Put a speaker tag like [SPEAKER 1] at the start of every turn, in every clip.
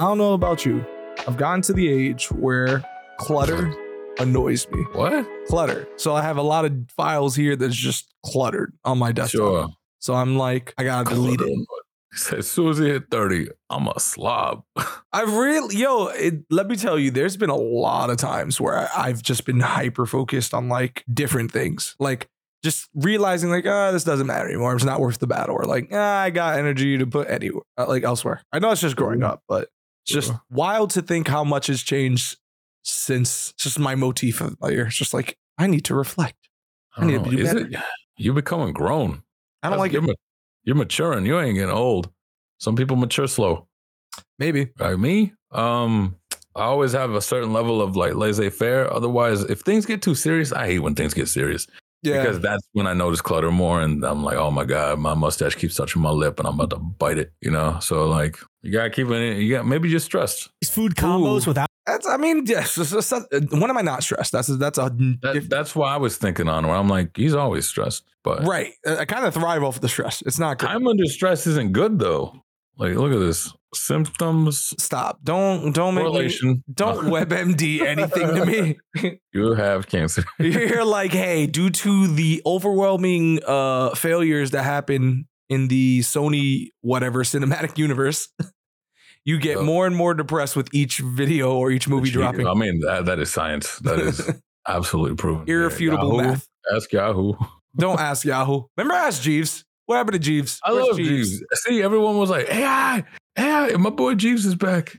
[SPEAKER 1] I don't know about you. I've gotten to the age where clutter annoys me.
[SPEAKER 2] What?
[SPEAKER 1] Clutter. So I have a lot of files here that's just cluttered on my desktop.
[SPEAKER 2] Sure.
[SPEAKER 1] So I'm like, I gotta delete it.
[SPEAKER 2] He said, as soon as it hit 30, I'm a slob.
[SPEAKER 1] I've really, yo, it, let me tell you, there's been a lot of times where I, I've just been hyper focused on like different things, like just realizing like, ah, this doesn't matter anymore. It's not worth the battle, or like, ah, I got energy to put anywhere, uh, like elsewhere. I know it's just growing
[SPEAKER 2] Mm-hmm.
[SPEAKER 1] up, but it's just
[SPEAKER 2] Sure.
[SPEAKER 1] wild to think how much has changed since it's just my motif of like, it's just like I need to reflect. I need to
[SPEAKER 2] don't
[SPEAKER 1] do
[SPEAKER 2] Is
[SPEAKER 1] better.
[SPEAKER 2] it- You're becoming grown.
[SPEAKER 1] I don't
[SPEAKER 2] That's-
[SPEAKER 1] like it.
[SPEAKER 2] You're, ma- you're maturing. You ain't getting old. Some people mature slow.
[SPEAKER 1] Maybe
[SPEAKER 2] Like me, um, I always have a certain level of like laissez faire. Otherwise, if things get too serious, I hate when things get serious
[SPEAKER 1] yeah.
[SPEAKER 2] because that's when I notice clutter more, and I'm like, oh my god, my mustache keeps touching my lip, and I'm about to bite it. You know, so like you gotta keep it. You got maybe you're stressed.
[SPEAKER 3] These food combos
[SPEAKER 1] Ooh.
[SPEAKER 3] without
[SPEAKER 1] that's I mean yes. it's just- it's- when am I not uh, stressed? That's that's a
[SPEAKER 2] That, that's why I was thinking on where I'm like, he's always stressed, but
[SPEAKER 1] right. I, I kind of thrive off the stress. It's not good.
[SPEAKER 2] time under stress isn't good though. Like, look at this symptoms
[SPEAKER 1] Stop. Don't don't make me,
[SPEAKER 2] correlation.
[SPEAKER 1] don't WebMD anything to me.
[SPEAKER 2] you have cancer.
[SPEAKER 1] You're like, hey, due to the overwhelming uh failures that happen in the Sony whatever cinematic universe, you get
[SPEAKER 2] Yeah.
[SPEAKER 1] more and more depressed with each video or each movie dropping.
[SPEAKER 2] I mean, that, that is science. That is absolutely proven. Yeah,
[SPEAKER 1] Irrefutable
[SPEAKER 2] Yahoo.
[SPEAKER 1] math.
[SPEAKER 2] Ask Yahoo.
[SPEAKER 1] Don't ask Yahoo. Remember ask Jeeves? What happened to Jeeves?
[SPEAKER 2] I
[SPEAKER 1] Where's
[SPEAKER 2] love Jeeves. Oh, See, everyone was like, AI, AI, my boy Jeeves is back.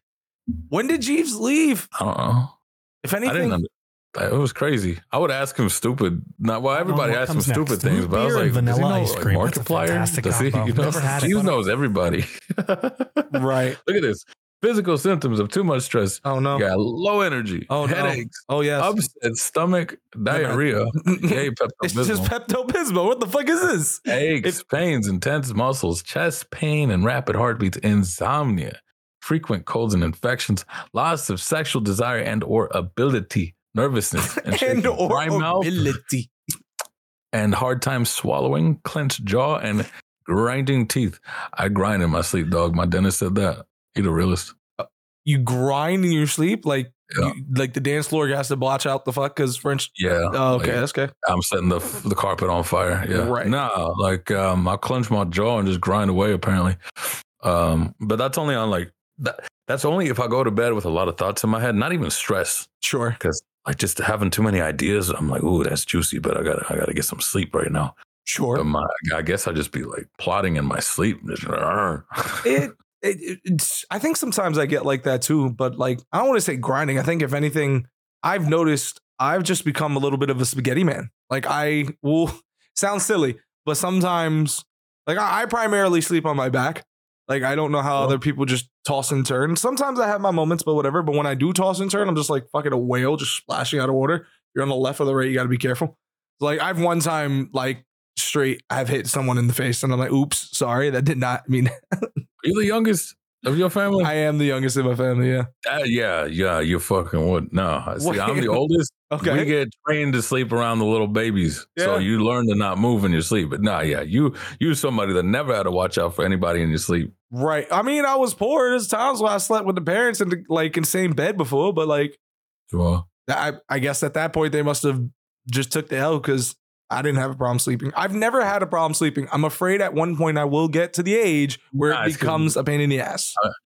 [SPEAKER 1] When did Jeeves leave?
[SPEAKER 2] I don't know.
[SPEAKER 1] If
[SPEAKER 2] I didn't
[SPEAKER 1] anything,
[SPEAKER 2] under- like, it was crazy. I would ask him stupid. Not well.
[SPEAKER 3] I don't know
[SPEAKER 2] Everybody
[SPEAKER 3] what
[SPEAKER 2] asked him
[SPEAKER 3] comes
[SPEAKER 2] stupid
[SPEAKER 3] next.
[SPEAKER 2] things,
[SPEAKER 3] Root
[SPEAKER 2] but I was
[SPEAKER 3] beer
[SPEAKER 2] like,
[SPEAKER 3] and
[SPEAKER 2] does he
[SPEAKER 3] vanilla
[SPEAKER 2] know,
[SPEAKER 3] ice
[SPEAKER 2] like,
[SPEAKER 3] cream. That's a
[SPEAKER 2] Markiplier?
[SPEAKER 3] fantastic
[SPEAKER 2] Does he?
[SPEAKER 3] combo.
[SPEAKER 2] You know,
[SPEAKER 3] Never had it.
[SPEAKER 2] Jeeves knows everybody. Look
[SPEAKER 1] right.
[SPEAKER 2] at this. Physical symptoms of too much stress.
[SPEAKER 1] Oh no.
[SPEAKER 2] You got low energy,
[SPEAKER 1] Oh, no.
[SPEAKER 2] headaches,
[SPEAKER 1] Oh yes.
[SPEAKER 2] upset stomach, diarrhea. Yay, Pepto
[SPEAKER 1] it's just Pepto Bismol. What the fuck is this?
[SPEAKER 2] aches, pains, intense muscles, chest pain, and rapid heartbeats, insomnia, frequent colds and infections, loss of sexual desire and or ability, nervousness, and,
[SPEAKER 1] and
[SPEAKER 2] shaking,
[SPEAKER 1] or
[SPEAKER 2] dry mouth,
[SPEAKER 1] ability.
[SPEAKER 2] and hard time swallowing, clenched jaw, and grinding teeth. I grind in my sleep, dog. My dentist said that. He the realist.
[SPEAKER 1] You grind in your sleep, like
[SPEAKER 2] Yeah.
[SPEAKER 1] you, like the dance floor has to blotch out the fuck because French.
[SPEAKER 2] Yeah.
[SPEAKER 1] Oh, okay,
[SPEAKER 2] Like,
[SPEAKER 1] that's okay.
[SPEAKER 2] I'm setting the the carpet on fire. Yeah.
[SPEAKER 1] Right.
[SPEAKER 2] Nah, like um, I clench my jaw and just grind away. Apparently, um, but that's only on like that. That's only if I go to bed with a lot of thoughts in my head. Not even stress.
[SPEAKER 1] Sure.
[SPEAKER 2] Like just having too many ideas. I'm like, ooh, that's juicy, but I got to I got to get some sleep right now. But
[SPEAKER 1] Sure.
[SPEAKER 2] my, I guess I just be like plotting in my sleep. Just, "Arr."
[SPEAKER 1] It, it, it's, I think sometimes I get like that too, but like I don't want to say grinding. I think if anything, I've noticed I've just become a little bit of a spaghetti man. Like I will sound silly, but sometimes like I, I primarily sleep on my back. Like I don't know how
[SPEAKER 2] Sure.
[SPEAKER 1] other people just toss and turn. Sometimes I have my moments, but whatever. But when I do toss and turn, I'm just like fucking a whale just splashing out of water. You're on the left or the right, you gotta be careful. Like I've one time like straight I've hit someone in the face and I'm like, oops, sorry, that did not mean
[SPEAKER 2] you the youngest of your family?
[SPEAKER 1] I am the youngest in my family, yeah.
[SPEAKER 2] Uh, yeah, yeah, you fucking would. No, see,
[SPEAKER 1] Wait.
[SPEAKER 2] I'm the oldest.
[SPEAKER 1] Okay.
[SPEAKER 2] We get trained to sleep around the little babies, so
[SPEAKER 1] Yeah.
[SPEAKER 2] you learn to not move in your sleep. But nah, yeah, you you somebody that never had to watch out for anybody in your sleep.
[SPEAKER 1] Right. I mean, I was poor. There's times when I slept with the parents in the like in same bed before, but like
[SPEAKER 2] Sure.
[SPEAKER 1] I I guess at that point they must have just took the L because I didn't have a problem sleeping. I've never had a problem sleeping. I'm afraid at one point I will get to the age where
[SPEAKER 2] Nah,
[SPEAKER 1] it
[SPEAKER 2] it's 'cause-
[SPEAKER 1] becomes a pain in the ass.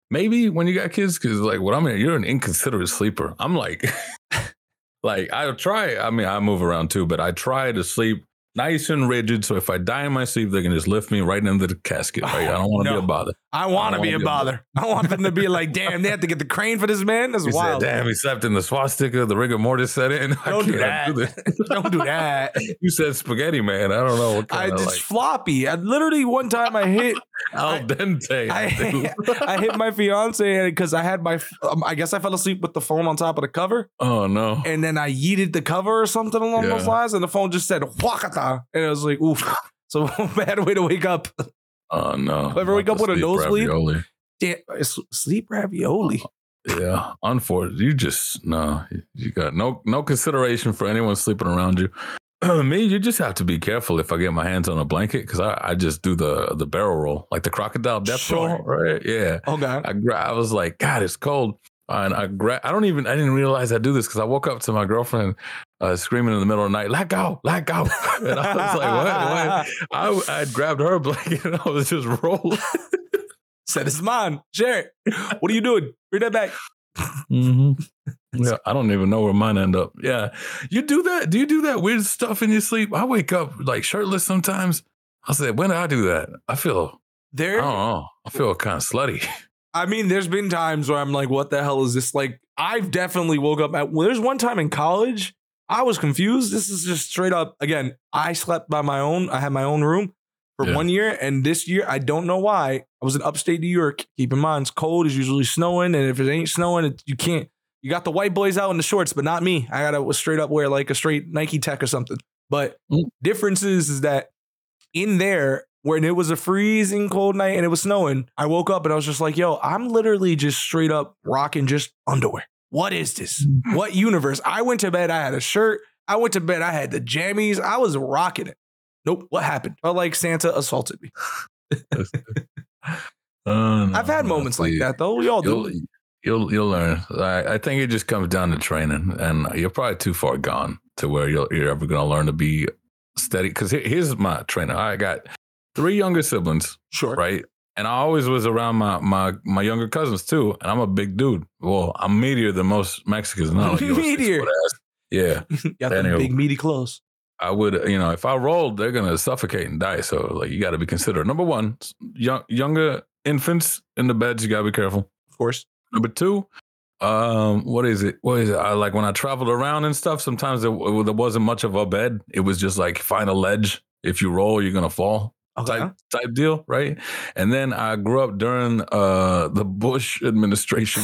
[SPEAKER 2] Maybe when you got kids, because like what I'm, you're an inconsiderate sleeper. I'm like, like I try. I mean, I move around too, but I try to sleep nice and rigid. So if I die in my sleep, they can just lift me right into the casket. Right? I don't want to
[SPEAKER 1] Oh, No.
[SPEAKER 2] be a bother.
[SPEAKER 1] I want to
[SPEAKER 2] don't
[SPEAKER 1] be
[SPEAKER 2] wanna
[SPEAKER 1] a
[SPEAKER 2] be a bother.
[SPEAKER 1] bother. I want them to be like, damn, they have to get the crane for this man. That's
[SPEAKER 2] He said,
[SPEAKER 1] wild.
[SPEAKER 2] "Damn, he slept in the swastika. The rigor mortis set in. I
[SPEAKER 1] Don't do
[SPEAKER 2] can't this."
[SPEAKER 1] Don't do that.
[SPEAKER 2] you said spaghetti, man. I don't know. What
[SPEAKER 1] I
[SPEAKER 2] kinda,
[SPEAKER 1] just
[SPEAKER 2] like-
[SPEAKER 1] floppy. I literally one time I hit
[SPEAKER 2] Al dente.
[SPEAKER 1] I, I hit my fiance because I had my, um, I guess I fell asleep with the phone on top of the cover,
[SPEAKER 2] oh no.
[SPEAKER 1] and then I yeeted the cover or something along those
[SPEAKER 2] Yeah.
[SPEAKER 1] lines, and the phone just said "wakata," and I was like, "Oof!" So bad way to wake up.
[SPEAKER 2] Oh no.
[SPEAKER 1] Whoever wake
[SPEAKER 2] About
[SPEAKER 1] up
[SPEAKER 2] to
[SPEAKER 1] with a
[SPEAKER 2] sleep
[SPEAKER 1] nosebleed?
[SPEAKER 2] ravioli.
[SPEAKER 1] Damn, it's sleep ravioli.
[SPEAKER 2] Yeah. Unfortunately, you just no. You got no no consideration for anyone sleeping around you. Me, you just have to be careful if I get my hands on a blanket because I, I just do the the barrel roll, like the crocodile death
[SPEAKER 1] Sure.
[SPEAKER 2] roll, right? Yeah.
[SPEAKER 1] Okay.
[SPEAKER 2] I gra- I was like, God, it's cold. And I gra- I don't even I didn't realize I do this because I woke up to my girlfriend uh, screaming in the middle of the night, "Let go, let go!" And I was like, "What?" what? I I had grabbed her blanket and I was just rolling.
[SPEAKER 1] Said it's mine. Share it. What are you doing? Bring that back.
[SPEAKER 2] Yeah, I don't even know where mine end up. Yeah, you do that? Do you do that weird stuff in your sleep? I wake up like shirtless sometimes. I said, when did I do that? I feel I
[SPEAKER 1] There.
[SPEAKER 2] don't know. I feel kind of slutty.
[SPEAKER 1] I mean, there's been times where I'm like, what the hell is this? Like, I've definitely woke up at. Well, there's one time in college, I was confused. This is just straight up. Again, I slept by my own. I had my own room for
[SPEAKER 2] Yeah.
[SPEAKER 1] one year, and this year, I don't know why. I was in upstate New York. Keep in mind, it's cold. It's usually snowing, and if it ain't snowing, it, you can't. You got the white boys out in the shorts, but not me. I gotta straight up wear like a straight Nike Tech or something. But
[SPEAKER 2] Mm.
[SPEAKER 1] difference is, is that in there when it was a freezing cold night and it was snowing, I woke up and I was just like, yo, I'm literally just straight up rocking just underwear. What is this?
[SPEAKER 2] Mm.
[SPEAKER 1] What universe? I went to bed, I had a shirt. I went to bed, I had the jammies. I was rocking it. Nope. What happened? Felt like Santa assaulted me. I've had moments like that though. We all
[SPEAKER 2] Mm, You'll,
[SPEAKER 1] do.
[SPEAKER 2] you'll you'll learn. I, I think it just comes down to training, and you're probably too far gone to where you're, you're ever going to learn to be steady. Because here's my trainer. I got three younger siblings,
[SPEAKER 1] Sure.
[SPEAKER 2] right? And I always was around my my my younger cousins too. And I'm a big dude. Well, I'm meatier than most Mexicans. Not like you, six
[SPEAKER 1] Meatier.
[SPEAKER 2] foot ass. Yeah,
[SPEAKER 1] Got the
[SPEAKER 2] Daniel.
[SPEAKER 1] big meaty clothes.
[SPEAKER 2] I would. You know, if I rolled, they're gonna suffocate and die. So like, you got to be considerate. Number one, young, younger infants in the beds, you got to be careful.
[SPEAKER 1] Of course.
[SPEAKER 2] Number two, um, what is it? What is it? I like when I traveled around and stuff. Sometimes there, w- there wasn't much of a bed. It was just like find a ledge. If you roll, you're gonna fall.
[SPEAKER 1] Okay.
[SPEAKER 2] Type type deal, right? And then I grew up during uh, the Bush administration,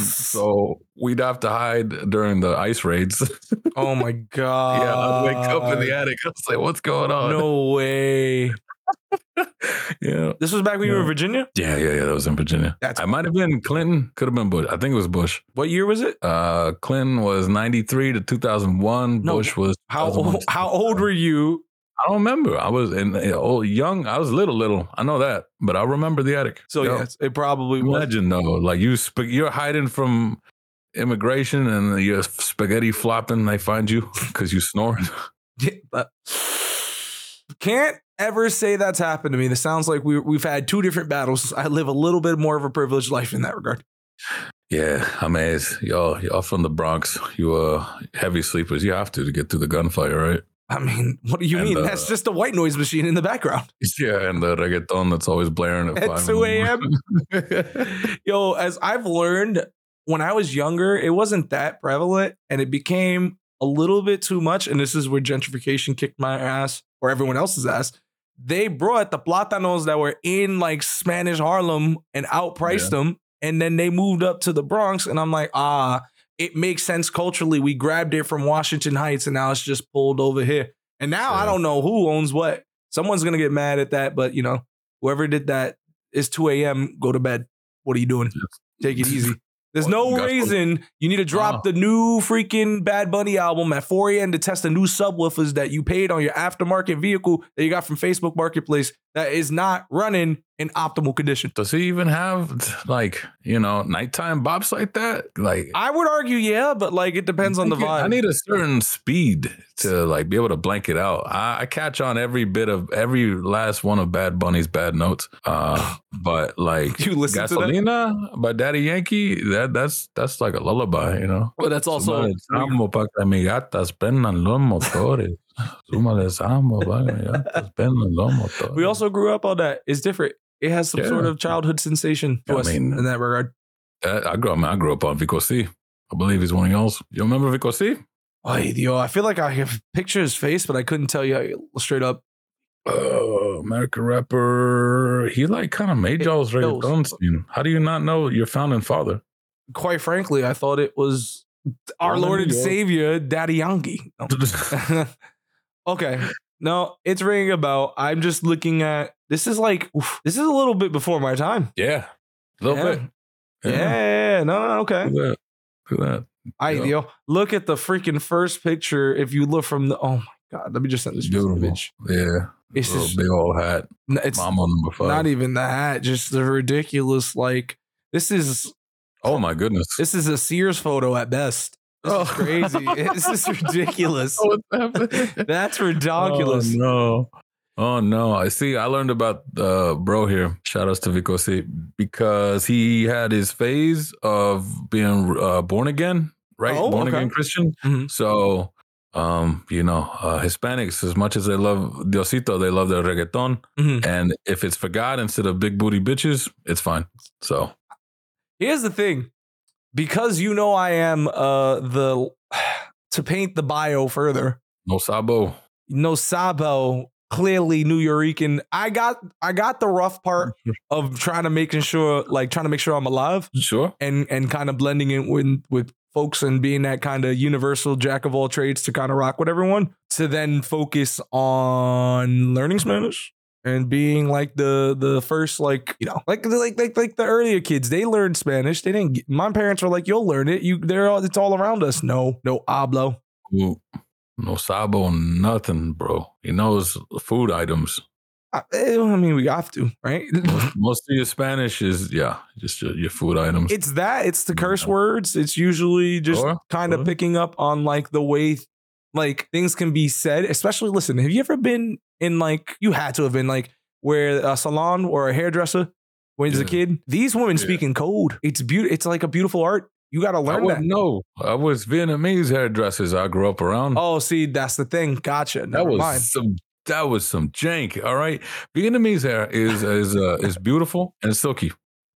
[SPEAKER 2] so we'd have to hide during the ice raids.
[SPEAKER 1] Oh my god.
[SPEAKER 2] yeah, I'd wake up in the attic. I was like, "What's going on?"
[SPEAKER 1] Uh, No way.
[SPEAKER 2] yeah,
[SPEAKER 1] This was back when you were in
[SPEAKER 2] Yeah.
[SPEAKER 1] Virginia?
[SPEAKER 2] yeah, yeah, yeah. That was in Virginia.
[SPEAKER 1] That's
[SPEAKER 2] I might have been Clinton. Could have been Bush. I think it was Bush.
[SPEAKER 1] what year was it?
[SPEAKER 2] Uh, Clinton was 93 to 2001.
[SPEAKER 1] No,
[SPEAKER 2] Bush was
[SPEAKER 1] How
[SPEAKER 2] 2001
[SPEAKER 1] old, how old were you
[SPEAKER 2] I don't remember. I was in uh, old young. I was little, little. I know that, but I remember the attic.
[SPEAKER 1] So
[SPEAKER 2] Yo,
[SPEAKER 1] yes, it probably was.
[SPEAKER 2] imagine though, like you sp- you're hiding from immigration and your spaghetti flopping. They find you because you snoring.
[SPEAKER 1] Yeah, but- Can't ever say that's happened to me. This sounds like we we've had two different battles. I live a little bit more of a privileged life in that regard.
[SPEAKER 2] yeah, I mean, it's, y'all, y'all from the Bronx. You uh heavy sleepers. You have to to get through the gunfire, right?
[SPEAKER 1] I mean, what do you
[SPEAKER 2] And,
[SPEAKER 1] mean?
[SPEAKER 2] uh,
[SPEAKER 1] that's just a white noise machine in the background
[SPEAKER 2] Yeah, and the reggaeton that's always blaring at,
[SPEAKER 1] at
[SPEAKER 2] five in
[SPEAKER 1] two
[SPEAKER 2] the
[SPEAKER 1] a.m.
[SPEAKER 2] morning.
[SPEAKER 1] Yo, as I've learned, when I was younger, it wasn't that prevalent, and it became a little bit too much. And this is where gentrification kicked my ass, or everyone else's ass. They brought the platanos that were in like Spanish Harlem and outpriced them, and then they moved up to the Bronx. And I'm like, ah, it makes sense culturally. We grabbed it from Washington Heights, and now it's just pulled over here. And now I
[SPEAKER 2] Yeah.
[SPEAKER 1] don't know who owns what. Someone's gonna get mad at that, but you know, whoever did that, it's 2 a.m. Go to bed. What are you doing? Take it easy. There's no
[SPEAKER 2] Gotcha.
[SPEAKER 1] reason you need to drop
[SPEAKER 2] Ah.
[SPEAKER 1] the new freaking Bad Bunny album at 4 a.m. to test the new subwoofers that you paid on your aftermarket vehicle that you got from Facebook Marketplace that is not running in optimal condition.
[SPEAKER 2] Does he even have like you know nighttime bops like that? Like
[SPEAKER 1] I would argue, yeah, but like it depends on the vibe.
[SPEAKER 2] I need a certain speed to like be able to blank it out. I, I catch on every bit of every last one of Bad Bunny's bad notes. Uh, but like
[SPEAKER 1] you listen to that.
[SPEAKER 2] Gasolina by Daddy Yankee, that that's that's like a lullaby, you know.
[SPEAKER 1] Well, that's
[SPEAKER 2] Súmale samba pa' que mis gatas prendan los motores. Súmale samba pa' que mis gatas prendan los motores.
[SPEAKER 1] we also grew up on that. It's different. It has some
[SPEAKER 2] Yeah.
[SPEAKER 1] sort of childhood sensation to
[SPEAKER 2] I
[SPEAKER 1] us
[SPEAKER 2] mean-
[SPEAKER 1] in that regard.
[SPEAKER 2] Uh, I grew up. I grew up on Vico C. I believe he's one of y'all's. You remember Vico C?
[SPEAKER 1] Oh, yo, I feel like I have picture his face, but I couldn't tell you straight up.
[SPEAKER 2] Oh, American rapper. He like kind of made
[SPEAKER 1] It
[SPEAKER 2] y'all's
[SPEAKER 1] shows.
[SPEAKER 2] reggaeton scene. How do you not know your founding father?
[SPEAKER 1] quite frankly, I thought it was our
[SPEAKER 2] Well,
[SPEAKER 1] Lord
[SPEAKER 2] there
[SPEAKER 1] and
[SPEAKER 2] you go.
[SPEAKER 1] Savior, Daddy Yankee. No. okay. No, it's ringing a bell. I'm just looking at this is like oof, this is a little bit before my time.
[SPEAKER 2] yeah, a little
[SPEAKER 1] Yeah.
[SPEAKER 2] bit.
[SPEAKER 1] Yeah, no, no, okay.
[SPEAKER 2] Look at that. Look at that.
[SPEAKER 1] I
[SPEAKER 2] Yeah.
[SPEAKER 1] yo, look at the freaking first picture. If you look from the oh my God, let me just send this
[SPEAKER 2] Beautiful.
[SPEAKER 1] image.
[SPEAKER 2] Yeah.
[SPEAKER 1] It's
[SPEAKER 2] Little
[SPEAKER 1] just
[SPEAKER 2] big old hat.
[SPEAKER 1] n- it's
[SPEAKER 2] Mama number five.
[SPEAKER 1] not e even the hat, just the ridiculous like this is
[SPEAKER 2] oh my goodness.
[SPEAKER 1] this is a Sears photo at best. This is
[SPEAKER 2] Oh.
[SPEAKER 1] crazy. this is ridiculous. That's ridiculous.
[SPEAKER 2] Oh no. Oh no. I see. I learned about uh bro here. Shout outs to Vico C because he had his phase of being uh, born again, right?
[SPEAKER 1] Oh,
[SPEAKER 2] born
[SPEAKER 1] okay.
[SPEAKER 2] again Christian.
[SPEAKER 1] Mhm.
[SPEAKER 2] So um, you know, uh, Hispanics, as much as they love Diosito, they love their reggaeton.
[SPEAKER 1] Mhm.
[SPEAKER 2] And if it's for God instead of big booty bitches, it's fine. So
[SPEAKER 1] Here's the thing. Because you know I am uh the to paint the bio further,
[SPEAKER 2] no sabo.
[SPEAKER 1] no Sabo, clearly New Yorican. I got I got the rough part of trying to making sure like trying to make sure I'm alive
[SPEAKER 2] Sure.
[SPEAKER 1] and and kind of blending in with with folks and being that kind of universal jack of all trades to kind of rock with everyone to then focus on learning Spanish and being like the the first like you know like like like like the earlier kids they learned Spanish they didn't get- my parents were like you'll learn it you they're all it's all around us no no hablo
[SPEAKER 2] Ooh. No sabo, nothing, bro. He knows food items.
[SPEAKER 1] I, eh, I mean we have to right
[SPEAKER 2] Most of your Spanish is yeah, just your, your food items. Oh,
[SPEAKER 1] it's that it's the curse words it's usually just
[SPEAKER 2] Sure,
[SPEAKER 1] kind of
[SPEAKER 2] sure.
[SPEAKER 1] picking up on like the way like things can be said especially listen have you ever been in like you had to have been like where a salon or a hairdresser when you're a
[SPEAKER 2] Yeah.
[SPEAKER 1] kid these women
[SPEAKER 2] Yeah.
[SPEAKER 1] speak in code it's beautiful it's like a beautiful art you got to
[SPEAKER 2] I
[SPEAKER 1] learn that
[SPEAKER 2] wouldn't know. I was Vietnamese hairdressers. I grew up around.
[SPEAKER 1] oh see that's the thing gotcha
[SPEAKER 2] that
[SPEAKER 1] never
[SPEAKER 2] was
[SPEAKER 1] mind
[SPEAKER 2] some. That was some jank. All right, Vietnamese hair is is uh, is beautiful and silky.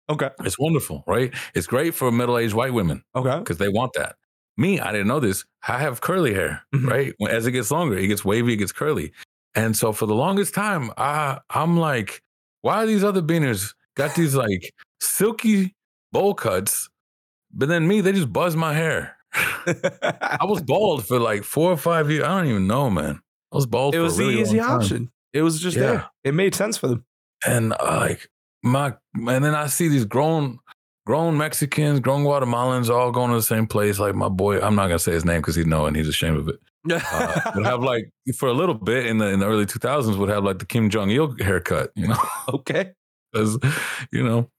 [SPEAKER 1] okay
[SPEAKER 2] It's wonderful, right? It's great for middle aged white women
[SPEAKER 1] okay
[SPEAKER 2] because they want that. Me, I didn't know this. I have curly hair,
[SPEAKER 1] Mhm.
[SPEAKER 2] right? When- As it gets longer, it gets wavy, it gets curly, and so for the longest time, I I'm like, why are these other beaners got these like silky bowl cuts, but then me, they just buzz my hair. I was bald for like four or five years. I don't even know, man. I was bald.
[SPEAKER 1] it was
[SPEAKER 2] for a really
[SPEAKER 1] the easy
[SPEAKER 2] long time.
[SPEAKER 1] option it was just
[SPEAKER 2] Yeah.
[SPEAKER 1] there it made sense for them
[SPEAKER 2] and uh, like my and then I see these grown grown Mexicans, grown Guatemalans all going to the same place. Like my boy, I'm not gonna say his name because he know and he's ashamed of it. Uh, would have like for a little bit in the in the early 2000s would have like the Kim Jong Il haircut, you know,
[SPEAKER 1] okay
[SPEAKER 2] because you know.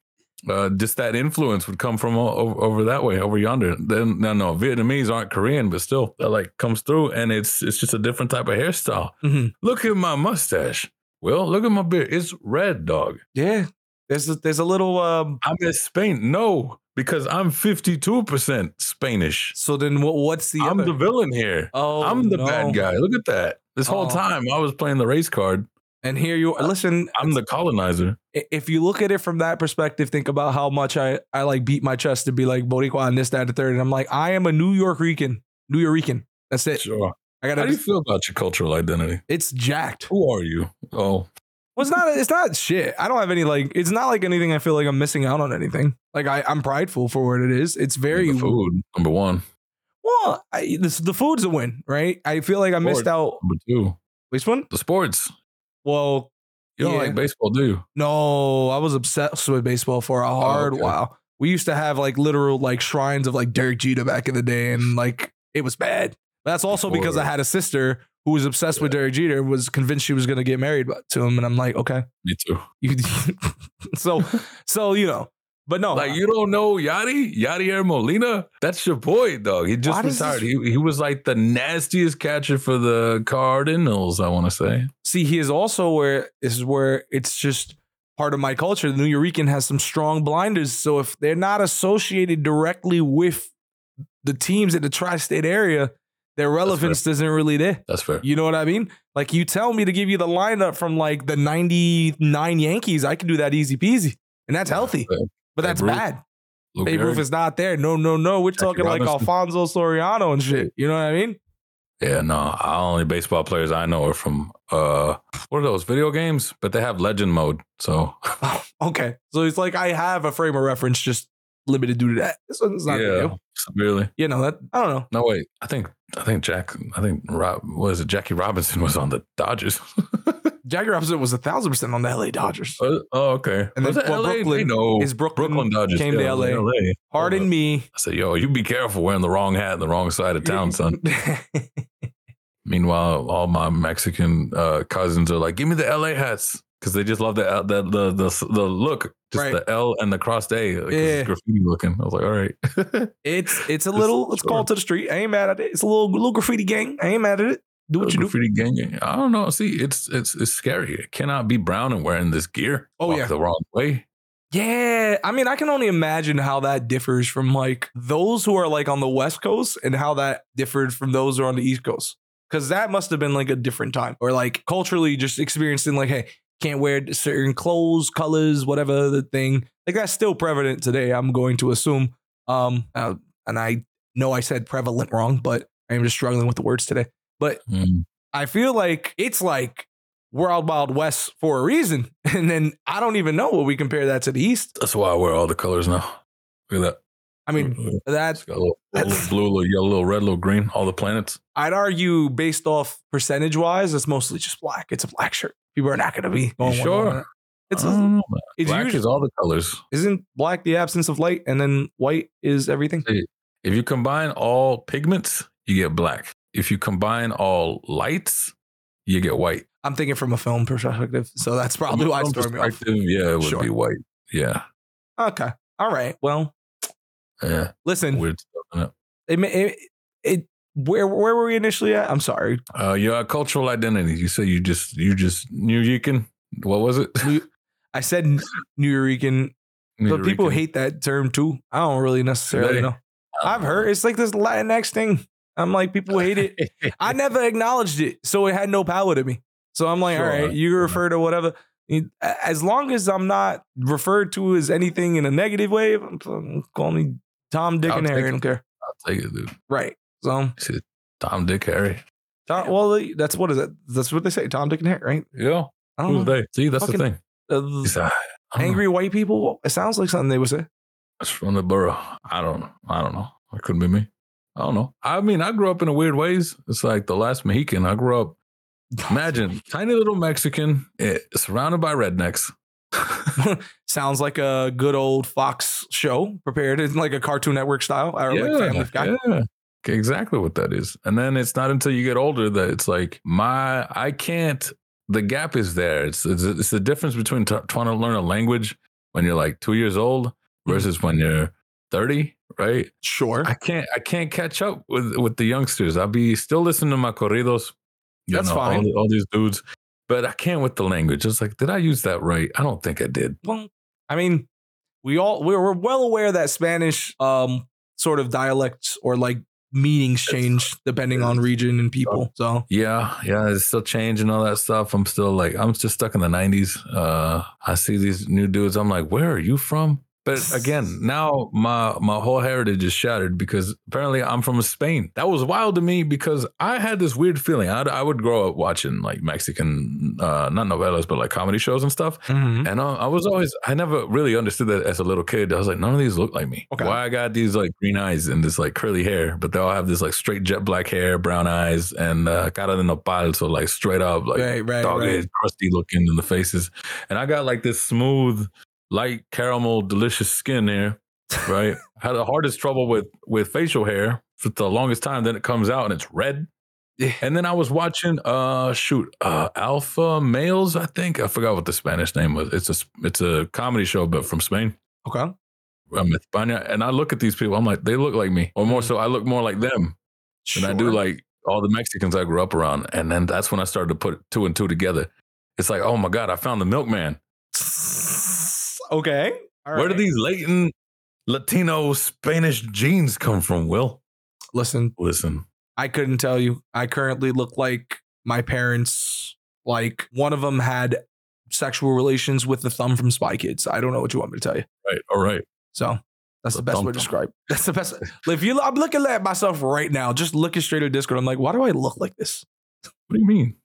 [SPEAKER 2] Uh, just that influence would come from o- over, over that way, over yonder. Then no, no, Vietnamese aren't Korean, but still, that like comes through, and it's it's just a different type of hairstyle.
[SPEAKER 1] Mhm.
[SPEAKER 2] Look at my mustache. Well, look at my beard. It's red, dog.
[SPEAKER 1] yeah there's a, there's a little um
[SPEAKER 2] I'm in Spain. No, because I'm 52% Spanish.
[SPEAKER 1] so then what what's the
[SPEAKER 2] I'm
[SPEAKER 1] other?
[SPEAKER 2] the villain here.
[SPEAKER 1] Oh,
[SPEAKER 2] I'm the
[SPEAKER 1] no.
[SPEAKER 2] bad guy. Look at that. This whole
[SPEAKER 1] Oh.
[SPEAKER 2] time I was playing the race card.
[SPEAKER 1] And here you are. Listen,
[SPEAKER 2] I'm the colonizer.
[SPEAKER 1] i- if you look at it from that perspective, think about how much I, I like beat my chest to be like Boricua and this, that, and the third. And I'm like, I am a New York Rican, New Yorican. That's it.
[SPEAKER 2] Sure.
[SPEAKER 1] I
[SPEAKER 2] How do you
[SPEAKER 1] gotta.
[SPEAKER 2] feel about your cultural identity?
[SPEAKER 1] It's jacked.
[SPEAKER 2] Who are you? Oh,
[SPEAKER 1] Well, it's not. It's not shit. I don't have any like. It's not like anything. I feel like I'm missing out on anything. Like I, I'm prideful for what it is. It's very
[SPEAKER 2] the food, number one.
[SPEAKER 1] well. I, this, the food's a win, right? I feel like I missed
[SPEAKER 2] Sport.
[SPEAKER 1] out.
[SPEAKER 2] Number two,
[SPEAKER 1] Which one?
[SPEAKER 2] the sports.
[SPEAKER 1] Well,
[SPEAKER 2] You don't
[SPEAKER 1] Yeah.
[SPEAKER 2] like baseball, do you?
[SPEAKER 1] No, I was obsessed with baseball for a hard
[SPEAKER 2] Oh, okay.
[SPEAKER 1] while. We used to have like literal like shrines of like Derek Jeter back in the day, and like it was bad. That's also because I
[SPEAKER 2] Word.
[SPEAKER 1] had a sister who was obsessed with Derek Jeter, was convinced she was going to get married bu- to him, and I'm like, okay,
[SPEAKER 2] Me too.
[SPEAKER 1] you, so so you know, but no,
[SPEAKER 2] Like you don't know Yadi Yadier Molina? That's your boy, dog. He
[SPEAKER 1] Why
[SPEAKER 2] just
[SPEAKER 1] does
[SPEAKER 2] retired.
[SPEAKER 1] this-
[SPEAKER 2] He, he was like the nastiest catcher for the Cardinals. I want to say.
[SPEAKER 1] see, he is also where this is where it's just part of my culture. The New Yorican has some strong blinders, so if they're not associated directly with the teams in the tri-state area, their relevance isn't really there.
[SPEAKER 2] That's fair.
[SPEAKER 1] You know what I mean? Like you tell me to give you the lineup from like the '99 Yankees, I can do that easy peasy, and that's healthy.
[SPEAKER 2] Yeah.
[SPEAKER 1] But that's
[SPEAKER 2] Babe Ruth,
[SPEAKER 1] bad.
[SPEAKER 2] Lou
[SPEAKER 1] Babe
[SPEAKER 2] Gehrig?
[SPEAKER 1] Ruth is not there. No, no, no. We're
[SPEAKER 2] Jackie
[SPEAKER 1] talking like
[SPEAKER 2] Robinson.
[SPEAKER 1] Alfonso Soriano and shit. You know what I mean?
[SPEAKER 2] Yeah, no. I only baseball players I know are from uh what are those video games? But they have legend mode. So
[SPEAKER 1] okay. So it's like I have a frame of reference, just limited due to that. This one's not
[SPEAKER 2] yeah,
[SPEAKER 1] yeah.
[SPEAKER 2] severely.
[SPEAKER 1] You know that I don't know.
[SPEAKER 2] No wait, I think I think Jack I think Rob was it Jackie Robinson was on the Dodgers.
[SPEAKER 1] Jackie Robinson was a thousand percent on the LA Dodgers.
[SPEAKER 2] oh, okay.
[SPEAKER 1] And
[SPEAKER 2] was
[SPEAKER 1] then-
[SPEAKER 2] it
[SPEAKER 1] well,
[SPEAKER 2] LA? They
[SPEAKER 1] Brooklyn
[SPEAKER 2] know.
[SPEAKER 1] Is Brooklyn,
[SPEAKER 2] Oh, Brooklyn Dodgers
[SPEAKER 1] came to
[SPEAKER 2] yeah, it was
[SPEAKER 1] LA.
[SPEAKER 2] LA.
[SPEAKER 1] Pardon me.
[SPEAKER 2] I said, yo, you be careful wearing the wrong hat in the wrong side of town, son. Meanwhile, all my Mexican uh, cousins are like, "Give me the LA hats." Because they just love the, L- the the the the look, just
[SPEAKER 1] Right.
[SPEAKER 2] the L and the crossed A, like, 'cause
[SPEAKER 1] Yeah.
[SPEAKER 2] it's graffiti looking. I was like, all right,
[SPEAKER 1] It's it's a
[SPEAKER 2] Just
[SPEAKER 1] little it's
[SPEAKER 2] sure.
[SPEAKER 1] called to the street. I ain't mad at it. It's a little little graffiti gang. I ain't mad at it. Do what you do.
[SPEAKER 2] graffiti gang. I don't know. See, it's it's it's scary. It cannot be brown and wearing this gear.
[SPEAKER 1] Oh,
[SPEAKER 2] Walk
[SPEAKER 1] yeah.
[SPEAKER 2] the wrong way.
[SPEAKER 1] Yeah, I mean, I can only imagine how that differs from like those who are like on the West Coast and how that differed from those who are on the East Coast. Cause that must have been like a different time or like culturally just experiencing like, hey, can't wear certain clothes, colors, whatever the thing. Like that's still prevalent today, I'm going to assume. Um, uh, and I know I said prevalent wrong, but I am just struggling with the words today. But
[SPEAKER 2] Mm.
[SPEAKER 1] I feel like it's like World Wild West for a reason. And then I don't even know what we compare that to the East.
[SPEAKER 2] That's why I wear all the colors now. Look at
[SPEAKER 1] I
[SPEAKER 2] that.
[SPEAKER 1] mean,
[SPEAKER 2] it's
[SPEAKER 1] That
[SPEAKER 2] got a little, a little blue, a little yellow, a little red, a little green. All the planets.
[SPEAKER 1] I'd argue, based off percentage wise, it's mostly just black. It's a black shirt. People are not going to be going one
[SPEAKER 2] sure?
[SPEAKER 1] way or another. It's
[SPEAKER 2] I don't know.
[SPEAKER 1] it's
[SPEAKER 2] black
[SPEAKER 1] usually
[SPEAKER 2] is all the colors.
[SPEAKER 1] isn't black the absence of light, and then white is everything.
[SPEAKER 2] If you combine all pigments, you get black. If you combine all lights, you get white.
[SPEAKER 1] I'm thinking from a film perspective, so that's probably
[SPEAKER 2] From
[SPEAKER 1] why
[SPEAKER 2] a
[SPEAKER 1] it's throwing me off.
[SPEAKER 2] perspective, yeah, it would
[SPEAKER 1] Sure.
[SPEAKER 2] be white. Yeah,
[SPEAKER 1] Okay, all right. Well,
[SPEAKER 2] yeah.
[SPEAKER 1] listen,
[SPEAKER 2] Weird stuff. Isn't it?
[SPEAKER 1] it, ma- it, it where where were we initially at? I'm sorry,
[SPEAKER 2] Uh, your cultural identity. You say you just you just New Yorkan. What was it?
[SPEAKER 1] New- I said New Yorican,
[SPEAKER 2] New
[SPEAKER 1] but people
[SPEAKER 2] Yorkan.
[SPEAKER 1] hate that term too. I don't really necessarily
[SPEAKER 2] They-
[SPEAKER 1] know.
[SPEAKER 2] Oh,
[SPEAKER 1] I've heard it's like this Latinx thing. I'm like, people hate it. I never acknowledged it, so it had no power to me. So I'm like,
[SPEAKER 2] Sure.
[SPEAKER 1] all right, you refer to whatever. As long as I'm not referred to as anything in a negative way, I'm- I'm- call me Tom, Dick,
[SPEAKER 2] I'll
[SPEAKER 1] and Harry.
[SPEAKER 2] take
[SPEAKER 1] I don't care.
[SPEAKER 2] I'll take it, dude.
[SPEAKER 1] Right. So,
[SPEAKER 2] Shit. Tom, Dick, Harry.
[SPEAKER 1] Tom, well, that's what is it? That's what they say, Tom, Dick, and Harry, right?
[SPEAKER 2] Yeah.
[SPEAKER 1] I don't
[SPEAKER 2] Who's
[SPEAKER 1] know.
[SPEAKER 2] they? See, that's
[SPEAKER 1] Fucking-
[SPEAKER 2] the thing.
[SPEAKER 1] Uh,
[SPEAKER 2] It's, uh, I don't know.
[SPEAKER 1] angry white people. It sounds like something they would say.
[SPEAKER 2] It's from the borough. I don't know. I don't know. It couldn't be me. I don't know. I mean, I grew up in a weird ways. It's like the last Mohican. I grew up. Imagine tiny little Mexican eh, surrounded by rednecks.
[SPEAKER 1] Sounds like a good old Fox show prepared in like a Cartoon Network style or like Family Guy.
[SPEAKER 2] yeah. Exactly what that is. And then it's not until you get older that it's like my I can't. The gap is there. It's it's, it's the difference between t- trying to learn a language when you're like two years old versus when you're thirty, right?
[SPEAKER 1] Sure.
[SPEAKER 2] I can't I can't catch up with with the youngsters. I'll be still listening to my corridos. You
[SPEAKER 1] That's
[SPEAKER 2] know, all
[SPEAKER 1] fine.
[SPEAKER 2] the- All, these dudes, but I can't with the language. It's like, did I use that right? I don't think I did.
[SPEAKER 1] well, I mean, we all we're, we're well aware that Spanish um sort of dialects or like meanings change depending on region and people. So
[SPEAKER 2] Yeah, yeah, it's still changing all that stuff. I'm still like, I'm just stuck in the '90s. Uh, I see these new dudes. I'm like, where are you from? But again, now my my whole heritage is shattered because apparently I'm from Spain. That was wild to me because I had this weird feeling. I'd, I would grow up watching like Mexican, uh, not novellas, but like comedy shows and stuff. And I, I was always, I never really understood that as a little kid. I was like, none of these look like me.
[SPEAKER 1] Okay.
[SPEAKER 2] Why I got these like green eyes and this like curly hair, but they all have this like straight jet black hair, brown eyes, and uh, cara de nopal. So like straight up, like
[SPEAKER 1] right, right,
[SPEAKER 2] dogged,
[SPEAKER 1] right.
[SPEAKER 2] crusty looking in the faces. And I got like this smooth, light caramel, delicious skin there. Right. I had the hardest trouble with with facial hair for the longest time. Then it comes out and it's red.
[SPEAKER 1] Yeah.
[SPEAKER 2] And then I was watching uh shoot uh Alpha Males, I think. I forgot what the Spanish name was. It's a it's a comedy show, but from Spain.
[SPEAKER 1] Okay.
[SPEAKER 2] From España. And I look at these people, I'm like, they look like me. Or
[SPEAKER 1] Mm.
[SPEAKER 2] more so, I look more like them and I do
[SPEAKER 1] Sure.
[SPEAKER 2] like all the Mexicans I grew up around. And then that's when I started to put two and two together. It's like, oh my God, I found the milkman.
[SPEAKER 1] Okay. All
[SPEAKER 2] Where do
[SPEAKER 1] right.
[SPEAKER 2] these latent Latino Spanish genes come from, Will?
[SPEAKER 1] listen?
[SPEAKER 2] Listen,
[SPEAKER 1] I couldn't tell you. I currently look like my parents. Like one of them had sexual relations with the thumb from Spy Kids. I don't know what you want me to tell you.
[SPEAKER 2] right, all right.
[SPEAKER 1] So that's
[SPEAKER 2] The
[SPEAKER 1] the best
[SPEAKER 2] thumb
[SPEAKER 1] way to
[SPEAKER 2] thumb.
[SPEAKER 1] describe. That's the best. If you, I'm looking at myself right now, just looking straight at Discord. I'm like, why do I look like this?
[SPEAKER 2] What do you mean?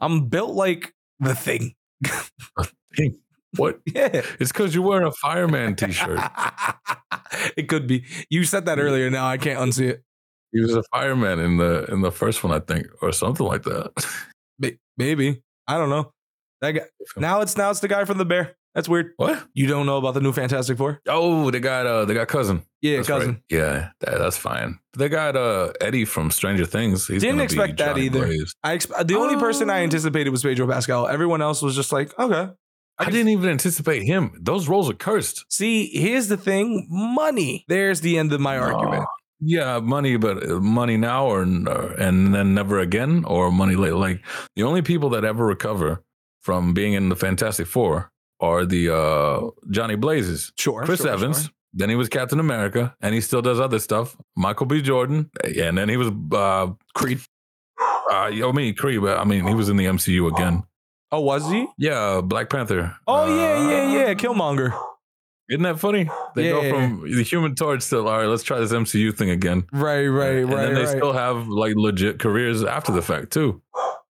[SPEAKER 1] I'm built like the thing.
[SPEAKER 2] What?
[SPEAKER 1] Yeah,
[SPEAKER 2] It's because you're wearing a fireman t shirt.
[SPEAKER 1] it could be. You said that earlier. Now I can't unsee it.
[SPEAKER 2] He was a fireman in the in the first one, I think, or something like that.
[SPEAKER 1] May- Maybe I don't know. That guy. Now it's now it's the guy from the bear. That's weird.
[SPEAKER 2] What?
[SPEAKER 1] You don't know about the new Fantastic Four?
[SPEAKER 2] Oh, they got uh, they got cousin.
[SPEAKER 1] Yeah,
[SPEAKER 2] That's
[SPEAKER 1] cousin.
[SPEAKER 2] right. Yeah, that, that's fine. They got uh Eddie from Stranger Things. He's
[SPEAKER 1] Didn't
[SPEAKER 2] gonna
[SPEAKER 1] expect
[SPEAKER 2] be
[SPEAKER 1] that
[SPEAKER 2] Johnny
[SPEAKER 1] either.
[SPEAKER 2] Blaze.
[SPEAKER 1] I exp- the only person I
[SPEAKER 2] Oh.
[SPEAKER 1] anticipated was Pedro Pascal. Everyone else was just like, okay.
[SPEAKER 2] I didn't even anticipate him. Those roles are cursed.
[SPEAKER 1] See, here's the thing: money. There's the end of my argument.
[SPEAKER 2] Aw. Yeah, money, but uh, money now or or- and then never again, or money later. Like the only people that ever recover from being in the Fantastic Four are the uh, Johnny Blazes.
[SPEAKER 1] Sure,
[SPEAKER 2] Chris
[SPEAKER 1] sure,
[SPEAKER 2] Evans.
[SPEAKER 1] sure.
[SPEAKER 2] Then he was Captain America, and he still does other stuff. Michael B. Jordan, and then he was uh, Creed. Uh, I mean Creed, but I mean he was in the MCU again.
[SPEAKER 1] Oh, was he?
[SPEAKER 2] Yeah, Black Panther.
[SPEAKER 1] Oh yeah,
[SPEAKER 2] Uh,
[SPEAKER 1] yeah, yeah. Killmonger.
[SPEAKER 2] Isn't that funny? They
[SPEAKER 1] Yeah.
[SPEAKER 2] go from the Human Torch to all right, let's try this MCU thing again.
[SPEAKER 1] Right, right,
[SPEAKER 2] and
[SPEAKER 1] right,
[SPEAKER 2] then they
[SPEAKER 1] right.
[SPEAKER 2] still have like legit careers after the fact too.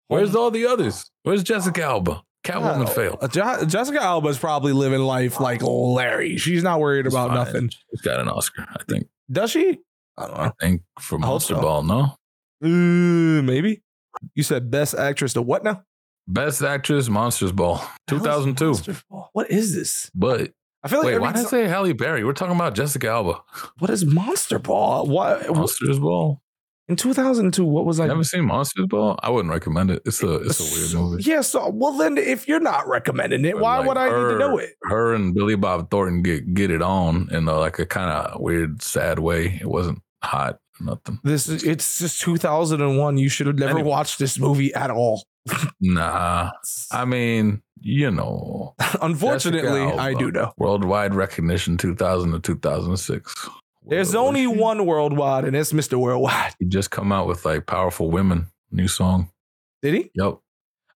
[SPEAKER 2] Where's all the others? Where's Jessica Alba? Catwoman
[SPEAKER 1] Oh,
[SPEAKER 2] failed.
[SPEAKER 1] uh, Jo- Jessica Alba's probably living life like Larry. She's not worried
[SPEAKER 2] She's
[SPEAKER 1] about
[SPEAKER 2] fine.
[SPEAKER 1] nothing.
[SPEAKER 2] She's got an Oscar, I think.
[SPEAKER 1] Does she? I don't
[SPEAKER 2] I
[SPEAKER 1] know.
[SPEAKER 2] think for
[SPEAKER 1] I hope
[SPEAKER 2] Monster
[SPEAKER 1] so.
[SPEAKER 2] Ball, no.
[SPEAKER 1] Uh, maybe. You said best actress to what now?
[SPEAKER 2] Best Actress, Monsters Ball,
[SPEAKER 1] How is
[SPEAKER 2] 2002.
[SPEAKER 1] Monster Ball? What is this?
[SPEAKER 2] But
[SPEAKER 1] I feel like
[SPEAKER 2] wait,
[SPEAKER 1] every
[SPEAKER 2] why did I
[SPEAKER 1] ti-
[SPEAKER 2] say Halle Berry? We're talking about Jessica Alba.
[SPEAKER 1] what is Monster Ball? Why
[SPEAKER 2] Monsters Ball.
[SPEAKER 1] in 2002? What was I?
[SPEAKER 2] You haven't seen Monsters Ball? I wouldn't recommend it. It's a it's a
[SPEAKER 1] So-
[SPEAKER 2] weird movie.
[SPEAKER 1] Yeah, so well then if you're not recommending it,
[SPEAKER 2] But,
[SPEAKER 1] why
[SPEAKER 2] like,
[SPEAKER 1] would I need to
[SPEAKER 2] her-
[SPEAKER 1] know it?
[SPEAKER 2] Her and Billy Bob Thornton get get it on in a, like a kind of weird, sad way. It wasn't hot, nothing.
[SPEAKER 1] This is it's just 2001. You should have never
[SPEAKER 2] Anyway.
[SPEAKER 1] watched this movie at all.
[SPEAKER 2] Nah, I mean, you know,
[SPEAKER 1] Unfortunately,
[SPEAKER 2] Jessica
[SPEAKER 1] I do
[SPEAKER 2] Alba.
[SPEAKER 1] know.
[SPEAKER 2] worldwide recognition, two thousand to two thousand six.
[SPEAKER 1] There's only one worldwide, and it's Mr. Worldwide.
[SPEAKER 2] He just come out with like "Powerful Women" new song.
[SPEAKER 1] Did he?
[SPEAKER 2] Yep.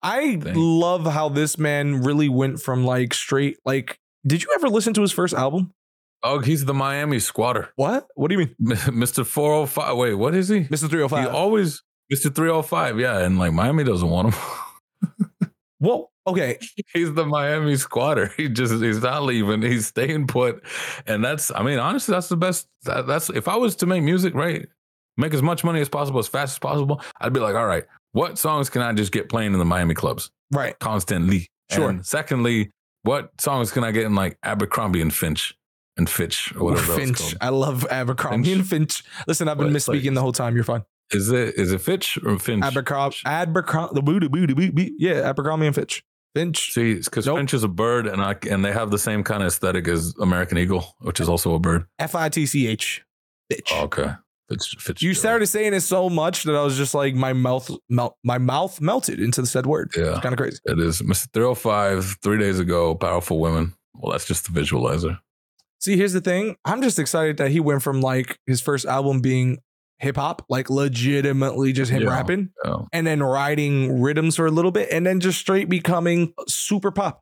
[SPEAKER 1] I
[SPEAKER 2] Thank-
[SPEAKER 1] love how this man really went from like straight like. Did you ever listen to his first album?
[SPEAKER 2] Oh, he's the Miami squatter,
[SPEAKER 1] What? What do you mean,
[SPEAKER 2] Mister Four Hundred Five. Wait, what is he?
[SPEAKER 1] Mr.
[SPEAKER 2] He
[SPEAKER 1] 305?
[SPEAKER 2] always Mister Three Hundred Five. Yeah, and like Miami doesn't want him.
[SPEAKER 1] Whoa. Okay.
[SPEAKER 2] He's the Miami squatter. He just he's not leaving. He's staying put, and that's I mean honestly that's the best. That, that's if I was to make music right, make as much money as possible as fast as possible. I'd be like, all right, what songs can I just get playing in the Miami clubs
[SPEAKER 1] Right.
[SPEAKER 2] constantly?
[SPEAKER 1] Sure.
[SPEAKER 2] And secondly, what songs can I get in like Abercrombie and Finch and Fitch or whatever that was
[SPEAKER 1] Finch.
[SPEAKER 2] called?
[SPEAKER 1] I love Abercrombie
[SPEAKER 2] Finch?
[SPEAKER 1] and Finch. Listen, I've been
[SPEAKER 2] Well, it's like-
[SPEAKER 1] misspeaking the whole time. You're fine.
[SPEAKER 2] Is it is it Fitch or Finch?
[SPEAKER 1] Abercrombie, Abercrombie, the booty booty boo boo. Yeah, Abercrombie and Fitch, Finch.
[SPEAKER 2] See, because
[SPEAKER 1] Nope.
[SPEAKER 2] Finch is a bird, and I and they have the same kind of aesthetic as American Eagle, which is also a bird.
[SPEAKER 1] F I T C H, Fitch.
[SPEAKER 2] Oh, okay, Fitz, Fitch.
[SPEAKER 1] you started saying it so much that I was just like my mouth melt, my mouth melted into the said word.
[SPEAKER 2] Yeah.
[SPEAKER 1] It's kind of crazy.
[SPEAKER 2] It is Mr. 305, three days ago, Powerful Women. Well, that's just the visualizer.
[SPEAKER 1] See, here's the thing. I'm just excited that he went from like his first album being hip hop, like legitimately just him
[SPEAKER 2] Yeah.
[SPEAKER 1] rapping,
[SPEAKER 2] Oh.
[SPEAKER 1] and then riding rhythms for a little bit, and then just straight becoming super pop.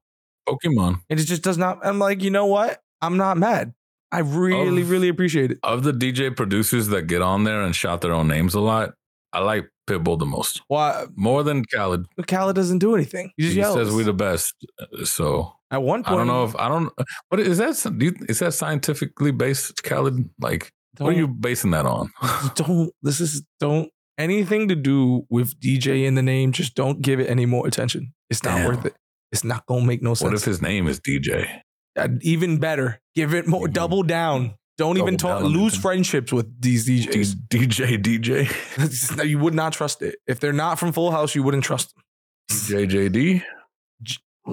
[SPEAKER 2] Pokemon.
[SPEAKER 1] And it just does not. I'm like, you know what? I'm not mad. I really,
[SPEAKER 2] Of-
[SPEAKER 1] really appreciate it.
[SPEAKER 2] Of the DJ producers that get on there and shout their own names a lot, I like Pitbull the most.
[SPEAKER 1] Why
[SPEAKER 2] More than Khaled.
[SPEAKER 1] Khaled doesn't do anything. He just
[SPEAKER 2] He
[SPEAKER 1] yells.
[SPEAKER 2] says we the best. uh, So
[SPEAKER 1] At one point,
[SPEAKER 2] I don't know if I don't what is that do you, is that scientifically based, Khaled? Like what are you basing that on?
[SPEAKER 1] Don't. This is don't anything to do with DJ in the name. Just don't give it any more attention. It's not
[SPEAKER 2] Damn.
[SPEAKER 1] worth it. It's not gonna make no
[SPEAKER 2] what if
[SPEAKER 1] sense.
[SPEAKER 2] his name is DJ?
[SPEAKER 1] Uh, even better, give it more.
[SPEAKER 2] Mhm.
[SPEAKER 1] Double down. Don't even
[SPEAKER 2] Double
[SPEAKER 1] talk.
[SPEAKER 2] down on
[SPEAKER 1] Lose
[SPEAKER 2] it.
[SPEAKER 1] friendships with these
[SPEAKER 2] D-
[SPEAKER 1] DJs.
[SPEAKER 2] DJ DJ?
[SPEAKER 1] No, you would not trust it. If they're not from Full House, you wouldn't trust them.
[SPEAKER 2] DJJD?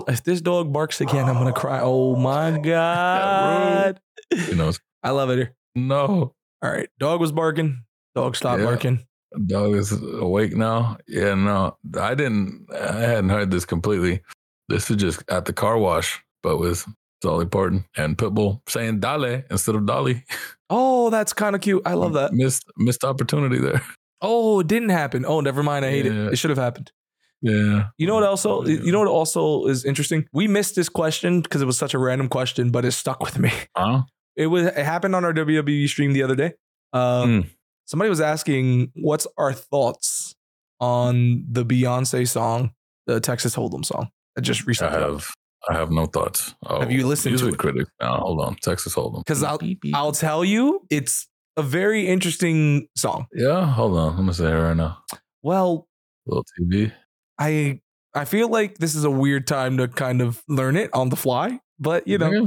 [SPEAKER 1] If this dog barks again, I'm gonna cry. Oh my god!
[SPEAKER 2] Who knows?
[SPEAKER 1] I love it here.
[SPEAKER 2] No.
[SPEAKER 1] All right, dog was barking. Dog stopped
[SPEAKER 2] Yeah.
[SPEAKER 1] barking.
[SPEAKER 2] Dog is awake now. Yeah, no, I didn't. I hadn't heard this completely. This is just at the car wash, but with Dolly Parton and Pitbull saying "Dale" instead of "Dolly."
[SPEAKER 1] Oh, that's kind of cute. I love that.
[SPEAKER 2] Missed missed opportunity there.
[SPEAKER 1] Oh, it didn't happen. Oh, never mind. I hate
[SPEAKER 2] Yeah.
[SPEAKER 1] it. It should have happened.
[SPEAKER 2] Yeah.
[SPEAKER 1] You know what also you know what also is interesting? We missed this question because it was such a random question, but it stuck with me.
[SPEAKER 2] Huh?
[SPEAKER 1] It was it happened on our WWE stream the other day.
[SPEAKER 2] Mm. Hmm.
[SPEAKER 1] Um, somebody was asking what's our thoughts on the Beyonce song, the Texas Hold'em song that just
[SPEAKER 2] I
[SPEAKER 1] recently.
[SPEAKER 2] have. I have no thoughts. Oh,
[SPEAKER 1] Have you listened to
[SPEAKER 2] music
[SPEAKER 1] it?
[SPEAKER 2] critic? Now hold on, Texas Hold'em.
[SPEAKER 1] 'Cause I'll- I'll tell you, it's a very interesting song.
[SPEAKER 2] yeah, hold on. I'm gonna say it right now.
[SPEAKER 1] Well,
[SPEAKER 2] Little TV.
[SPEAKER 1] I I feel like this is a weird time to kind of learn it on the fly, but you know,
[SPEAKER 2] Yeah.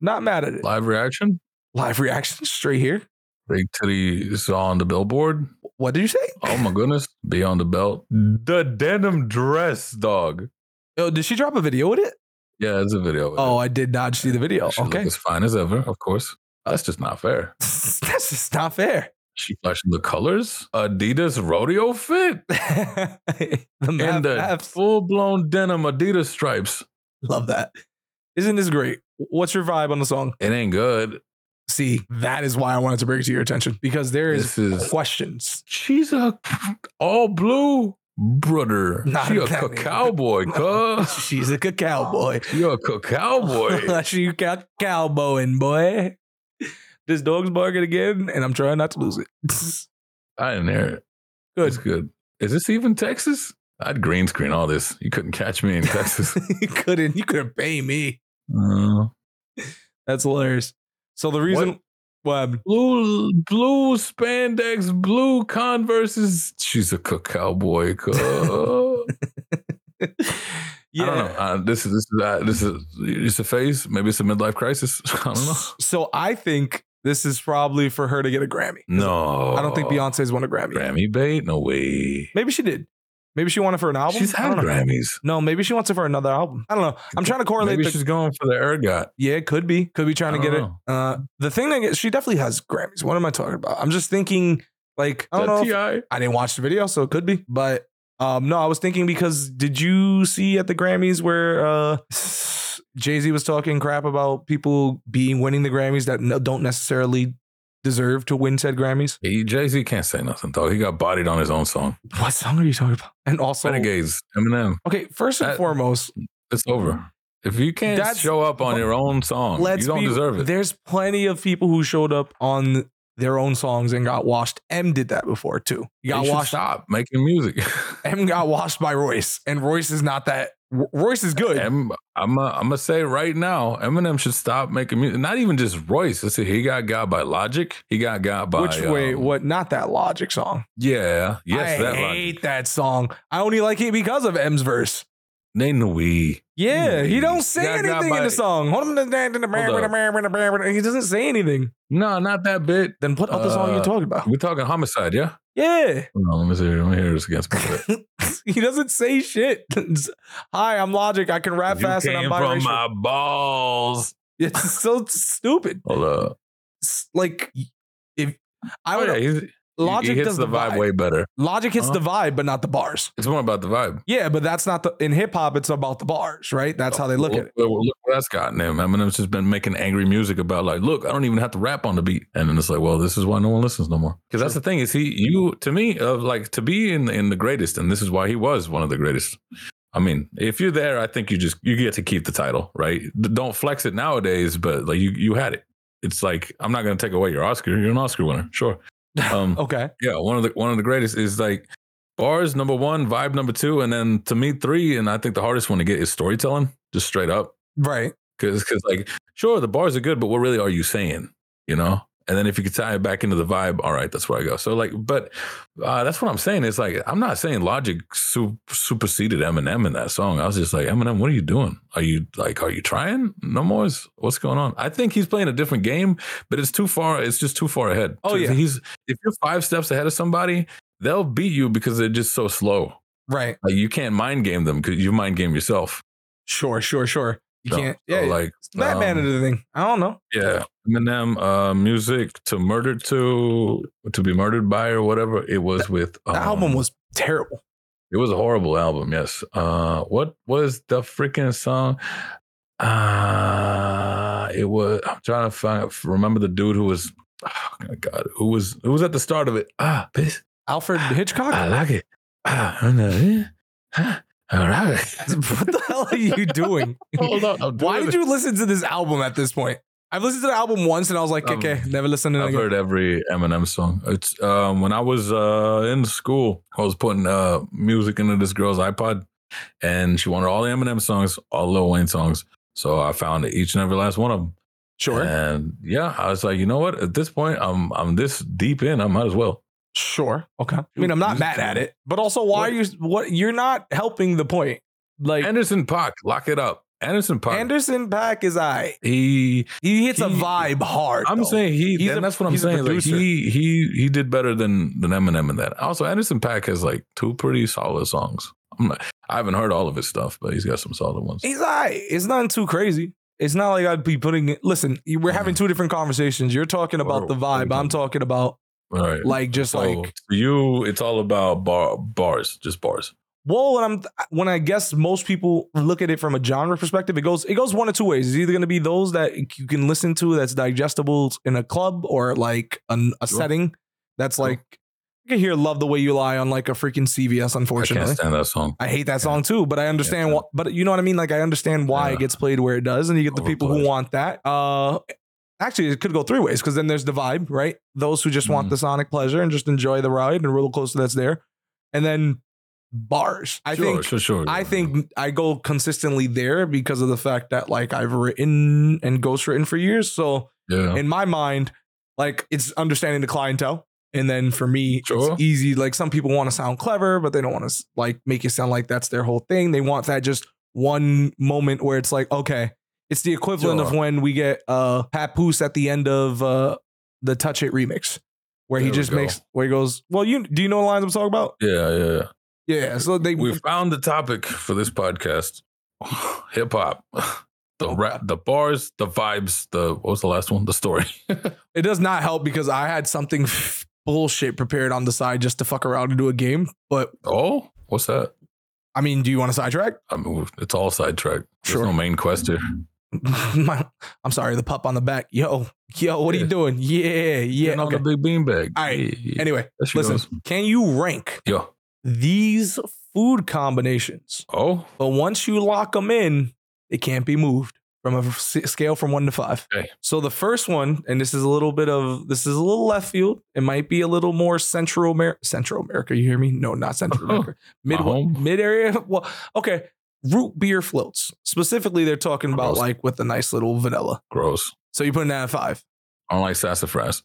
[SPEAKER 1] not mad at it.
[SPEAKER 2] live reaction.
[SPEAKER 1] Live reaction straight here.
[SPEAKER 2] Big Titty saw on the billboard.
[SPEAKER 1] What did you say?
[SPEAKER 2] Oh my goodness. Beyond the belt. The denim dress, dog.
[SPEAKER 1] Oh, did she drop a video with it?
[SPEAKER 2] Yeah, it's a video. of it.
[SPEAKER 1] Oh, I did not see the video.
[SPEAKER 2] She looked
[SPEAKER 1] Okay.
[SPEAKER 2] as fine as ever, of course. That's just not fair.
[SPEAKER 1] That's just not fair.
[SPEAKER 2] She flashed the colors, Adidas rodeo fit,
[SPEAKER 1] the math,
[SPEAKER 2] and the
[SPEAKER 1] maths.
[SPEAKER 2] full blown denim Adidas stripes.
[SPEAKER 1] love that. Isn't this great? What's your vibe on the song?
[SPEAKER 2] It ain't good.
[SPEAKER 1] See, that is why I wanted to bring it to your attention because there is
[SPEAKER 2] This is
[SPEAKER 1] questions.
[SPEAKER 2] she's a all blue brother.
[SPEAKER 1] Not
[SPEAKER 2] she a
[SPEAKER 1] that either.
[SPEAKER 2] cowboy, cuz.
[SPEAKER 1] She's a cowboy.
[SPEAKER 2] You're a cowboy.
[SPEAKER 1] she got cowboying, boy. This dog's barking again, and I'm trying not to lose it.
[SPEAKER 2] I didn't hear it.
[SPEAKER 1] Good.
[SPEAKER 2] It's good. Is this even Texas? I'd green screen all this. You couldn't catch me in Texas.
[SPEAKER 1] you couldn't. You couldn't pay me.
[SPEAKER 2] Uh,
[SPEAKER 1] That's hilarious. So the reason, Web,
[SPEAKER 2] blue, blue spandex, blue Converses. She's a c- cowboy. c-
[SPEAKER 1] yeah.
[SPEAKER 2] I don't know. Uh, this is this is uh, this is it's a phase. Maybe it's a midlife crisis. I don't know.
[SPEAKER 1] So I think this is probably for her to get a Grammy.
[SPEAKER 2] No,
[SPEAKER 1] I don't think Beyonce's won a Oh. Grammy.
[SPEAKER 2] Grammy bait. No way.
[SPEAKER 1] Maybe she did. Maybe she won it for an album.
[SPEAKER 2] She's
[SPEAKER 1] I
[SPEAKER 2] had
[SPEAKER 1] don't know.
[SPEAKER 2] Grammys.
[SPEAKER 1] No, maybe she wants it for another album. I don't know. I'm trying to correlate.
[SPEAKER 2] Maybe
[SPEAKER 1] The,
[SPEAKER 2] she's going for the ergot.
[SPEAKER 1] yeah, it could be. Could be trying to
[SPEAKER 2] I
[SPEAKER 1] get
[SPEAKER 2] don't
[SPEAKER 1] it. Uh, the thing that gets, she definitely has Grammys. What am I talking about? I'm just thinking like I don't know.
[SPEAKER 2] That
[SPEAKER 1] if-
[SPEAKER 2] Ti.
[SPEAKER 1] I didn't watch the video, so it could be. But um, no, I was thinking because did you see at the Grammys where uh, Jay Z was talking crap about people being winning the Grammys that no, don't necessarily deserve to win said Grammys?
[SPEAKER 2] Jay Z can't say nothing though. He got bodied on his own song.
[SPEAKER 1] What song are you talking about? Uh, And also,
[SPEAKER 2] Renegades, Eminem.
[SPEAKER 1] okay, first and
[SPEAKER 2] That-
[SPEAKER 1] foremost,
[SPEAKER 2] It's over. If you can't
[SPEAKER 1] That's-
[SPEAKER 2] show up on your own song,
[SPEAKER 1] let's
[SPEAKER 2] you don't
[SPEAKER 1] be,
[SPEAKER 2] deserve it.
[SPEAKER 1] There's plenty of people who showed up on their own songs and got washed. M did that before too. He
[SPEAKER 2] You
[SPEAKER 1] got
[SPEAKER 2] should
[SPEAKER 1] washed.
[SPEAKER 2] Stop making music.
[SPEAKER 1] M got washed by Royce, and Royce is not that. Royce is good.
[SPEAKER 2] Em, I'm i I'm gonna say right now, Eminem should stop making music. Not even just Royce. Let's see, he got got by Logic. He got got by
[SPEAKER 1] Which way?
[SPEAKER 2] um,
[SPEAKER 1] what? Not that Logic song.
[SPEAKER 2] Yeah, yes,
[SPEAKER 1] I
[SPEAKER 2] that
[SPEAKER 1] hate
[SPEAKER 2] Logic.
[SPEAKER 1] that song. I only like it because of M's verse.
[SPEAKER 2] They knew we.
[SPEAKER 1] Yeah, he
[SPEAKER 2] Ooh,
[SPEAKER 1] don't say
[SPEAKER 2] that got
[SPEAKER 1] anything in
[SPEAKER 2] my-
[SPEAKER 1] the song. He doesn't say anything.
[SPEAKER 2] No, not that bit.
[SPEAKER 1] Then what other song are you
[SPEAKER 2] Uh,
[SPEAKER 1] talking about?
[SPEAKER 2] We're talking homicide, yeah.
[SPEAKER 1] Yeah,
[SPEAKER 2] Hold on, let me see. Let me hear this against my bit.
[SPEAKER 1] he doesn't say shit. It's, Hi, I'm Logic. I can rap
[SPEAKER 2] You
[SPEAKER 1] fast and I'm
[SPEAKER 2] came
[SPEAKER 1] biracial.
[SPEAKER 2] from my balls.
[SPEAKER 1] it's so stupid.
[SPEAKER 2] Hold up.
[SPEAKER 1] It's like if I
[SPEAKER 2] Oh,
[SPEAKER 1] would
[SPEAKER 2] yeah, he's- he-
[SPEAKER 1] Logic
[SPEAKER 2] he hits
[SPEAKER 1] does
[SPEAKER 2] the vibe, way better.
[SPEAKER 1] Logic hits
[SPEAKER 2] Uh-huh.
[SPEAKER 1] the vibe, but not the bars.
[SPEAKER 2] It's more about the vibe.
[SPEAKER 1] Yeah, but that's not the in hip hop. It's about the bars, right? That's how they look at it.
[SPEAKER 2] Look, look what that's gotten him. Eminem's just been making angry music about like, look, I don't even have to rap on the beat, and then it's like, well, this is why no one listens no more. Because that's the thing is he, you, to me, of like to be in in the greatest, and this is why he was one of the greatest. I mean, if you're there, I think you just you get to keep the title, right? D- Don't flex it nowadays, but like you you had it. It's like I'm not going to take away your Oscar. You're an Oscar winner, sure. Um,
[SPEAKER 1] Okay.
[SPEAKER 2] yeah, one of the one of the greatest is like bars number one, vibe number two, and then to me three, and I think the hardest one to get is storytelling, just straight up,
[SPEAKER 1] Right.
[SPEAKER 2] because because like sure the bars are good, but what really are you saying, you know? And then if you could tie it back into the vibe, all right, that's where I go. So like, but uh, that's what I'm saying. It's like I'm not saying Logic su- superseded Eminem in that song. I was just like Eminem, what are you doing? Are you like are you trying no more? Is, what's going on? I think he's playing a different game, but it's too far. It's just too far ahead.
[SPEAKER 1] Oh, yeah.
[SPEAKER 2] he's if you're five steps ahead of somebody, they'll beat you because they're just so slow.
[SPEAKER 1] Right.
[SPEAKER 2] Like you can't mind game them because you mind game yourself.
[SPEAKER 1] Sure, sure, sure. You
[SPEAKER 2] So-
[SPEAKER 1] can't.
[SPEAKER 2] so,
[SPEAKER 1] Yeah,
[SPEAKER 2] like
[SPEAKER 1] Batman
[SPEAKER 2] um,
[SPEAKER 1] did the thing. I don't know.
[SPEAKER 2] Yeah, Eminem, uh, music to murder to to be murdered by or whatever it was with.
[SPEAKER 1] The
[SPEAKER 2] um,
[SPEAKER 1] album was terrible.
[SPEAKER 2] It was a horrible album. Yes. Uh, what was the freaking song? Uh, it was. I'm trying to find. Remember the dude who was. Oh my God, who was who was at the start of it? Ah, bitch,
[SPEAKER 1] Alfred Hitchcock.
[SPEAKER 2] I like it. Ah, I know it. Ah, all right.
[SPEAKER 1] what the hell are you doing?
[SPEAKER 2] Hold on. I'm
[SPEAKER 1] Why
[SPEAKER 2] doing
[SPEAKER 1] did
[SPEAKER 2] it.
[SPEAKER 1] you listen to this album at this point? I've listened to the album once and I was like,
[SPEAKER 2] Um,
[SPEAKER 1] okay, never listen to it
[SPEAKER 2] I've
[SPEAKER 1] again.
[SPEAKER 2] heard every Eminem song. It's um, when I was uh, in school, I was putting uh, music into this girl's iPod, and she wanted all the Eminem songs, all Lil Wayne songs. So I found each and every last one of them.
[SPEAKER 1] Sure,
[SPEAKER 2] And yeah, I was like, you know what? At this point, I'm I'm this deep in. I might as well.
[SPEAKER 1] sure, okay. I mean, I'm not
[SPEAKER 2] Dude,
[SPEAKER 1] mad at it, but also, why are you? What you're not helping the point? Like,
[SPEAKER 2] Anderson Park, lock it up. Anderson Park.
[SPEAKER 1] Anderson Pack is I.
[SPEAKER 2] he,
[SPEAKER 1] He hits a
[SPEAKER 2] He-
[SPEAKER 1] vibe hard.
[SPEAKER 2] I'm
[SPEAKER 1] though.
[SPEAKER 2] saying he,
[SPEAKER 1] He's
[SPEAKER 2] and
[SPEAKER 1] a-
[SPEAKER 2] that's what I'm
[SPEAKER 1] he's a
[SPEAKER 2] saying. Like
[SPEAKER 1] producer.
[SPEAKER 2] he, he, he did better than than Eminem in that. Also, Anderson Pack has like two pretty solid songs. I'm not, I haven't heard all of his stuff, but he's got some solid ones.
[SPEAKER 1] He's all right. It's nothing too crazy. It's not like I'd be putting it. Listen, you- we're having two different conversations. You're talking about the vibe. I'm talking about
[SPEAKER 2] All right.
[SPEAKER 1] like just
[SPEAKER 2] So
[SPEAKER 1] like
[SPEAKER 2] for you, it's all about bar bars, just bars.
[SPEAKER 1] well, when I'm when I guess most people look at it from a genre perspective, it goes it goes one of two ways. It's either going to be those that you can listen to that's digestible in a club or like an, a
[SPEAKER 2] Sure.
[SPEAKER 1] setting that's
[SPEAKER 2] Sure.
[SPEAKER 1] like you can hear "Love the Way You Lie" on like a freaking CVS.
[SPEAKER 2] I
[SPEAKER 1] Unfortunately,
[SPEAKER 2] can't stand that song.
[SPEAKER 1] I hate that song too, but I understand
[SPEAKER 2] Yeah.
[SPEAKER 1] what but you know what I mean? Like I understand why
[SPEAKER 2] Yeah. Oh,
[SPEAKER 1] it gets played where it does, and you get the people who
[SPEAKER 2] Overplayed.
[SPEAKER 1] want that. Uh actually it could go three ways because then there's the vibe, right? Those who just want
[SPEAKER 2] Mhm.
[SPEAKER 1] the sonic pleasure and just enjoy the ride and roller coaster that's there. And then bars. I
[SPEAKER 2] sure,
[SPEAKER 1] think
[SPEAKER 2] sure, sure.
[SPEAKER 1] I think I go consistently there because of the fact that like I've written and ghostwritten for years. So
[SPEAKER 2] Yeah.
[SPEAKER 1] in my mind, like it's understanding the clientele. And then for me,
[SPEAKER 2] Sure.
[SPEAKER 1] it's easy. Like some people want to sound clever, but they don't want to like make it sound like that's their whole thing. They want that just one moment where it's like, okay, it's the equivalent of
[SPEAKER 2] Sure.
[SPEAKER 1] when we get uh Papoose at the end of uh the Touch It remix, where he
[SPEAKER 2] There we
[SPEAKER 1] just
[SPEAKER 2] go.
[SPEAKER 1] makes where he goes, well, you do you know the lines I'm talking about?
[SPEAKER 2] Yeah, yeah, yeah.
[SPEAKER 1] Yeah. So they
[SPEAKER 2] We found the topic for this podcast: hip hop, the rap, the bars, the vibes. The what was the last one? The story.
[SPEAKER 1] it does not help because I had something bullshit prepared on the side just to fuck around and do a game. But
[SPEAKER 2] Oh, what's that?
[SPEAKER 1] I mean, do you want to sidetrack?
[SPEAKER 2] I mean, it's all sidetracked. There's
[SPEAKER 1] Sure.
[SPEAKER 2] no main quest here.
[SPEAKER 1] my, I'm sorry, the pup on the back. Yo, yo, what are you
[SPEAKER 2] Yeah.
[SPEAKER 1] doing? Yeah, yeah.
[SPEAKER 2] Getting on
[SPEAKER 1] Okay.
[SPEAKER 2] the big beanbag.
[SPEAKER 1] All right.
[SPEAKER 2] Yeah, yeah.
[SPEAKER 1] Anyway,
[SPEAKER 2] There she goes.
[SPEAKER 1] listen, can you rank
[SPEAKER 2] Yo.
[SPEAKER 1] these food combinations?
[SPEAKER 2] Oh,
[SPEAKER 1] But once you lock them in, they can't be moved from a s- scale from one to five.
[SPEAKER 2] Okay.
[SPEAKER 1] So the first one, and this is a little bit of this is a little left field. It might be a little more Central America. Central America, you hear me? No, not Central America. Mid
[SPEAKER 2] home.
[SPEAKER 1] mid area. Well, okay. Root beer floats. Specifically, they're talking about
[SPEAKER 2] Gross.
[SPEAKER 1] like with a nice little vanilla.
[SPEAKER 2] gross.
[SPEAKER 1] So you put an at five.
[SPEAKER 2] I don't like sassafras.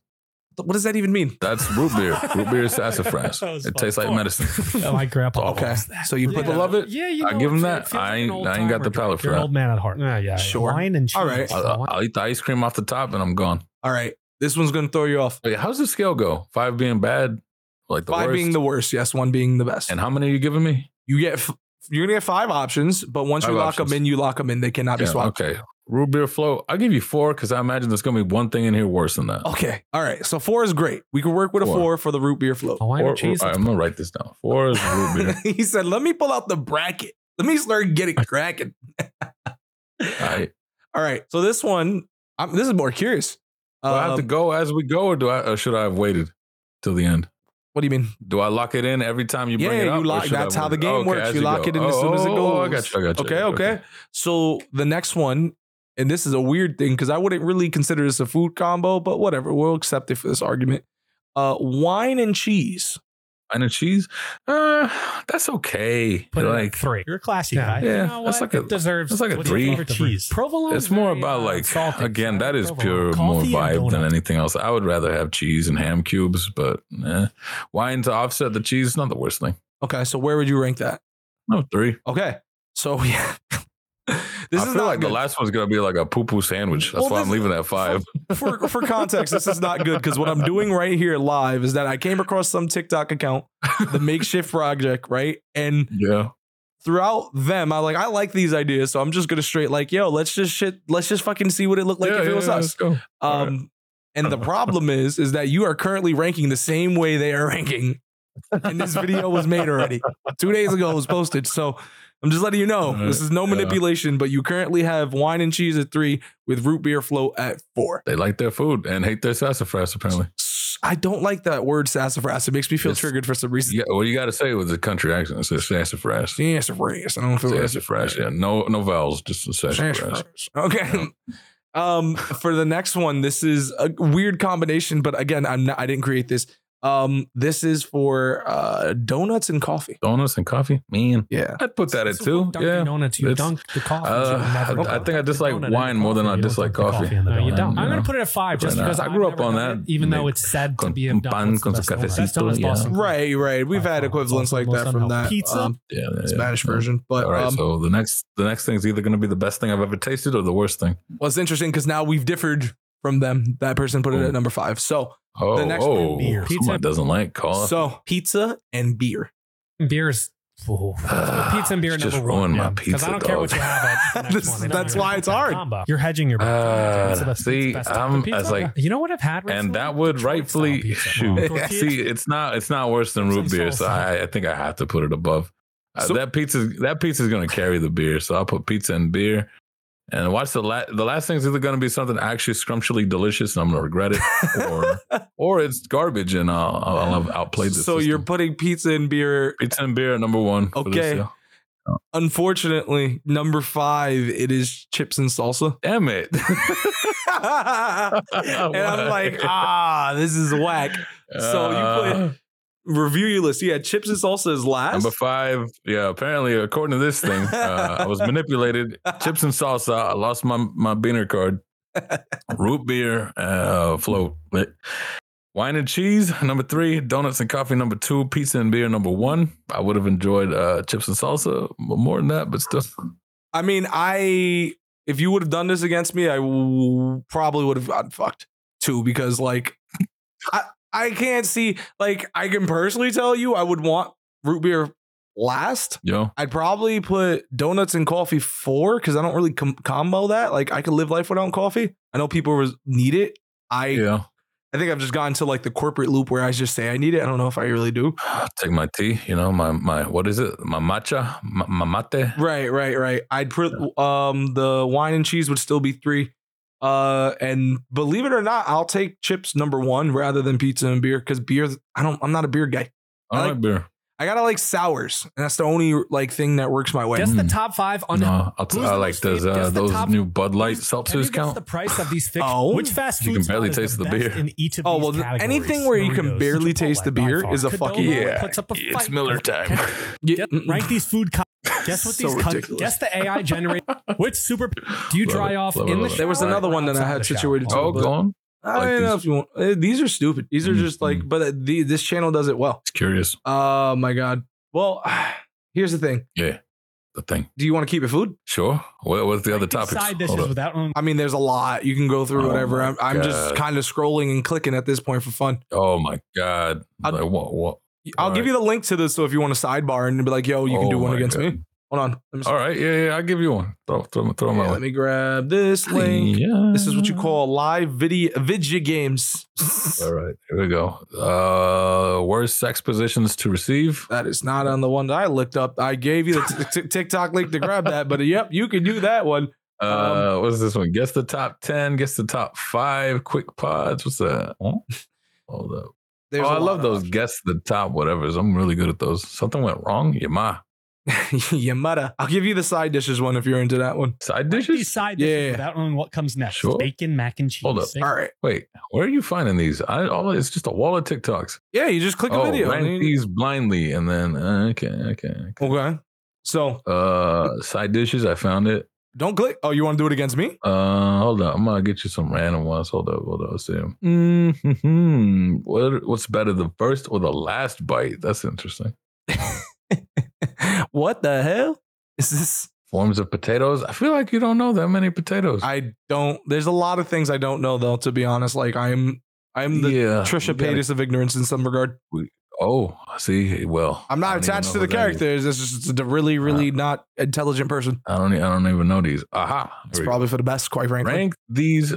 [SPEAKER 1] What does that even mean?
[SPEAKER 2] That's root beer. root beer is sassafras.
[SPEAKER 3] That was
[SPEAKER 2] It
[SPEAKER 3] fun.
[SPEAKER 2] tastes like
[SPEAKER 3] Fuck.
[SPEAKER 2] medicine.
[SPEAKER 3] Oh, my grandpa.
[SPEAKER 2] Okay.
[SPEAKER 3] loves that.
[SPEAKER 1] So you put
[SPEAKER 2] People
[SPEAKER 1] the
[SPEAKER 2] love it.
[SPEAKER 3] Yeah, you
[SPEAKER 2] I
[SPEAKER 3] know,
[SPEAKER 2] give him
[SPEAKER 3] it-
[SPEAKER 2] that.
[SPEAKER 3] it feels
[SPEAKER 2] I
[SPEAKER 3] like an
[SPEAKER 2] ain't-
[SPEAKER 3] old
[SPEAKER 2] I ain't got
[SPEAKER 3] timer
[SPEAKER 2] the
[SPEAKER 3] drink.
[SPEAKER 2] palate for
[SPEAKER 3] You're an
[SPEAKER 2] that.
[SPEAKER 3] old man at heart. Yeah, yeah.
[SPEAKER 1] Sure.
[SPEAKER 3] Wine and cheese.
[SPEAKER 1] All right.
[SPEAKER 2] I'll, I'll eat the ice cream off the top and I'm gone.
[SPEAKER 1] All right. This one's gonna throw you off.
[SPEAKER 2] Wait, how's the scale go? Five being bad, like the
[SPEAKER 1] five
[SPEAKER 2] worst.
[SPEAKER 1] being the worst, yes. One being the best.
[SPEAKER 2] and how many are you giving me?
[SPEAKER 1] you get f- you're gonna get five options, but once
[SPEAKER 2] Five
[SPEAKER 1] you lock
[SPEAKER 2] options.
[SPEAKER 1] them in, you lock them in. They cannot be
[SPEAKER 2] Yeah,
[SPEAKER 1] swapped.
[SPEAKER 2] okay. Root beer float. I'll give you four because I imagine there's gonna be one thing in here worse than that.
[SPEAKER 1] Okay. All right. So four is great. We can work with a
[SPEAKER 2] Four.
[SPEAKER 1] four for the root beer float.
[SPEAKER 3] A wine
[SPEAKER 2] Four-
[SPEAKER 3] and cheese.
[SPEAKER 2] all right, I'm gonna write this down. Four is root beer.
[SPEAKER 1] he said, "Let me pull out the bracket. Let me start getting cracking."
[SPEAKER 2] All right.
[SPEAKER 1] All right. So this one, I'm, this is more curious.
[SPEAKER 2] Do I have to
[SPEAKER 1] Um,
[SPEAKER 2] go as we go, or do I or should I have waited till the end?
[SPEAKER 1] what do you mean?
[SPEAKER 2] Do I lock it in every time you bring
[SPEAKER 1] Yeah,
[SPEAKER 2] it up?
[SPEAKER 1] you
[SPEAKER 2] or
[SPEAKER 1] lock-
[SPEAKER 2] should I
[SPEAKER 1] that's how the
[SPEAKER 2] wait?
[SPEAKER 1] game
[SPEAKER 2] Okay,
[SPEAKER 1] works.
[SPEAKER 2] as
[SPEAKER 1] You lock
[SPEAKER 2] go.
[SPEAKER 1] it in as
[SPEAKER 2] Oh,
[SPEAKER 1] soon as it
[SPEAKER 2] oh, oh, I
[SPEAKER 1] goes.
[SPEAKER 2] got you. I got you.
[SPEAKER 1] Okay, okay. So the next one, and this is a weird thing because I wouldn't really consider this a food combo, but whatever, we'll accept it for this argument. Uh, wine and cheese.
[SPEAKER 2] Wine and cheese. Uh, that's okay.
[SPEAKER 3] Put it
[SPEAKER 2] like
[SPEAKER 3] like three. You're a classy
[SPEAKER 4] Yeah.
[SPEAKER 3] guy.
[SPEAKER 2] Yeah,
[SPEAKER 3] you know
[SPEAKER 2] that's like
[SPEAKER 3] what?
[SPEAKER 2] a-
[SPEAKER 3] it deserves.
[SPEAKER 2] that's like a
[SPEAKER 3] what's your
[SPEAKER 2] three.
[SPEAKER 3] favorite cheese? Provolone.
[SPEAKER 2] it's more about like again that is pure more vibe than anything else. I would rather have cheese and ham cubes, but eh. wine to offset the cheese is not the worst thing.
[SPEAKER 1] Okay, so where would you rank that?
[SPEAKER 2] No three.
[SPEAKER 1] Okay, so yeah, this
[SPEAKER 2] I
[SPEAKER 1] is
[SPEAKER 2] feel
[SPEAKER 1] not
[SPEAKER 2] like the
[SPEAKER 1] good.
[SPEAKER 2] last one's gonna be like a poo poo sandwich. That's
[SPEAKER 1] Well,
[SPEAKER 2] why
[SPEAKER 1] this-
[SPEAKER 2] I'm leaving that five.
[SPEAKER 1] for for context. This is not good because what I'm doing right here live is that I came across some TikTok account, the makeshift project, right? And
[SPEAKER 2] yeah,
[SPEAKER 1] throughout them, I like I like these ideas, so I'm just gonna straight like, yo, let's just shit, let's just fucking see what it looked like
[SPEAKER 2] yeah,
[SPEAKER 1] if it
[SPEAKER 2] yeah,
[SPEAKER 1] was
[SPEAKER 2] yeah,
[SPEAKER 1] us.
[SPEAKER 2] let's go. All right.
[SPEAKER 1] Um, and the problem is, is that you are currently ranking the same way they are ranking, and this video was made already two days ago. It was posted, so I'm just letting you know
[SPEAKER 2] Uh,
[SPEAKER 1] this is no
[SPEAKER 2] yeah.
[SPEAKER 1] manipulation. But you currently have wine and cheese at three, with root beer float at four.
[SPEAKER 2] They like their food and hate their sassafras apparently.
[SPEAKER 1] S- I don't like that word sassafras. It makes me feel
[SPEAKER 2] It's-
[SPEAKER 1] triggered for some reason.
[SPEAKER 2] Yeah, well, you got to say it with a country accent. It says sassafras.
[SPEAKER 1] Sassafras. I don't feel right.
[SPEAKER 2] Sassafras.
[SPEAKER 1] eh,
[SPEAKER 2] Yeah, no, no vowels, just the sassafras.
[SPEAKER 1] Sassafras. Okay. Um, for the next one, this is a weird combination, but again, I'm not. I didn't create this. Um, this is for uh, donuts and coffee.
[SPEAKER 2] Donuts and coffee, man.
[SPEAKER 1] Yeah.
[SPEAKER 2] I'd put that at
[SPEAKER 3] So
[SPEAKER 2] two.
[SPEAKER 3] Dunkin'
[SPEAKER 2] Yeah,
[SPEAKER 3] Donuts, you
[SPEAKER 2] It's-
[SPEAKER 3] dunk the coffee.
[SPEAKER 2] uh,
[SPEAKER 3] you never
[SPEAKER 2] I-
[SPEAKER 3] dunk
[SPEAKER 2] I think I
[SPEAKER 3] the
[SPEAKER 2] dislike
[SPEAKER 3] donut in
[SPEAKER 2] wine
[SPEAKER 3] the
[SPEAKER 2] more than I
[SPEAKER 3] You don't
[SPEAKER 2] dislike
[SPEAKER 3] dunk the
[SPEAKER 2] coffee.
[SPEAKER 3] in the
[SPEAKER 4] No, you
[SPEAKER 3] donut.
[SPEAKER 4] don't.
[SPEAKER 2] No.
[SPEAKER 3] I'm gonna put it at five just
[SPEAKER 2] Right.
[SPEAKER 3] because
[SPEAKER 2] I
[SPEAKER 3] I've
[SPEAKER 2] grew up
[SPEAKER 3] never
[SPEAKER 2] on
[SPEAKER 3] done
[SPEAKER 2] that.
[SPEAKER 3] it, even
[SPEAKER 2] Like,
[SPEAKER 3] though it's said to
[SPEAKER 2] con
[SPEAKER 3] be a
[SPEAKER 2] pan
[SPEAKER 3] donut.
[SPEAKER 2] con cafecito, yeah.
[SPEAKER 1] Right, right. We've had equivalents like that from that
[SPEAKER 3] Pizza.
[SPEAKER 1] um,
[SPEAKER 2] yeah, yeah, yeah.
[SPEAKER 1] Spanish
[SPEAKER 2] Yeah.
[SPEAKER 1] version. But
[SPEAKER 2] All right,
[SPEAKER 1] um,
[SPEAKER 2] so the next the next thing is either going to be the best thing I've ever tasted or the worst thing.
[SPEAKER 1] well, it's interesting because now we've differed from them. That person put it
[SPEAKER 2] Ooh.
[SPEAKER 1] at number five. So,
[SPEAKER 2] Oh,
[SPEAKER 1] The next
[SPEAKER 2] oh,
[SPEAKER 3] one, beer.
[SPEAKER 2] someone
[SPEAKER 3] Pizza.
[SPEAKER 2] doesn't like coffee.
[SPEAKER 1] so pizza and beer.
[SPEAKER 3] Beers. Ooh. Pizza and beer
[SPEAKER 2] It's
[SPEAKER 3] number
[SPEAKER 2] just
[SPEAKER 3] one.
[SPEAKER 2] ruined my
[SPEAKER 3] Because
[SPEAKER 2] pizza,
[SPEAKER 3] I don't care what
[SPEAKER 2] dog.
[SPEAKER 3] you have at the next
[SPEAKER 1] This-
[SPEAKER 3] one. They don't
[SPEAKER 1] that's
[SPEAKER 3] even
[SPEAKER 1] why
[SPEAKER 3] put
[SPEAKER 1] it's
[SPEAKER 3] that
[SPEAKER 1] hard.
[SPEAKER 3] combo. You're hedging your
[SPEAKER 2] Uh,
[SPEAKER 3] It's the best-
[SPEAKER 2] see,
[SPEAKER 3] it's the best type of
[SPEAKER 2] I'm-
[SPEAKER 3] pizza.
[SPEAKER 2] as like-
[SPEAKER 3] you know what I've had recently?
[SPEAKER 2] and that would
[SPEAKER 3] Detroit style
[SPEAKER 2] rightfully
[SPEAKER 3] pizza.
[SPEAKER 2] shoot.
[SPEAKER 3] Tortillas?
[SPEAKER 2] See, it's not it's not worse than
[SPEAKER 3] It's
[SPEAKER 2] root
[SPEAKER 3] like
[SPEAKER 2] beer, so
[SPEAKER 3] salsa.
[SPEAKER 2] I, I think I have to put it above. Uh,
[SPEAKER 1] So-
[SPEAKER 2] that pizza that pizza's gonna carry the beer, so I'll put pizza and beer. And watch the la- the last thing's either gonna be something actually scrumptially delicious, and I'm gonna regret it, or or it's garbage, and I'll I'll, I'll have outplayed this.
[SPEAKER 1] So you're putting pizza and beer.
[SPEAKER 2] pizza and beer are number one. for this
[SPEAKER 1] Okay.
[SPEAKER 2] year.
[SPEAKER 1] Unfortunately, number five it is chips and salsa.
[SPEAKER 2] damn it.
[SPEAKER 1] and I'm like,
[SPEAKER 2] Why?
[SPEAKER 1] ah, this is whack. So you put-
[SPEAKER 2] Uh,
[SPEAKER 1] Review your list. Yeah, chips and salsa is last.
[SPEAKER 2] Number five, yeah. Apparently, according to this thing, uh, I was manipulated. Chips and salsa. I lost my my beaner card. Root beer, uh, float. Wine and cheese, number three. Donuts and coffee, number two. Pizza and beer, number one. I would have enjoyed uh, chips and salsa more than that, but still.
[SPEAKER 1] I mean, I if you would have done this against me, I w- probably would have gotten fucked too because like I I can't see like I can personally tell you I would want root beer last.
[SPEAKER 2] Yo,
[SPEAKER 1] I'd probably put donuts and coffee four because I don't really com- combo that. Like I could live life without coffee. I know people res- need it. I
[SPEAKER 2] yeah.
[SPEAKER 1] I think I've just gotten to like the corporate loop where I just say I need it. I don't know if I really do.
[SPEAKER 2] Take my tea. You know my my what is it? My matcha, my, my mate.
[SPEAKER 1] Right, right, right. I'd put um the wine and cheese would still be three. Uh and believe it or not, I'll take chips number one rather than pizza and beer because beer I don't I'm not a beer guy.
[SPEAKER 2] I
[SPEAKER 1] I
[SPEAKER 2] like,
[SPEAKER 1] like-
[SPEAKER 2] beer.
[SPEAKER 1] I gotta like sours, and that's the only like thing that works my way.
[SPEAKER 3] Guess the
[SPEAKER 2] Mm.
[SPEAKER 3] top five on
[SPEAKER 2] no, I'll t-
[SPEAKER 3] who's
[SPEAKER 2] I
[SPEAKER 3] the
[SPEAKER 2] like
[SPEAKER 3] most fam-
[SPEAKER 2] those uh,
[SPEAKER 3] guess the
[SPEAKER 2] those
[SPEAKER 3] top-
[SPEAKER 2] new Bud Light
[SPEAKER 3] Who's- can you
[SPEAKER 2] seltzers
[SPEAKER 3] guess
[SPEAKER 2] count.
[SPEAKER 3] the price of these thick?
[SPEAKER 1] Oh.
[SPEAKER 3] which fast
[SPEAKER 2] You can
[SPEAKER 3] food spot
[SPEAKER 2] barely
[SPEAKER 3] is the
[SPEAKER 2] taste the
[SPEAKER 3] best
[SPEAKER 2] beer.
[SPEAKER 3] in each of
[SPEAKER 1] Oh,
[SPEAKER 3] these
[SPEAKER 1] well, th-
[SPEAKER 3] categories?
[SPEAKER 1] anything where you can
[SPEAKER 3] Doritos,
[SPEAKER 1] barely taste the
[SPEAKER 3] Chipotle by
[SPEAKER 1] beer
[SPEAKER 3] far.
[SPEAKER 1] is a
[SPEAKER 3] Cannoli
[SPEAKER 1] fucking-
[SPEAKER 2] Yeah,
[SPEAKER 3] puts up a fight.
[SPEAKER 2] it's Miller time.
[SPEAKER 1] Yeah,
[SPEAKER 3] Get-
[SPEAKER 1] mm-mm.
[SPEAKER 3] rank these food. Co- guess what
[SPEAKER 1] So
[SPEAKER 3] these. co-
[SPEAKER 1] ridiculous.
[SPEAKER 3] guess the AI generate. Which super do you
[SPEAKER 2] Love
[SPEAKER 3] dry
[SPEAKER 2] it,
[SPEAKER 3] off
[SPEAKER 2] love it,
[SPEAKER 3] in the?
[SPEAKER 2] love it.
[SPEAKER 3] Shower
[SPEAKER 1] There was another
[SPEAKER 3] or
[SPEAKER 1] one that I
[SPEAKER 3] outside
[SPEAKER 1] had
[SPEAKER 3] the shower?
[SPEAKER 1] situated
[SPEAKER 2] Oh,
[SPEAKER 1] But-
[SPEAKER 2] go on.
[SPEAKER 1] I
[SPEAKER 2] like
[SPEAKER 1] don't know
[SPEAKER 2] these.
[SPEAKER 1] if you want. uh, These are stupid. These are just like,
[SPEAKER 2] Mm.
[SPEAKER 1] but uh, the, this channel does it well.
[SPEAKER 2] It's curious.
[SPEAKER 1] Oh my god. Well, here's the thing.
[SPEAKER 2] Yeah, the thing.
[SPEAKER 1] Do you want to keep your food?
[SPEAKER 2] Sure. What was the other topic?
[SPEAKER 3] Side dishes without. Um,
[SPEAKER 1] I mean, there's a lot. You can go through
[SPEAKER 2] Oh
[SPEAKER 1] whatever.
[SPEAKER 2] my
[SPEAKER 1] I'm, I'm just
[SPEAKER 2] God.
[SPEAKER 1] kind of scrolling and clicking at this point for fun.
[SPEAKER 2] Oh my god!
[SPEAKER 1] I'll-
[SPEAKER 2] Like, what? What?
[SPEAKER 1] I'll
[SPEAKER 2] All
[SPEAKER 1] give you
[SPEAKER 2] right.
[SPEAKER 1] the link to this so if you want to sidebar and be like, yo, you can
[SPEAKER 2] Oh
[SPEAKER 1] do one
[SPEAKER 2] my
[SPEAKER 1] against
[SPEAKER 2] God.
[SPEAKER 1] me. Hold on. Let me,
[SPEAKER 2] All right. Yeah, yeah. I'll give you one. Throw, throw, throw
[SPEAKER 1] yeah,
[SPEAKER 2] my
[SPEAKER 1] let me grab this link.
[SPEAKER 2] Yeah.
[SPEAKER 1] This is what you call live video video games.
[SPEAKER 2] All right. Here we go. Uh, worst sex positions to receive.
[SPEAKER 1] that is not on the one that I looked up. I gave you the t- t- TikTok link to grab that, but yep, you can do that one.
[SPEAKER 2] Uh, what is this one? Guess the top ten. Guess the top five. Quick pods. What's that? Huh? Hold up.
[SPEAKER 1] There's
[SPEAKER 2] oh,
[SPEAKER 1] a
[SPEAKER 2] I
[SPEAKER 1] lot
[SPEAKER 2] love
[SPEAKER 1] of
[SPEAKER 2] those. Guess the top whatever's. I'm really good at those. Something went wrong. Yeah, ma.
[SPEAKER 1] options. yeah, mudda. I'll give you the side dishes one if you're into that one.
[SPEAKER 2] Side
[SPEAKER 3] rank
[SPEAKER 2] dishes.
[SPEAKER 3] These side
[SPEAKER 1] Yeah,
[SPEAKER 3] dishes
[SPEAKER 1] yeah.
[SPEAKER 3] without knowing what comes next.
[SPEAKER 2] Sure.
[SPEAKER 3] Bacon, mac and cheese.
[SPEAKER 2] Hold up.
[SPEAKER 3] Think-
[SPEAKER 1] All right.
[SPEAKER 2] Wait, where are you finding these? I all it's just a wall of TikToks.
[SPEAKER 1] Yeah, you just click
[SPEAKER 2] oh,
[SPEAKER 1] a video. and
[SPEAKER 2] rank
[SPEAKER 1] then you-
[SPEAKER 2] these blindly, and then uh, okay, okay. okay.
[SPEAKER 1] Okay. So
[SPEAKER 2] Uh, side dishes. I found it.
[SPEAKER 1] don't click. Oh, you want to do it against me?
[SPEAKER 2] Uh, hold up. I'm gonna get you some random ones. Hold up, hold up. Let's see. Mm-hmm. What what's better, the first or the last bite? That's interesting.
[SPEAKER 1] what the hell is this?
[SPEAKER 2] Forms of potatoes. I feel like you don't know that many potatoes.
[SPEAKER 1] I don't. There's a lot of things I don't know, though. To be honest, like I'm, I'm the
[SPEAKER 2] yeah,
[SPEAKER 1] Trisha
[SPEAKER 2] we gotta-
[SPEAKER 1] Paytas of ignorance in some regard.
[SPEAKER 2] Oh, I see. Well,
[SPEAKER 1] I'm
[SPEAKER 2] I
[SPEAKER 1] not
[SPEAKER 2] don't even
[SPEAKER 1] attached
[SPEAKER 2] know
[SPEAKER 1] to the
[SPEAKER 2] who that is.
[SPEAKER 1] characters. It's just a really, really not intelligent person.
[SPEAKER 2] I don't. e- I don't even know these. Aha! Here
[SPEAKER 1] It's
[SPEAKER 2] we go.
[SPEAKER 1] probably for the best, quite frankly.
[SPEAKER 2] rank these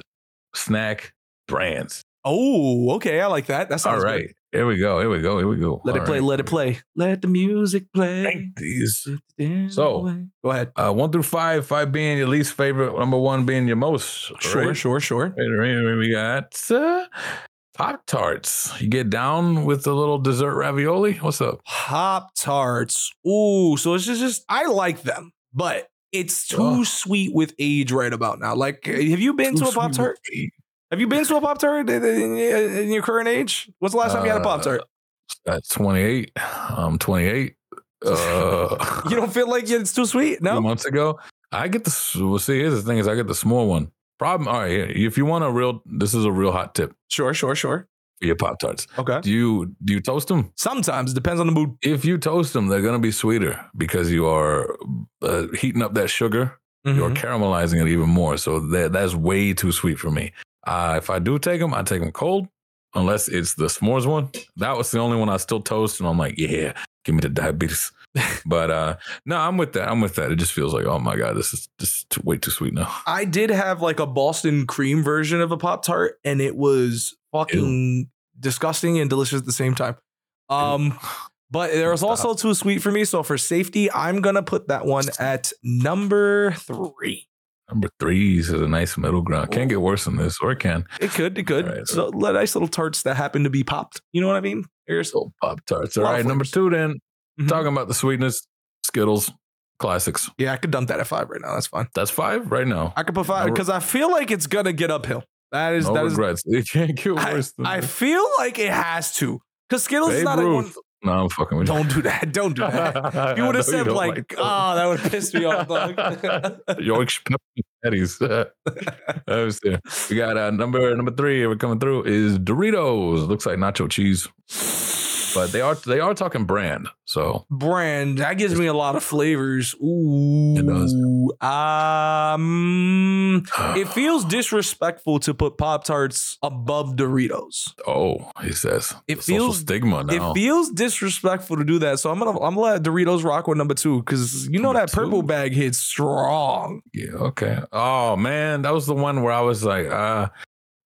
[SPEAKER 2] snack brands.
[SPEAKER 1] Oh, okay. I like that. That
[SPEAKER 2] All
[SPEAKER 1] sounds good.
[SPEAKER 2] right. Here we go. Here we go. Here we go.
[SPEAKER 1] Let it
[SPEAKER 2] All
[SPEAKER 1] play.
[SPEAKER 2] right.
[SPEAKER 1] Let it play. Let the music play.
[SPEAKER 2] Rank these.
[SPEAKER 1] So, go ahead.
[SPEAKER 2] Uh, one through five, five being your least favorite, number one being your most. All
[SPEAKER 1] Sure,
[SPEAKER 2] right.
[SPEAKER 1] sure, sure.
[SPEAKER 2] Right, right, right. We got uh, Pop Tarts. You get down with a little dessert ravioli. What's up?
[SPEAKER 1] Pop Tarts. Ooh, so it's just, just I like them, but it's too
[SPEAKER 2] Oh.
[SPEAKER 1] sweet with age right about now. Like, have you been to a Pop Tart? Have you been to a Pop Tart in, in- in your current age? What's the last time you had a
[SPEAKER 2] Uh,
[SPEAKER 1] Pop Tart?
[SPEAKER 2] At 28, I'm 28. Uh,
[SPEAKER 1] You don't feel like it's too sweet?
[SPEAKER 2] few
[SPEAKER 1] No.
[SPEAKER 2] months ago. I get the s- well. See, here's the thing: is I get the small one. Problem. All right, here, if you want a real, this is a real hot tip
[SPEAKER 1] Sure, sure, sure.
[SPEAKER 2] for your pop tarts.
[SPEAKER 1] Okay.
[SPEAKER 2] Do you do you toast them?
[SPEAKER 1] Sometimes it depends on the mood.
[SPEAKER 2] If you toast them, they're gonna be sweeter because you are uh, heating up that sugar. You're
[SPEAKER 1] Mhm.
[SPEAKER 2] caramelizing it even more. So that that's way too sweet for me. Uh, if I do take them, I take them cold, unless it's the s'mores one. That was the only one I still toast, and I'm like, yeah, give me the diabetes. but uh, no, I'm with that. I'm with that. It just feels like, oh my god, this is just too, way too sweet now.
[SPEAKER 1] I did have like a Boston cream version of a Pop Tart, and it was fucking disgusting and delicious at the same time. Um, but there was also too sweet for me. So for safety, I'm gonna put that one at number three.
[SPEAKER 2] Number threes is a nice middle ground. Can't get worse than this, or it can.
[SPEAKER 1] It could, it could.
[SPEAKER 2] All right.
[SPEAKER 1] So li- nice little tarts that happen to be popped. You know what I mean? There's
[SPEAKER 2] So pop tarts. All
[SPEAKER 1] Lot of
[SPEAKER 2] right, number
[SPEAKER 1] flavors.
[SPEAKER 2] two. Then
[SPEAKER 1] Mhm.
[SPEAKER 2] talking about the sweetness, Skittles, classics.
[SPEAKER 1] yeah, I could dump that at five right now. That's fine.
[SPEAKER 2] That's five right now.
[SPEAKER 1] I could put five
[SPEAKER 2] No-
[SPEAKER 1] because I feel like it's gonna get uphill. That is
[SPEAKER 2] no
[SPEAKER 1] that is.
[SPEAKER 2] regrets. It can't get worse than
[SPEAKER 1] I
[SPEAKER 2] this.
[SPEAKER 1] feel like it has to because Skittles is
[SPEAKER 2] Babe
[SPEAKER 1] not a one.
[SPEAKER 2] Ruth. No, I'm fucking with you.
[SPEAKER 1] Don't do that. Don't do that.
[SPEAKER 2] I
[SPEAKER 1] You would
[SPEAKER 2] know
[SPEAKER 1] have said
[SPEAKER 2] don't
[SPEAKER 1] like, uh,
[SPEAKER 2] those.
[SPEAKER 1] oh, that would have pissed me off, dog. All
[SPEAKER 2] Yorkshire patties. That was it. we got uh, number number three. We're coming through is Doritos. Looks like nacho cheese, but they are they are talking brand. So
[SPEAKER 1] brand. That gives me a lot of flavors. Ooh.
[SPEAKER 2] It does.
[SPEAKER 1] Um, it feels disrespectful to put Pop Tarts above Doritos.
[SPEAKER 2] Oh, he says
[SPEAKER 1] It
[SPEAKER 2] The social
[SPEAKER 1] feels-
[SPEAKER 2] stigma now.
[SPEAKER 1] It feels disrespectful to do that. So I'm gonna I'm gonna let Doritos rock with number two because you know
[SPEAKER 2] Number
[SPEAKER 1] that purple
[SPEAKER 2] two?
[SPEAKER 1] bag hits strong.
[SPEAKER 2] yeah, okay. Oh man, that was the one where I was like, uh,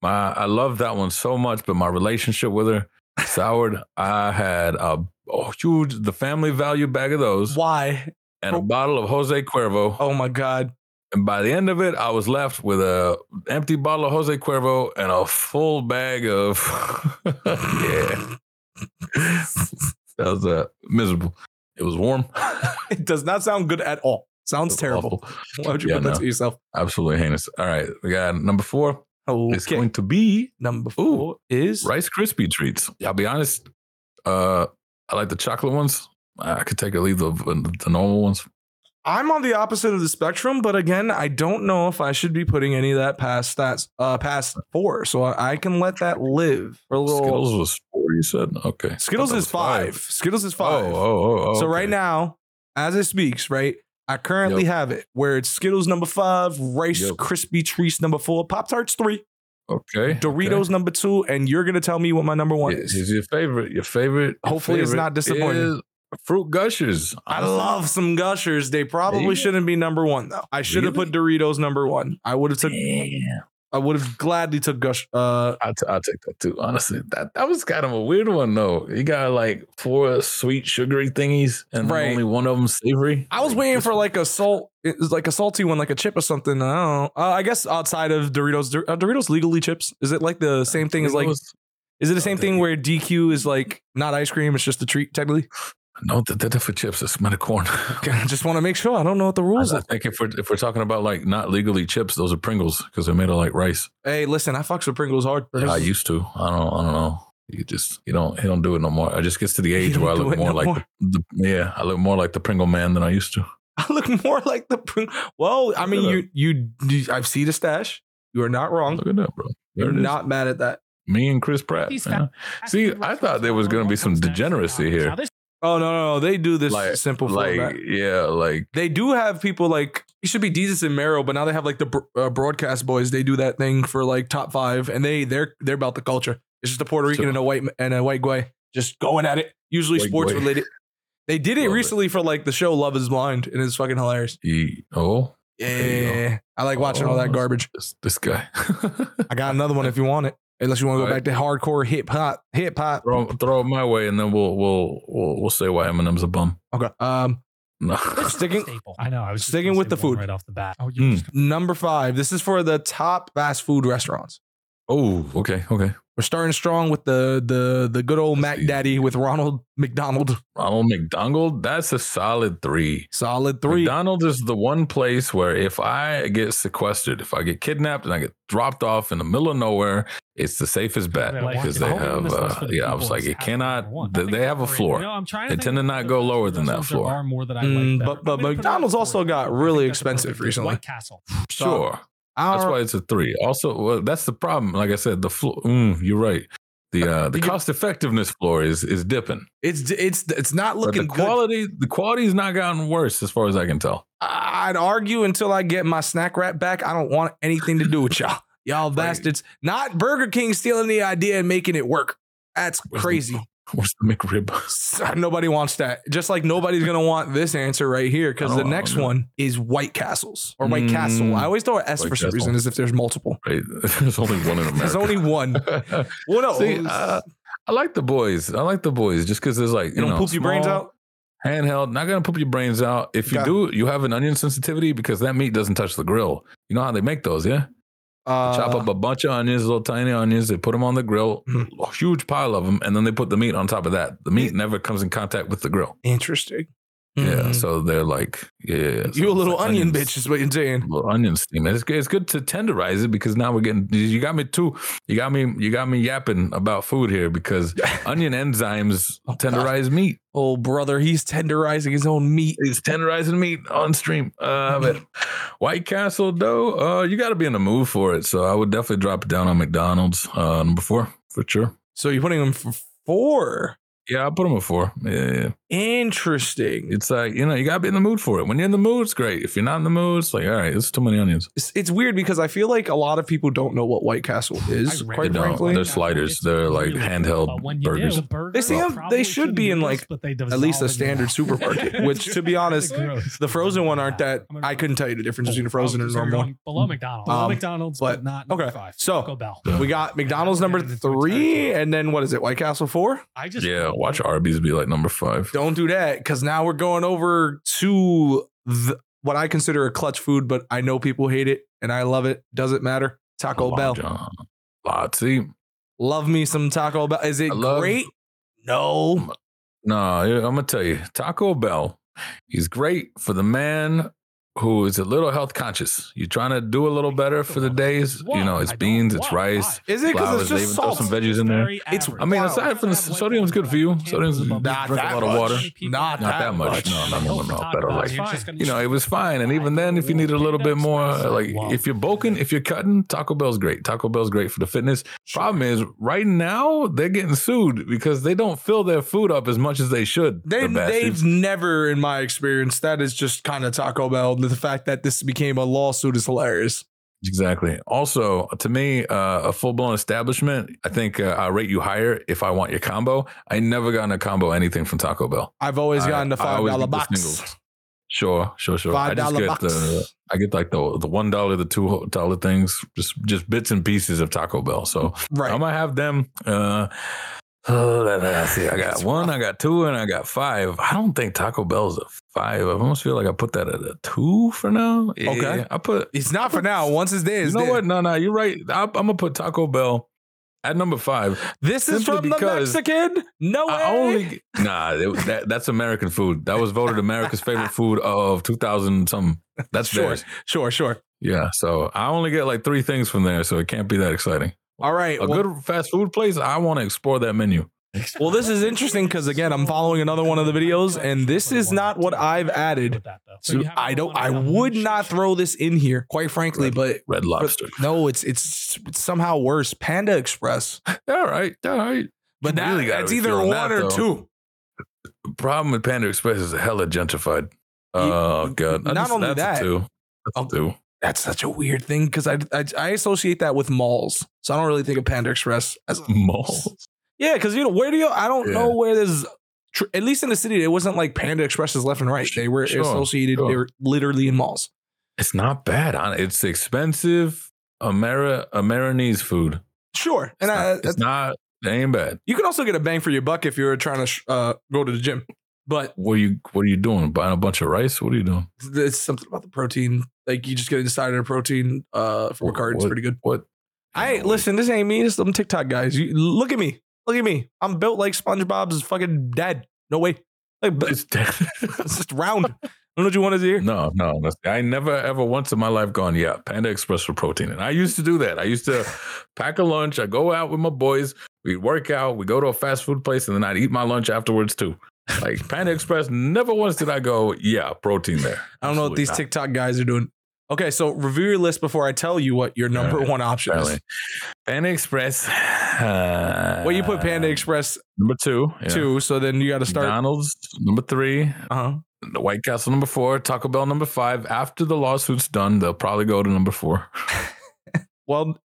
[SPEAKER 2] my I love that one so much, but my relationship with her soured. I had a, a huge the family value bag of those
[SPEAKER 1] Why?
[SPEAKER 2] and a
[SPEAKER 1] Oh.
[SPEAKER 2] bottle of Jose Cuervo.
[SPEAKER 1] Oh my god.
[SPEAKER 2] And by the end of it, I was left with a empty bottle of Jose Cuervo and a full bag of yeah. That was uh, miserable. It was warm.
[SPEAKER 1] It does not sound good at all.
[SPEAKER 2] It
[SPEAKER 1] Sounds
[SPEAKER 2] was
[SPEAKER 1] terrible.
[SPEAKER 2] awful.
[SPEAKER 1] Why would you
[SPEAKER 2] Yeah,
[SPEAKER 1] put that
[SPEAKER 2] no.
[SPEAKER 1] to yourself?
[SPEAKER 2] Absolutely heinous. All right, we got number four. It's
[SPEAKER 1] Okay.
[SPEAKER 2] going to be
[SPEAKER 1] Number four is
[SPEAKER 2] Rice Krispie treats. I'll be honest. Uh, I like the chocolate ones. I could take or leave the the normal ones.
[SPEAKER 1] I'm on the opposite of the spectrum, but again, I don't know if I should be putting any of that past that uh past four, so I, I can let that live for a little. Skittles,
[SPEAKER 2] Skittles was four. You said okay. I thought
[SPEAKER 1] is
[SPEAKER 2] that was
[SPEAKER 1] five. Skittles is
[SPEAKER 2] Oh,
[SPEAKER 1] five.
[SPEAKER 2] oh, oh, oh.
[SPEAKER 1] so right
[SPEAKER 2] okay.
[SPEAKER 1] now, as it speaks, right, I currently have it where it's Skittles number five, Rice
[SPEAKER 2] Yep.
[SPEAKER 1] Krispie Treats number four, Pop Tarts three,
[SPEAKER 2] okay, okay.
[SPEAKER 1] Doritos number two, and you're gonna tell me what my number one
[SPEAKER 2] Yeah,
[SPEAKER 1] is.
[SPEAKER 2] Is your favorite? Your favorite? your
[SPEAKER 1] Hopefully it's
[SPEAKER 2] favorite
[SPEAKER 1] not disappointing.
[SPEAKER 2] is Fruit gushers.
[SPEAKER 1] I love some gushers. They probably
[SPEAKER 2] Really?
[SPEAKER 1] shouldn't be number one though. I should have
[SPEAKER 2] Really?
[SPEAKER 1] put Doritos number one. I would have took.
[SPEAKER 2] Damn.
[SPEAKER 1] I would have gladly took gush. Uh,
[SPEAKER 2] I'll, t- I'll take that too. Honestly, that that was kind of a weird one though. You got like four sweet sugary thingies, and
[SPEAKER 1] Right.
[SPEAKER 2] only one of them savory.
[SPEAKER 1] I was waiting for like a salt, it was like a salty one, like a chip or something. I don't know. Uh, I guess outside of Doritos, Dor- are Doritos legally chips? Is it like
[SPEAKER 2] Uh,
[SPEAKER 1] the same thing as like? Is it the same thing where DQ is like not ice cream? It's just a treat technically.
[SPEAKER 2] no, they're they're for chips. It's made of corn.
[SPEAKER 1] Okay, I just want to make sure I don't know what the rules
[SPEAKER 2] I
[SPEAKER 1] are.
[SPEAKER 2] think if we're if we're talking about like not legally chips, those are Pringles because they're made of like rice.
[SPEAKER 1] Hey, listen, I fucks with Pringles hard.
[SPEAKER 2] I used to. I don't. I don't know. You just you don't you don't do it no more. I just gets to the age
[SPEAKER 1] don't
[SPEAKER 2] where I
[SPEAKER 1] do
[SPEAKER 2] look
[SPEAKER 1] it
[SPEAKER 2] more
[SPEAKER 1] no
[SPEAKER 2] like
[SPEAKER 1] more.
[SPEAKER 2] The, the yeah. I look more like the Pringle man than I used to.
[SPEAKER 1] I look more like the Pring. Well, I mean, you, you, you I've seen a stash. You are not wrong.
[SPEAKER 2] Look at that, bro. There
[SPEAKER 1] You're
[SPEAKER 2] it is.
[SPEAKER 1] not mad at that.
[SPEAKER 2] me and Chris Pratt.
[SPEAKER 3] These
[SPEAKER 2] man. Uh-huh. See, I thought there was gonna be some degeneracy here.
[SPEAKER 3] Now, this
[SPEAKER 1] Oh no, no, no. they do this
[SPEAKER 2] Like-
[SPEAKER 1] simple
[SPEAKER 2] like,
[SPEAKER 1] format.
[SPEAKER 2] yeah, like
[SPEAKER 1] They do have people like it should be Jesus and Mero, but now they have like the br- uh, broadcast boys. They do that thing for like top five, and they they're they're about the culture. It's just a Puerto Rican
[SPEAKER 2] So-
[SPEAKER 1] and a white and a white guy just going at it. Usually
[SPEAKER 2] White
[SPEAKER 1] sports
[SPEAKER 2] guy.
[SPEAKER 1] related. They did it
[SPEAKER 2] Love it.
[SPEAKER 1] recently for like the show Love Is Blind, and it's fucking hilarious.
[SPEAKER 2] he, oh, you go.
[SPEAKER 1] Yeah, I like watching all
[SPEAKER 2] Oh.
[SPEAKER 1] that garbage.
[SPEAKER 2] this, this guy.
[SPEAKER 1] I got another one if you want it, unless you want to go
[SPEAKER 2] All
[SPEAKER 1] back to hardcore hip hop. Hip hop.
[SPEAKER 2] throw throw it my way, and then we'll we'll we'll, we'll say why Eminem's a bum.
[SPEAKER 1] Okay. Um,
[SPEAKER 2] No,
[SPEAKER 3] this is a
[SPEAKER 1] sticking-
[SPEAKER 3] staple. I know. I was just
[SPEAKER 1] sticking
[SPEAKER 3] gonna
[SPEAKER 1] with
[SPEAKER 3] say
[SPEAKER 1] the
[SPEAKER 3] one
[SPEAKER 1] food.
[SPEAKER 3] right off the bat.
[SPEAKER 1] oh,
[SPEAKER 2] you-
[SPEAKER 1] number five. This is for the top fast food restaurants.
[SPEAKER 2] oh, okay, okay.
[SPEAKER 1] We're starting strong with the the the good old Mac
[SPEAKER 2] That's easy.
[SPEAKER 1] Daddy with Ronald McDonald.
[SPEAKER 2] Ronald McDonald, that's a solid three.
[SPEAKER 1] Solid three.
[SPEAKER 2] McDonald is the one place where if I get sequestered, if I get kidnapped and I get dropped off in the middle of nowhere, it's the safest bet
[SPEAKER 3] Yeah, why-
[SPEAKER 2] because they
[SPEAKER 3] how long
[SPEAKER 2] have,
[SPEAKER 3] Oh, this lasts for
[SPEAKER 2] uh,
[SPEAKER 3] the
[SPEAKER 2] yeah, I was
[SPEAKER 3] people
[SPEAKER 2] like,
[SPEAKER 3] is
[SPEAKER 2] it
[SPEAKER 3] half
[SPEAKER 2] cannot,
[SPEAKER 3] number one.
[SPEAKER 2] they,
[SPEAKER 3] I
[SPEAKER 2] they
[SPEAKER 3] think
[SPEAKER 2] have a
[SPEAKER 3] it's already-
[SPEAKER 2] floor.
[SPEAKER 3] No, I'm trying
[SPEAKER 2] They
[SPEAKER 3] to
[SPEAKER 2] tend to
[SPEAKER 3] think
[SPEAKER 2] not
[SPEAKER 3] of
[SPEAKER 2] go
[SPEAKER 3] the
[SPEAKER 2] lower than that
[SPEAKER 3] restaurants
[SPEAKER 2] floor.
[SPEAKER 3] Are more that I
[SPEAKER 1] Mm,
[SPEAKER 3] like that
[SPEAKER 1] but-
[SPEAKER 3] are-
[SPEAKER 1] but
[SPEAKER 3] I'm gonna put it
[SPEAKER 1] McDonald's
[SPEAKER 3] at
[SPEAKER 1] also
[SPEAKER 3] four.
[SPEAKER 1] got
[SPEAKER 3] I think
[SPEAKER 1] really
[SPEAKER 3] that's a perfect
[SPEAKER 1] expensive
[SPEAKER 3] thing.
[SPEAKER 1] recently.
[SPEAKER 3] White Castle.
[SPEAKER 2] Sure.
[SPEAKER 1] Our-
[SPEAKER 2] That's why it's a three. Also, well, that's the problem. Like I said, the floor, mm, you're right. The uh, the
[SPEAKER 1] You get-
[SPEAKER 2] cost effectiveness floor is is dipping.
[SPEAKER 1] it's it's it's not
[SPEAKER 2] But the
[SPEAKER 1] looking good.
[SPEAKER 2] quality, the quality's not gotten worse as far as I can tell.
[SPEAKER 1] I'd argue until I get my snack wrap back. I don't want anything to do with y'all. Y'all bastards. Not Burger King stealing the idea and making it work. That's
[SPEAKER 2] Where's the-
[SPEAKER 1] crazy.
[SPEAKER 2] Where's the McRib?
[SPEAKER 1] Nobody wants that. Just like nobody's gonna want this answer right here because
[SPEAKER 2] I
[SPEAKER 1] the
[SPEAKER 2] don't
[SPEAKER 1] next
[SPEAKER 2] know.
[SPEAKER 1] one is White Castles or White
[SPEAKER 2] Oh, Mm.
[SPEAKER 1] Castle. I always throw an S
[SPEAKER 2] White
[SPEAKER 1] for some
[SPEAKER 2] Castle.
[SPEAKER 1] reason as if there's multiple.
[SPEAKER 2] Right. There's only one in America.
[SPEAKER 1] There's only one. Well, no,
[SPEAKER 2] See, uh, I like the boys. I like the boys just because there's like
[SPEAKER 1] you don't
[SPEAKER 2] know,
[SPEAKER 1] poop your brains
[SPEAKER 2] small,
[SPEAKER 1] out.
[SPEAKER 2] Handheld, not gonna poop your brains out. If you
[SPEAKER 1] Okay.
[SPEAKER 2] do, you have an onion sensitivity because that meat doesn't touch the grill. You know how they make those, yeah?
[SPEAKER 1] Uh,
[SPEAKER 2] chop up a bunch of onions, little tiny onions. They put them on the grill,
[SPEAKER 1] Mhm.
[SPEAKER 2] a huge pile of them, and then they put the meat on top of that. The meat never comes in contact with the grill.
[SPEAKER 1] Interesting.
[SPEAKER 2] Yeah,
[SPEAKER 1] Mm.
[SPEAKER 2] so they're like, yeah, so
[SPEAKER 1] you a little
[SPEAKER 2] it's like
[SPEAKER 1] onion
[SPEAKER 2] onions-
[SPEAKER 1] bitch is what you're saying.
[SPEAKER 2] Little onion steam. It's good. It's good to tenderize it because now we're getting. You got me too. You got me. You got me yapping about food here because onion enzymes
[SPEAKER 1] Oh, God.
[SPEAKER 2] tenderize meat.
[SPEAKER 1] Oh brother, he's tenderizing his own meat.
[SPEAKER 2] It's tenderizing meat on stream. Uh, but White Castle though, uh, you got to be in the mood for it. So I would definitely drop it down on McDonald's uh, number four for sure.
[SPEAKER 1] So you're putting him for four.
[SPEAKER 2] Yeah, I'll put them at four. Yeah, yeah, yeah.
[SPEAKER 1] Interesting.
[SPEAKER 2] It's like, you know, you gotta be in the mood for it. When you're in the mood, it's great. If you're not in the mood, it's like, all right, it's too many onions.
[SPEAKER 1] It's, it's weird because I feel like a lot of people don't know what White Castle is.
[SPEAKER 3] I read
[SPEAKER 2] They
[SPEAKER 1] Quite
[SPEAKER 3] about
[SPEAKER 2] don't.
[SPEAKER 1] frankly,
[SPEAKER 2] They're sliders.
[SPEAKER 3] It's
[SPEAKER 2] They're, like,
[SPEAKER 3] really-
[SPEAKER 2] handheld
[SPEAKER 3] but when you
[SPEAKER 2] burgers.
[SPEAKER 3] do, burger,
[SPEAKER 1] They see
[SPEAKER 3] well,
[SPEAKER 1] them- they
[SPEAKER 3] probably
[SPEAKER 1] should
[SPEAKER 3] shouldn't
[SPEAKER 1] be in,
[SPEAKER 3] this,
[SPEAKER 1] like,
[SPEAKER 3] but they
[SPEAKER 1] at least the
[SPEAKER 3] dissolve in
[SPEAKER 1] standard
[SPEAKER 3] your mouth.
[SPEAKER 1] supermarket, which, to be honest,
[SPEAKER 3] Gross.
[SPEAKER 1] the frozen one aren't that.
[SPEAKER 3] I'm gonna-
[SPEAKER 1] I couldn't tell you the difference between a frozen
[SPEAKER 3] Oh,
[SPEAKER 1] and
[SPEAKER 3] so you're
[SPEAKER 1] normal.
[SPEAKER 3] going Below McDonald's.
[SPEAKER 1] Um,
[SPEAKER 3] below McDonald's, but,
[SPEAKER 1] but-
[SPEAKER 3] not number
[SPEAKER 1] okay,
[SPEAKER 3] five.
[SPEAKER 1] so-
[SPEAKER 3] Taco Bell.
[SPEAKER 2] Yeah.
[SPEAKER 1] We got McDonald's number
[SPEAKER 3] Getting into a
[SPEAKER 1] three,
[SPEAKER 3] territory.
[SPEAKER 1] and then what is it? White Castle four.
[SPEAKER 3] I just
[SPEAKER 2] Yeah, watch Arby's be like number five.
[SPEAKER 1] Don't do that because now we're going over to the, what I consider a clutch food, but I know people hate it and I love it. Doesn't matter. Taco
[SPEAKER 2] Long
[SPEAKER 1] Bell.
[SPEAKER 2] John. Lottie.
[SPEAKER 1] Love me some Taco Bell. Is it
[SPEAKER 2] I love-
[SPEAKER 1] great? No.
[SPEAKER 2] No, I'm gonna tell you, Taco Bell, he's great for the man who is a little health conscious. You're trying to do a little better for the days. You know, it's
[SPEAKER 3] I don't
[SPEAKER 2] beans, it's
[SPEAKER 3] want
[SPEAKER 2] rice.
[SPEAKER 3] five.
[SPEAKER 1] Is it because it's
[SPEAKER 2] Flowers, they
[SPEAKER 1] just
[SPEAKER 2] even throw
[SPEAKER 1] salt?
[SPEAKER 2] some veggies in there.
[SPEAKER 3] Very
[SPEAKER 1] It's-
[SPEAKER 3] average.
[SPEAKER 2] I mean,
[SPEAKER 1] Wow.
[SPEAKER 2] aside from the sodium's good for you. Sodium's
[SPEAKER 3] Not
[SPEAKER 2] not drink
[SPEAKER 1] that
[SPEAKER 2] a lot of
[SPEAKER 1] much.
[SPEAKER 2] water.
[SPEAKER 1] Not
[SPEAKER 2] Not that much. No, no, no, no, no. Better like you know, it was fine. And even then, if you need a little bit more, like if you're bulking, if you're cutting, Taco Bell's great. Taco Bell's great for the fitness. Problem is, right now they're getting sued because they don't fill their food up as much as they should.
[SPEAKER 1] They,
[SPEAKER 2] the bastards.
[SPEAKER 1] they've never, in my experience, that is just kind of Taco Bell. The fact that this became a lawsuit is hilarious.
[SPEAKER 2] exactly. Also, to me, uh, a full blown establishment, I think uh, I rate you higher if I want your combo. I never gotten a combo anything from Taco Bell.
[SPEAKER 1] I've always
[SPEAKER 2] I-
[SPEAKER 1] gotten a
[SPEAKER 2] I
[SPEAKER 1] five
[SPEAKER 2] always
[SPEAKER 1] dollar
[SPEAKER 2] get the
[SPEAKER 1] box.
[SPEAKER 2] singles. Sure, sure, sure. I
[SPEAKER 1] Five
[SPEAKER 2] just
[SPEAKER 1] dollar
[SPEAKER 2] get
[SPEAKER 1] box.
[SPEAKER 2] the I get like the the one dollar, the two dollar things, just just bits and pieces of Taco Bell. So
[SPEAKER 1] right.
[SPEAKER 2] I'm gonna have them. Uh, oh, let- let's see. I got
[SPEAKER 1] That's
[SPEAKER 2] one, I got two, and I got five. I don't think Taco Bell's a five. I almost feel like I put that at a two for now. Yeah,
[SPEAKER 1] Okay.
[SPEAKER 2] I put.
[SPEAKER 1] it's not for now. Once it's there,
[SPEAKER 2] You
[SPEAKER 1] it's
[SPEAKER 2] know
[SPEAKER 1] there.
[SPEAKER 2] what? No, no, you're right. I, I'm gonna put Taco Bell at number five.
[SPEAKER 1] This is from
[SPEAKER 2] Simply
[SPEAKER 1] the
[SPEAKER 2] because
[SPEAKER 1] Mexican. No way.
[SPEAKER 2] I only nah. it- that, that's American food. That was voted America's favorite food of 2000 something. That's
[SPEAKER 1] Sure.
[SPEAKER 2] theirs.
[SPEAKER 1] sure, sure.
[SPEAKER 2] Yeah. So I only get like three things from there, so it can't be that exciting.
[SPEAKER 1] All right.
[SPEAKER 2] A
[SPEAKER 1] well,
[SPEAKER 2] good fast food place. I want to explore that menu.
[SPEAKER 1] Well, this is interesting 'cause, again, I'm following another one of the videos, and this is not what I've added.
[SPEAKER 3] With that,
[SPEAKER 1] so
[SPEAKER 3] though.
[SPEAKER 1] I don't. I would not throw this in here, quite frankly. But
[SPEAKER 2] Red Lobster.
[SPEAKER 1] no, it's it's somehow worse. Panda Express.
[SPEAKER 2] All right. All right.
[SPEAKER 1] But
[SPEAKER 2] You
[SPEAKER 1] that,
[SPEAKER 2] really gotta
[SPEAKER 1] that's
[SPEAKER 2] be
[SPEAKER 1] either
[SPEAKER 2] feeling
[SPEAKER 1] one
[SPEAKER 2] that,
[SPEAKER 1] or
[SPEAKER 2] though.
[SPEAKER 1] two.
[SPEAKER 2] The problem with Panda Express is hella gentrified.
[SPEAKER 1] You-
[SPEAKER 2] Oh god. I
[SPEAKER 1] not only
[SPEAKER 2] that's a
[SPEAKER 1] that- um,
[SPEAKER 2] two. That's a two.
[SPEAKER 1] That's such a weird thing because I, I I associate that with malls, so I don't really think of Panda Express as a
[SPEAKER 2] Mall.
[SPEAKER 1] Yeah, because you know where do you? I don't
[SPEAKER 2] Yeah.
[SPEAKER 1] know where there's. Tr- at least in the city, it wasn't like Panda Expresses left and right. They were
[SPEAKER 2] Sure,
[SPEAKER 1] associated. They
[SPEAKER 2] sure.
[SPEAKER 1] were literally in malls.
[SPEAKER 2] It's not bad. hon- It's expensive. Ameri Amerinese food.
[SPEAKER 1] Sure, and
[SPEAKER 2] it's
[SPEAKER 1] I,
[SPEAKER 2] not, it's not it ain't bad.
[SPEAKER 1] you can also get a bang for your buck if you're trying to sh- uh, go to the gym. But
[SPEAKER 2] What are you what are you doing? Buying a bunch of rice? What are you doing?
[SPEAKER 1] it's something about the protein. Like you just get inside of the protein uh, from a
[SPEAKER 2] Wh-
[SPEAKER 1] card. It's
[SPEAKER 2] what-
[SPEAKER 1] pretty good.
[SPEAKER 2] What
[SPEAKER 1] I listen. This ain't me. This them TikTok guys. You, look at me. Look at me. I'm built like SpongeBob's fucking dad. No way. Like, but
[SPEAKER 2] It's dead.
[SPEAKER 1] it's just round. I don't know what you wanted to hear.
[SPEAKER 2] no, no. that's- I never ever once in my life gone, yeah, Panda Express for protein. And I used to do that. I used to pack a lunch. I go out with my boys. We work out. We go to a fast food place and then I'd eat my lunch afterwards too. Like Panda Express, never once did I go, yeah, protein there.
[SPEAKER 1] I don't know what
[SPEAKER 2] Absolutely
[SPEAKER 1] these
[SPEAKER 2] not.
[SPEAKER 1] TikTok guys are doing. Okay, so review your list before I tell you what your number
[SPEAKER 2] Alright,
[SPEAKER 1] one option
[SPEAKER 2] Apparently. Panda Express. Uh,
[SPEAKER 1] is. Well, you put Panda Express
[SPEAKER 2] number two. Um, yeah.
[SPEAKER 1] two, so then you got to start.
[SPEAKER 2] McDonald's number three,
[SPEAKER 1] Uh huh.
[SPEAKER 2] the White Castle number four, Taco Bell number five. After the lawsuit's done, they'll probably go to number four.
[SPEAKER 1] Well,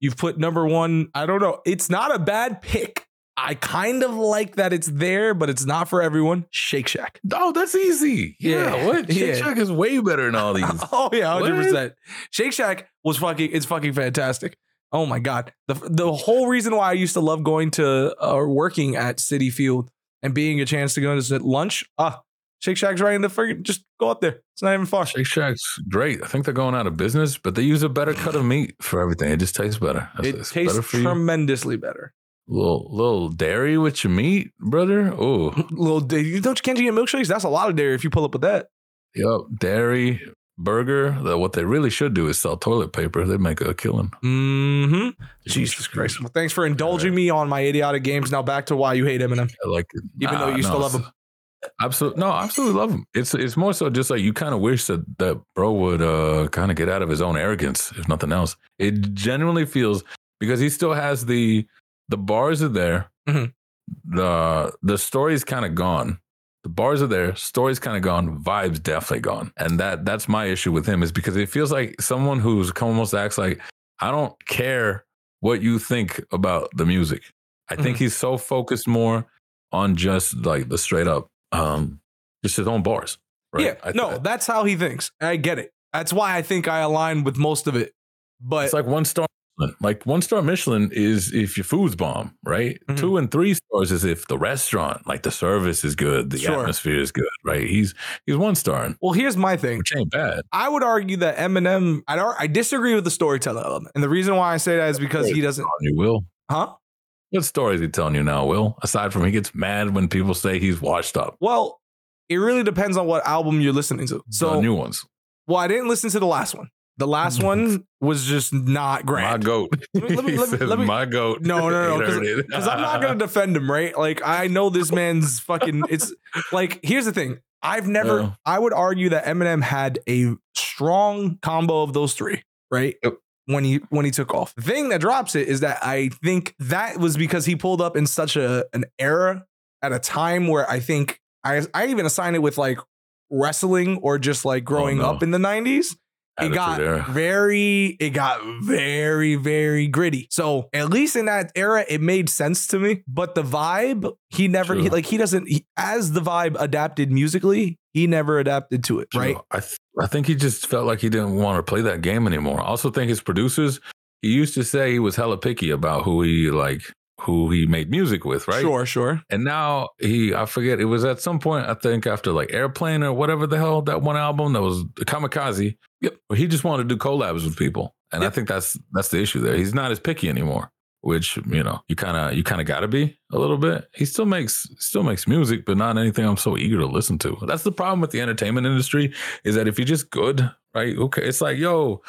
[SPEAKER 1] you've put number one. I don't know. It's not a bad pick. I kind of like that it's there, but it's not for everyone. Shake Shack.
[SPEAKER 2] Oh, that's easy. Yeah,
[SPEAKER 1] Yeah,
[SPEAKER 2] what? Shake
[SPEAKER 1] yeah.
[SPEAKER 2] Shack is way better than all these.
[SPEAKER 1] Oh yeah,
[SPEAKER 2] What?
[SPEAKER 1] hundred percent. Shake Shack was fucking. It's fucking fantastic. Oh my god. The the whole reason why I used to love going to uh, or working at City Field and being a chance to go to sit lunch. Ah, Shake Shack's right in the friggin' Just go up there. It's not even far.
[SPEAKER 2] Shake Shack's great. I think they're going out of business, but they use a better cut of meat for everything. It just tastes better. That's-
[SPEAKER 1] It
[SPEAKER 2] it's
[SPEAKER 1] tastes
[SPEAKER 2] better for you.
[SPEAKER 1] tremendously better.
[SPEAKER 2] little little dairy with your meat, brother. Oh,
[SPEAKER 1] Little da- you don't can't you get milkshakes? That's a lot of dairy if you pull up with that.
[SPEAKER 2] yep, dairy burger. The- What they really should do is sell toilet paper. They make a killing.
[SPEAKER 1] Mm-hmm. Jesus Christ. Well, thanks for indulging me on my idiotic games. Now back to why you hate Eminem.
[SPEAKER 2] I like it.
[SPEAKER 1] Even though you still love
[SPEAKER 2] it's- Absolutely, no, I absolutely love him. It's it's more so just like you kind of wish that that bro would uh kind of get out of his own arrogance, if nothing else. It genuinely feels because he still has the the bars are there,
[SPEAKER 1] Mhm.
[SPEAKER 2] the the story's kind of gone. The bars are there, story's kind of gone, vibes definitely gone, and that that's my issue with him is because it feels like someone who's come almost acts like I don't care what you think about the music. I think
[SPEAKER 1] Mhm.
[SPEAKER 2] he's so focused more on just like the straight up, um, just his own bars. Right?
[SPEAKER 1] Yeah,
[SPEAKER 2] I-
[SPEAKER 1] no,
[SPEAKER 2] I-
[SPEAKER 1] that's how he thinks. I get it. That's why I think I align with most of it. But
[SPEAKER 2] it's like one star. Michelin. Like one star Michelin is if your food's bomb, right?
[SPEAKER 1] Mhm.
[SPEAKER 2] Two and three stars is if the restaurant, like the service, is good, the
[SPEAKER 1] Sure.
[SPEAKER 2] atmosphere is good, right? He's he's one star,
[SPEAKER 1] well, here's my thing.
[SPEAKER 2] which ain't bad.
[SPEAKER 1] I would argue that Eminem. I don't. I disagree with the storytelling element, and the reason why I say that is because he doesn't.
[SPEAKER 2] On you, Will.
[SPEAKER 1] Huh?
[SPEAKER 2] What story is he telling you now, Will? Aside from he gets mad when people say he's washed up.
[SPEAKER 1] Well, it really depends on what album you're listening to.
[SPEAKER 2] the
[SPEAKER 1] So,
[SPEAKER 2] new ones.
[SPEAKER 1] well, I didn't listen to the last one. The last one was just not
[SPEAKER 2] My
[SPEAKER 1] grand.
[SPEAKER 2] goat.
[SPEAKER 1] Let me- let me-
[SPEAKER 2] He
[SPEAKER 1] let me-
[SPEAKER 2] says,
[SPEAKER 1] let me-
[SPEAKER 2] my goat.
[SPEAKER 1] No, no, no,
[SPEAKER 2] He heard it.
[SPEAKER 1] Because I'm not gonna defend him, right? Like I know this man's fucking. It's like here's the thing. I've never.
[SPEAKER 2] Yeah.
[SPEAKER 1] I would argue that Eminem had a strong combo of those three, right?
[SPEAKER 2] Yep.
[SPEAKER 1] When he when he took off. The thing that drops it is that I think that was because he pulled up in such a an era at a time where I think I I even assign it with like wrestling or just like growing
[SPEAKER 2] Oh, no.
[SPEAKER 1] up in the 90s it
[SPEAKER 2] Attitude
[SPEAKER 1] got
[SPEAKER 2] era.
[SPEAKER 1] very it got very very gritty so at least in that era it made sense to me but the vibe he never he,
[SPEAKER 2] True.
[SPEAKER 1] like he doesn't he, as the vibe adapted musically he never adapted to it right
[SPEAKER 2] I th- I think he just felt like he didn't want to play that game anymore. I also think his producers, he used to say he was hella picky about who he like who he made music with, right?
[SPEAKER 1] sure sure
[SPEAKER 2] And now he, I forget, it was at some point, I think after like Airplane or whatever the hell, that one album that was Kamikaze. Yep. Where he just wanted to do collabs with people. And
[SPEAKER 1] Yep.
[SPEAKER 2] I think that's that's the issue there. He's not as picky anymore, which, you know, you kind of you kind of got to be a little bit. He still makes still makes music, but not anything I'm so eager to listen to. That's the problem with the entertainment industry is that if you're just good, right? Okay, it's like, yo,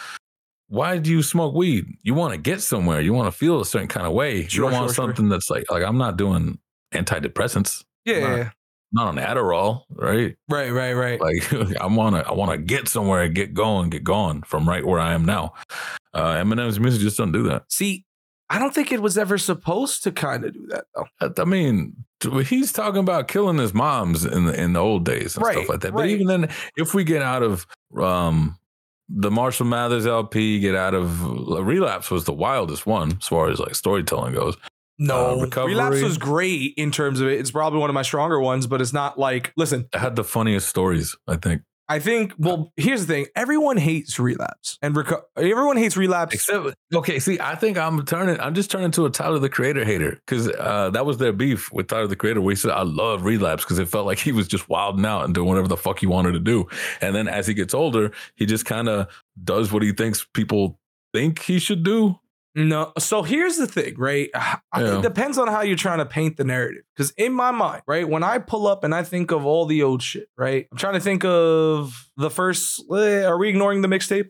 [SPEAKER 2] why do you smoke weed? You want to get somewhere. You want to feel a certain kind of way.
[SPEAKER 1] Sure,
[SPEAKER 2] you don't want
[SPEAKER 1] sure, sure.
[SPEAKER 2] something that's like, like I'm not doing antidepressants,
[SPEAKER 1] yeah,
[SPEAKER 2] Nah.
[SPEAKER 1] yeah, yeah.
[SPEAKER 2] not on Adderall, right?
[SPEAKER 1] right right right
[SPEAKER 2] Like I wanna, I wanna get somewhere, get going, get gone from right where I am now. Uh, Eminem's music just don't do that.
[SPEAKER 1] see i don't think it was ever supposed to kind of do that though
[SPEAKER 2] I, I mean, t- he's talking about killing his moms in the in the old days and
[SPEAKER 1] Right,
[SPEAKER 2] stuff like that. But
[SPEAKER 1] right.
[SPEAKER 2] even then, if we get out of um, the Marshall Mathers LP, get out of uh, Relapse was the wildest one as far as like storytelling goes.
[SPEAKER 1] no
[SPEAKER 2] Recovery.
[SPEAKER 1] relapse was great in terms of it it's probably one of my stronger ones but it's not like listen
[SPEAKER 2] It had the funniest stories, I think.
[SPEAKER 1] i think well here's the thing everyone hates relapse and reco- everyone hates relapse
[SPEAKER 2] Except, okay, see, I think I'm turning, I'm just turning to a Tyler the Creator hater because uh, that was their beef with Tyler the Creator, where he said, I love relapse because it felt like he was just wilding out and doing whatever the fuck he wanted to do. And then as he gets older, he just kind of does what he thinks people think he should do.
[SPEAKER 1] No. So here's the thing, right? I-
[SPEAKER 2] Yeah.
[SPEAKER 1] It depends on how you're trying to paint the narrative. Because in my mind, right, when I pull up and I think of all the old shit, right, I'm trying to think of the first. eh, Are we ignoring the mixtape?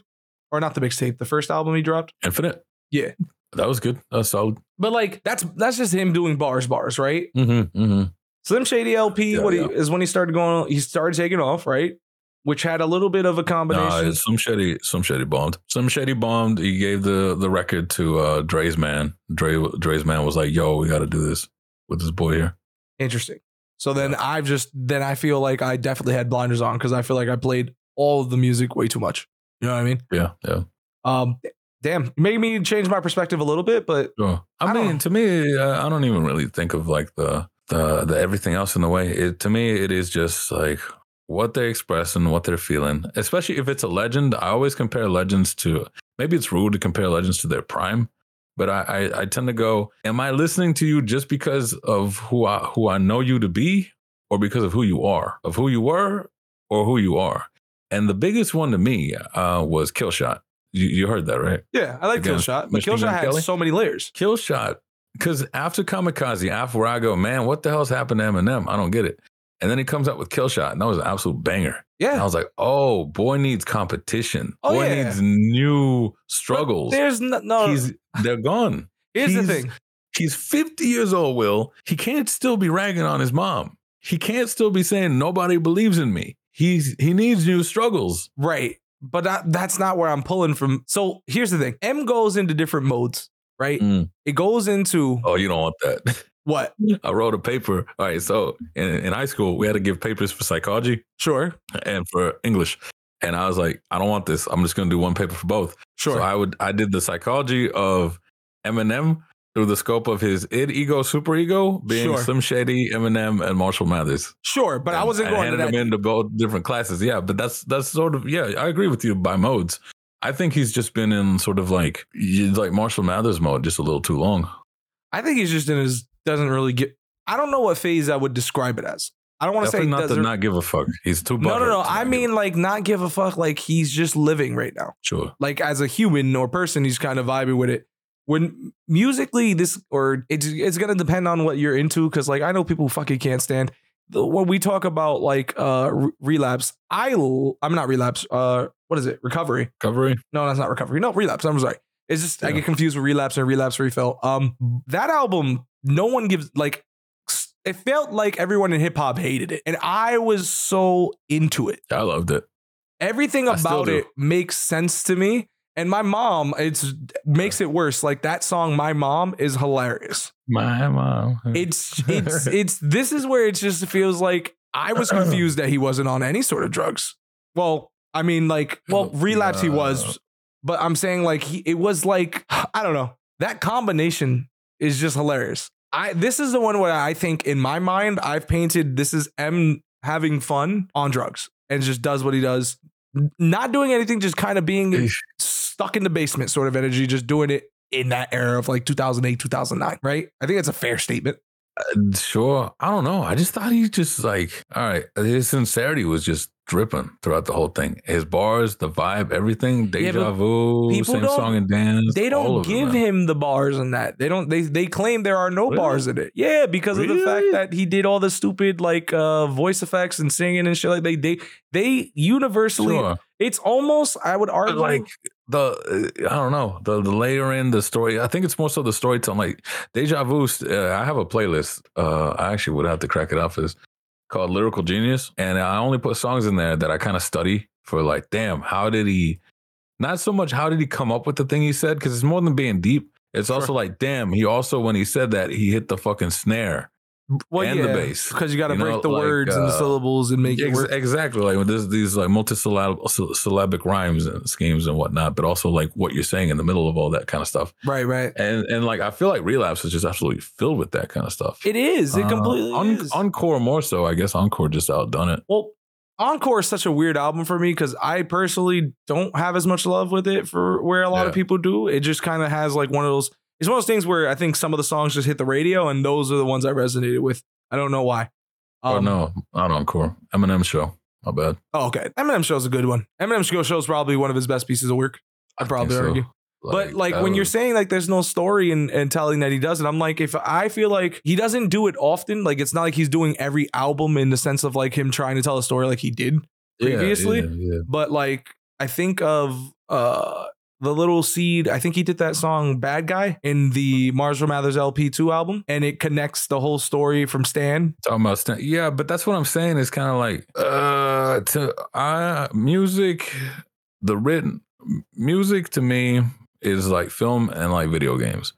[SPEAKER 1] Or not the mixtape, the first album he dropped?
[SPEAKER 2] Infinite.
[SPEAKER 1] Yeah.
[SPEAKER 2] That was good. That was solid.
[SPEAKER 1] But like, that's that's just him doing bars, bars, right?
[SPEAKER 2] Mm-hmm. Mm-hmm.
[SPEAKER 1] Slim Shady LP
[SPEAKER 2] Yeah,
[SPEAKER 1] what
[SPEAKER 2] yeah.
[SPEAKER 1] He, is when he started going, he started taking off, right? Which had a little bit of a
[SPEAKER 2] Nah,
[SPEAKER 1] combination.
[SPEAKER 2] some shady, some shady bombed. Some shady bombed. He gave the the record to uh, Dre's man. Dre, Dre's man was like, "Yo, we got to do this with this boy here."
[SPEAKER 1] Interesting. So then I've just then I feel like I definitely had blinders on because I feel like I played all of the music way too much. You know what I mean?
[SPEAKER 2] Yeah, yeah.
[SPEAKER 1] Um, damn, made me change my perspective a little bit, but
[SPEAKER 2] Sure. I,
[SPEAKER 1] I don't-
[SPEAKER 2] mean, to me, uh, I don't even really think of like the the the everything else in the way. It to me, it is just like what they're expressing, what they're feeling. Especially if it's a legend, I always compare legends to. Maybe it's rude to compare legends to their prime, but I I, I tend to go, am I listening to you just because of who I who I know you to be, or because of who you are, of who you were, or who you are? And the biggest one to me uh, was Killshot. You, you heard that, right?
[SPEAKER 1] yeah, I like
[SPEAKER 2] Again,
[SPEAKER 1] Killshot. But
[SPEAKER 2] Machine
[SPEAKER 1] Killshot
[SPEAKER 2] Gun
[SPEAKER 1] had
[SPEAKER 2] Kelly?
[SPEAKER 1] so many layers.
[SPEAKER 2] Kill shot. Because after Kamikaze, after where I go, man, what the hell's happened to Eminem? I don't get it. And then he comes out with Kill Shot, and that was an absolute banger. And I
[SPEAKER 1] Yeah,
[SPEAKER 2] was like, oh, boy needs competition.
[SPEAKER 1] Oh,
[SPEAKER 2] boy
[SPEAKER 1] yeah. uh,
[SPEAKER 2] needs new struggles.
[SPEAKER 1] there's no. no
[SPEAKER 2] He's they're gone.
[SPEAKER 1] here's the
[SPEAKER 2] he's-
[SPEAKER 1] thing.
[SPEAKER 2] He's 50 years old, Will. He can't still be ragging on his mom. He can't still be saying nobody believes in me. He's he needs new struggles.
[SPEAKER 1] Right. But that, that's not where I'm pulling from. So here's the thing M goes into different modes, right?
[SPEAKER 2] Mm.
[SPEAKER 1] It goes into
[SPEAKER 2] Oh, you don't want that.
[SPEAKER 1] what?
[SPEAKER 2] I wrote a paper. All right, so in, in high school, we had to give papers for psychology.
[SPEAKER 1] Sure.
[SPEAKER 2] and for English. And I was like, I don't want this. I'm just going to do one paper for both.
[SPEAKER 1] Sure.
[SPEAKER 2] So I would I did the psychology of Eminem through the scope of his id ego superego being
[SPEAKER 1] Sure.
[SPEAKER 2] Slim Shady, Eminem, and Marshall Mathers.
[SPEAKER 1] sure. But I
[SPEAKER 2] And-
[SPEAKER 1] wasn't
[SPEAKER 2] and
[SPEAKER 1] going to
[SPEAKER 2] handed
[SPEAKER 1] that.
[SPEAKER 2] him into both different classes. Yeah, but that's that's sort of yeah. I agree with you by modes. I think he's just been in sort of like you- like Marshall Mathers mode just a little too long.
[SPEAKER 1] I think he's just in his, doesn't really get, I don't know what phase I would describe it as. I don't want to say
[SPEAKER 2] Definitely not to
[SPEAKER 1] doesn't-
[SPEAKER 2] not give a fuck. He's too.
[SPEAKER 1] no, no,
[SPEAKER 2] butthurt
[SPEAKER 1] no.
[SPEAKER 2] to
[SPEAKER 1] I
[SPEAKER 2] not give a-
[SPEAKER 1] mean, like, not give a fuck. Like, he's just living right now.
[SPEAKER 2] sure.
[SPEAKER 1] like as a human or person he's kind of vibing with it when musically this or it's it's gonna depend on what you're into because like i know people who fucking can't stand the, when we talk about like uh re- relapse i l- i'm not relapse uh what is it recovery
[SPEAKER 2] Recovery.
[SPEAKER 1] no that's not recovery no relapse i'm sorry it's just i
[SPEAKER 2] Yeah.
[SPEAKER 1] get confused with relapse and relapse refill um that album no one gives like s- it felt like everyone in hip-hop hated it and i was so into it
[SPEAKER 2] I loved it.
[SPEAKER 1] everything
[SPEAKER 2] I still
[SPEAKER 1] about
[SPEAKER 2] do.
[SPEAKER 1] it makes sense to me and my mom it's makes it worse like that song my mom is hilarious
[SPEAKER 2] My mom.
[SPEAKER 1] it's it's it's this is where it just feels like i was confused that he wasn't on any sort of drugs well i mean like well relapse he was but i'm saying like he, it was like i don't know that combination is just hilarious i this is the one where i think in my mind i've painted this is m having fun on drugs and just does what he does N- not doing anything just kind of being
[SPEAKER 2] Eesh.
[SPEAKER 1] stuck in the basement sort of energy just doing it in that era of like 2008 2009 right i think it's a fair statement
[SPEAKER 2] Sure. I don't know. I just thought he just like, all right, his sincerity was just dripping throughout the whole thing. His bars, the vibe, everything,
[SPEAKER 1] Yeah,
[SPEAKER 2] deja
[SPEAKER 1] but
[SPEAKER 2] vu,
[SPEAKER 1] people
[SPEAKER 2] same
[SPEAKER 1] don't-
[SPEAKER 2] song and dance.
[SPEAKER 1] they
[SPEAKER 2] all
[SPEAKER 1] don't
[SPEAKER 2] of it,
[SPEAKER 1] give
[SPEAKER 2] man.
[SPEAKER 1] him the bars and that they don't they they claim there are no
[SPEAKER 2] Really?
[SPEAKER 1] bars in it yeah because of the fact
[SPEAKER 2] Really?
[SPEAKER 1] that he did all the stupid like uh voice effects and singing and shit like they they they universally
[SPEAKER 2] Sure.
[SPEAKER 1] it's almost i would
[SPEAKER 2] But
[SPEAKER 1] argue
[SPEAKER 2] like the, uh, I don't know, the, the later in the story, I think it's more so the storytelling. Like Deja Vu, uh, I have a playlist. Uh, I actually would have to crack it up. Is called Lyrical Genius. And I only put songs in there that I kind of study for like, damn, how did he, not so much how did he come up with the thing he said, because it's more than being deep. It's
[SPEAKER 1] Sure.
[SPEAKER 2] also like, damn, he also, when he said that, he hit the fucking snare.
[SPEAKER 1] well,
[SPEAKER 2] and the bass,
[SPEAKER 1] because you got to
[SPEAKER 2] you
[SPEAKER 1] break
[SPEAKER 2] know,
[SPEAKER 1] the
[SPEAKER 2] like,
[SPEAKER 1] words and the
[SPEAKER 2] uh,
[SPEAKER 1] syllables and make it
[SPEAKER 2] Ex-
[SPEAKER 1] work
[SPEAKER 2] exactly. Like with this, these like multisyllab- sy- syllabic rhymes and schemes and whatnot, but also like what you're saying in the middle of all that kind of stuff.
[SPEAKER 1] right right
[SPEAKER 2] And, and like, I feel like Relapse is just absolutely filled with that kind of stuff.
[SPEAKER 1] it is it
[SPEAKER 2] Uh,
[SPEAKER 1] completely
[SPEAKER 2] En-
[SPEAKER 1] is.
[SPEAKER 2] Encore more so. I guess Encore just outdone it.
[SPEAKER 1] well encore is such a weird album for me because i personally don't have as much love with it for where a lot of
[SPEAKER 2] Yeah.
[SPEAKER 1] people do it just kind of has like one of those it's one of those things where i think some of the songs just hit the radio and those are the ones i resonated with i don't know why
[SPEAKER 2] oh
[SPEAKER 1] Um,
[SPEAKER 2] no, not Encore. Eminem show. My bad.
[SPEAKER 1] oh okay eminem show's a good one eminem show show's probably one of his best pieces of work i'd
[SPEAKER 2] think
[SPEAKER 1] probably
[SPEAKER 2] so. uh,
[SPEAKER 1] argue but like when you're
[SPEAKER 2] saying.
[SPEAKER 1] saying like there's no story and, and telling that he doesn't, I'm like, if I feel like he doesn't do it often, like it's not like he's doing every album in the sense of like him trying to tell a story like he did. previously.
[SPEAKER 2] Yeah, yeah.
[SPEAKER 1] But like I think of uh the little seed, I think he did that song Bad Guy in the Marshall Mathers LP two album, and it connects the whole story from Stan.
[SPEAKER 2] Talking about Stan- yeah, but that's what I'm saying. It's kind of like uh, to I music, the written m- music to me is like film and like video games,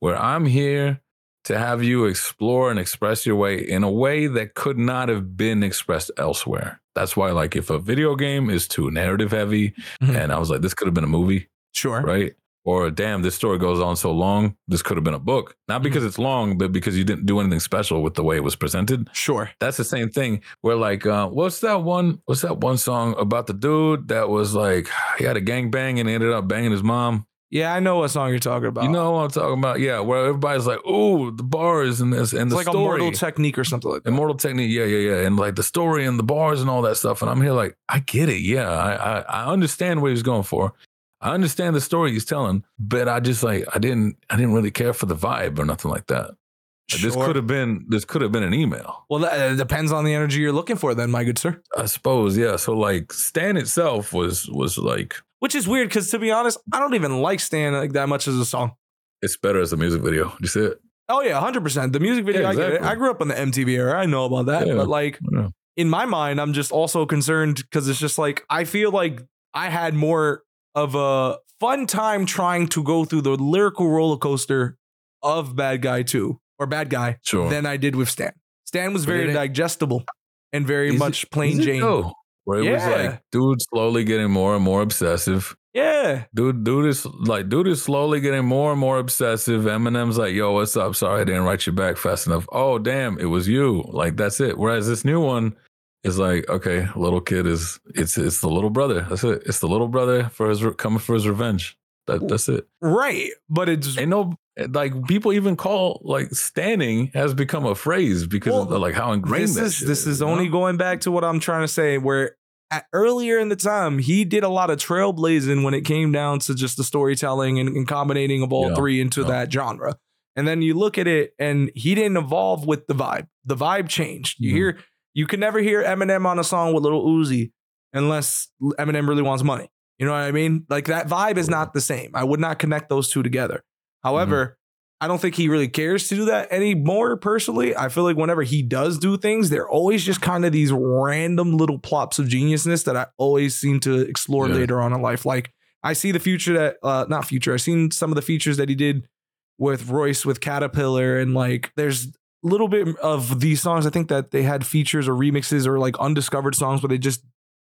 [SPEAKER 2] where I'm here to have you explore and express your way in a way that could not have been expressed elsewhere. That's why, like, if a video game is too narrative heavy,
[SPEAKER 1] Mhm.
[SPEAKER 2] and I was like, this could have been a movie,
[SPEAKER 1] Sure.
[SPEAKER 2] right? Or damn, this story goes on so long. This could have been a book, not because it's long, but because you didn't do anything special with the way it was presented.
[SPEAKER 1] Sure.
[SPEAKER 2] That's the same thing. Where like, uh, what's that one? What's that one song about the dude that was like he had a gangbang and he ended up banging his mom?
[SPEAKER 1] Yeah, I know what song you're talking about.
[SPEAKER 2] You know what I'm talking about? Yeah, where everybody's like, "Ooh, the bars and this and
[SPEAKER 1] it's
[SPEAKER 2] the
[SPEAKER 1] like a
[SPEAKER 2] story."
[SPEAKER 1] mortal technique or something like that.
[SPEAKER 2] Immortal Technique, yeah, yeah, yeah, and like the story and the bars and all that stuff. And I'm here, like, I get it, yeah, I, I, I understand what he's going for. I understand the story he's telling, but I just like, I didn't, I didn't really care for the vibe or nothing like that. Like, This
[SPEAKER 1] Sure.
[SPEAKER 2] could have been, this could have been an email,
[SPEAKER 1] Well, that uh, depends on the energy you're looking for, then, my good sir.
[SPEAKER 2] I suppose, yeah. So like, Stan itself was, was like,
[SPEAKER 1] Which is weird because, to be honest, I don't even like Stan like that much as a song.
[SPEAKER 2] it's better as a music video. Did you see it?
[SPEAKER 1] Oh yeah, hundred percent. The music video,
[SPEAKER 2] Yeah,
[SPEAKER 1] I get it.
[SPEAKER 2] exactly.
[SPEAKER 1] I grew up on the MTV era. I know about that.
[SPEAKER 2] Yeah.
[SPEAKER 1] But like
[SPEAKER 2] Yeah.
[SPEAKER 1] in my mind, I'm just also concerned because it's just like I feel like I had more of a fun time trying to go through the lyrical roller coaster of Bad Guy Two or Bad Guy
[SPEAKER 2] Sure.
[SPEAKER 1] than I did with Stan. Stan was
[SPEAKER 2] But
[SPEAKER 1] very
[SPEAKER 2] it ain't-
[SPEAKER 1] digestible and very
[SPEAKER 2] Is it-
[SPEAKER 1] much plain
[SPEAKER 2] Is it
[SPEAKER 1] Jane.
[SPEAKER 2] though? Where it was
[SPEAKER 1] Yeah.
[SPEAKER 2] like, dude, slowly getting more and more obsessive.
[SPEAKER 1] Yeah,
[SPEAKER 2] Dude, dude is like, dude is slowly getting more and more obsessive. Eminem's like, yo, what's up? Sorry, I didn't write you back fast enough. Oh, damn, it was you. Like, that's it. Whereas this new one is like, okay, little kid is, it's, it's the little brother. That's it. It's the little brother for his, re- coming for his revenge. That, that's it.
[SPEAKER 1] right. But it's
[SPEAKER 2] Ain't no, like, people even call, like, standing has become a phrase because
[SPEAKER 1] Well,
[SPEAKER 2] of the, like how ingrained
[SPEAKER 1] this
[SPEAKER 2] that
[SPEAKER 1] is
[SPEAKER 2] shit
[SPEAKER 1] this is
[SPEAKER 2] you know?
[SPEAKER 1] only going back to what I'm trying to say where at, earlier in the time he did a lot of trailblazing when it came down to just the storytelling and, and combinating of all
[SPEAKER 2] Yeah,
[SPEAKER 1] three into
[SPEAKER 2] yeah.
[SPEAKER 1] that genre and then you look at it and he didn't evolve with the vibe the vibe changed you
[SPEAKER 2] Mhm.
[SPEAKER 1] hear you can never hear Eminem on a song with little Uzi unless Eminem really wants money you know what I mean like that vibe is not the same I would not connect those two together
[SPEAKER 2] Mm-hmm.
[SPEAKER 1] however I don't think he really cares to do that anymore personally. I feel like whenever he does do things, they're always just kind of these random little plops of geniusness that I always seem to explore
[SPEAKER 2] Yeah.
[SPEAKER 1] later on in life. Like I see the future that uh not future, I've seen some of the features that he did with Royce with Caterpillar and like there's a little bit of these songs I think that they had features or remixes or like undiscovered songs where they just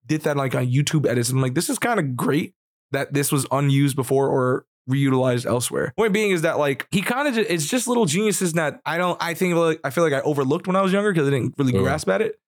[SPEAKER 1] did that like on YouTube edits. I'm like, this is kind of great that this was unused before or reutilized elsewhere. Point being is that like he kind of it's just little geniuses that I don't I think like I feel like I overlooked when I was younger because I didn't really
[SPEAKER 2] Yeah.
[SPEAKER 1] grasp at it.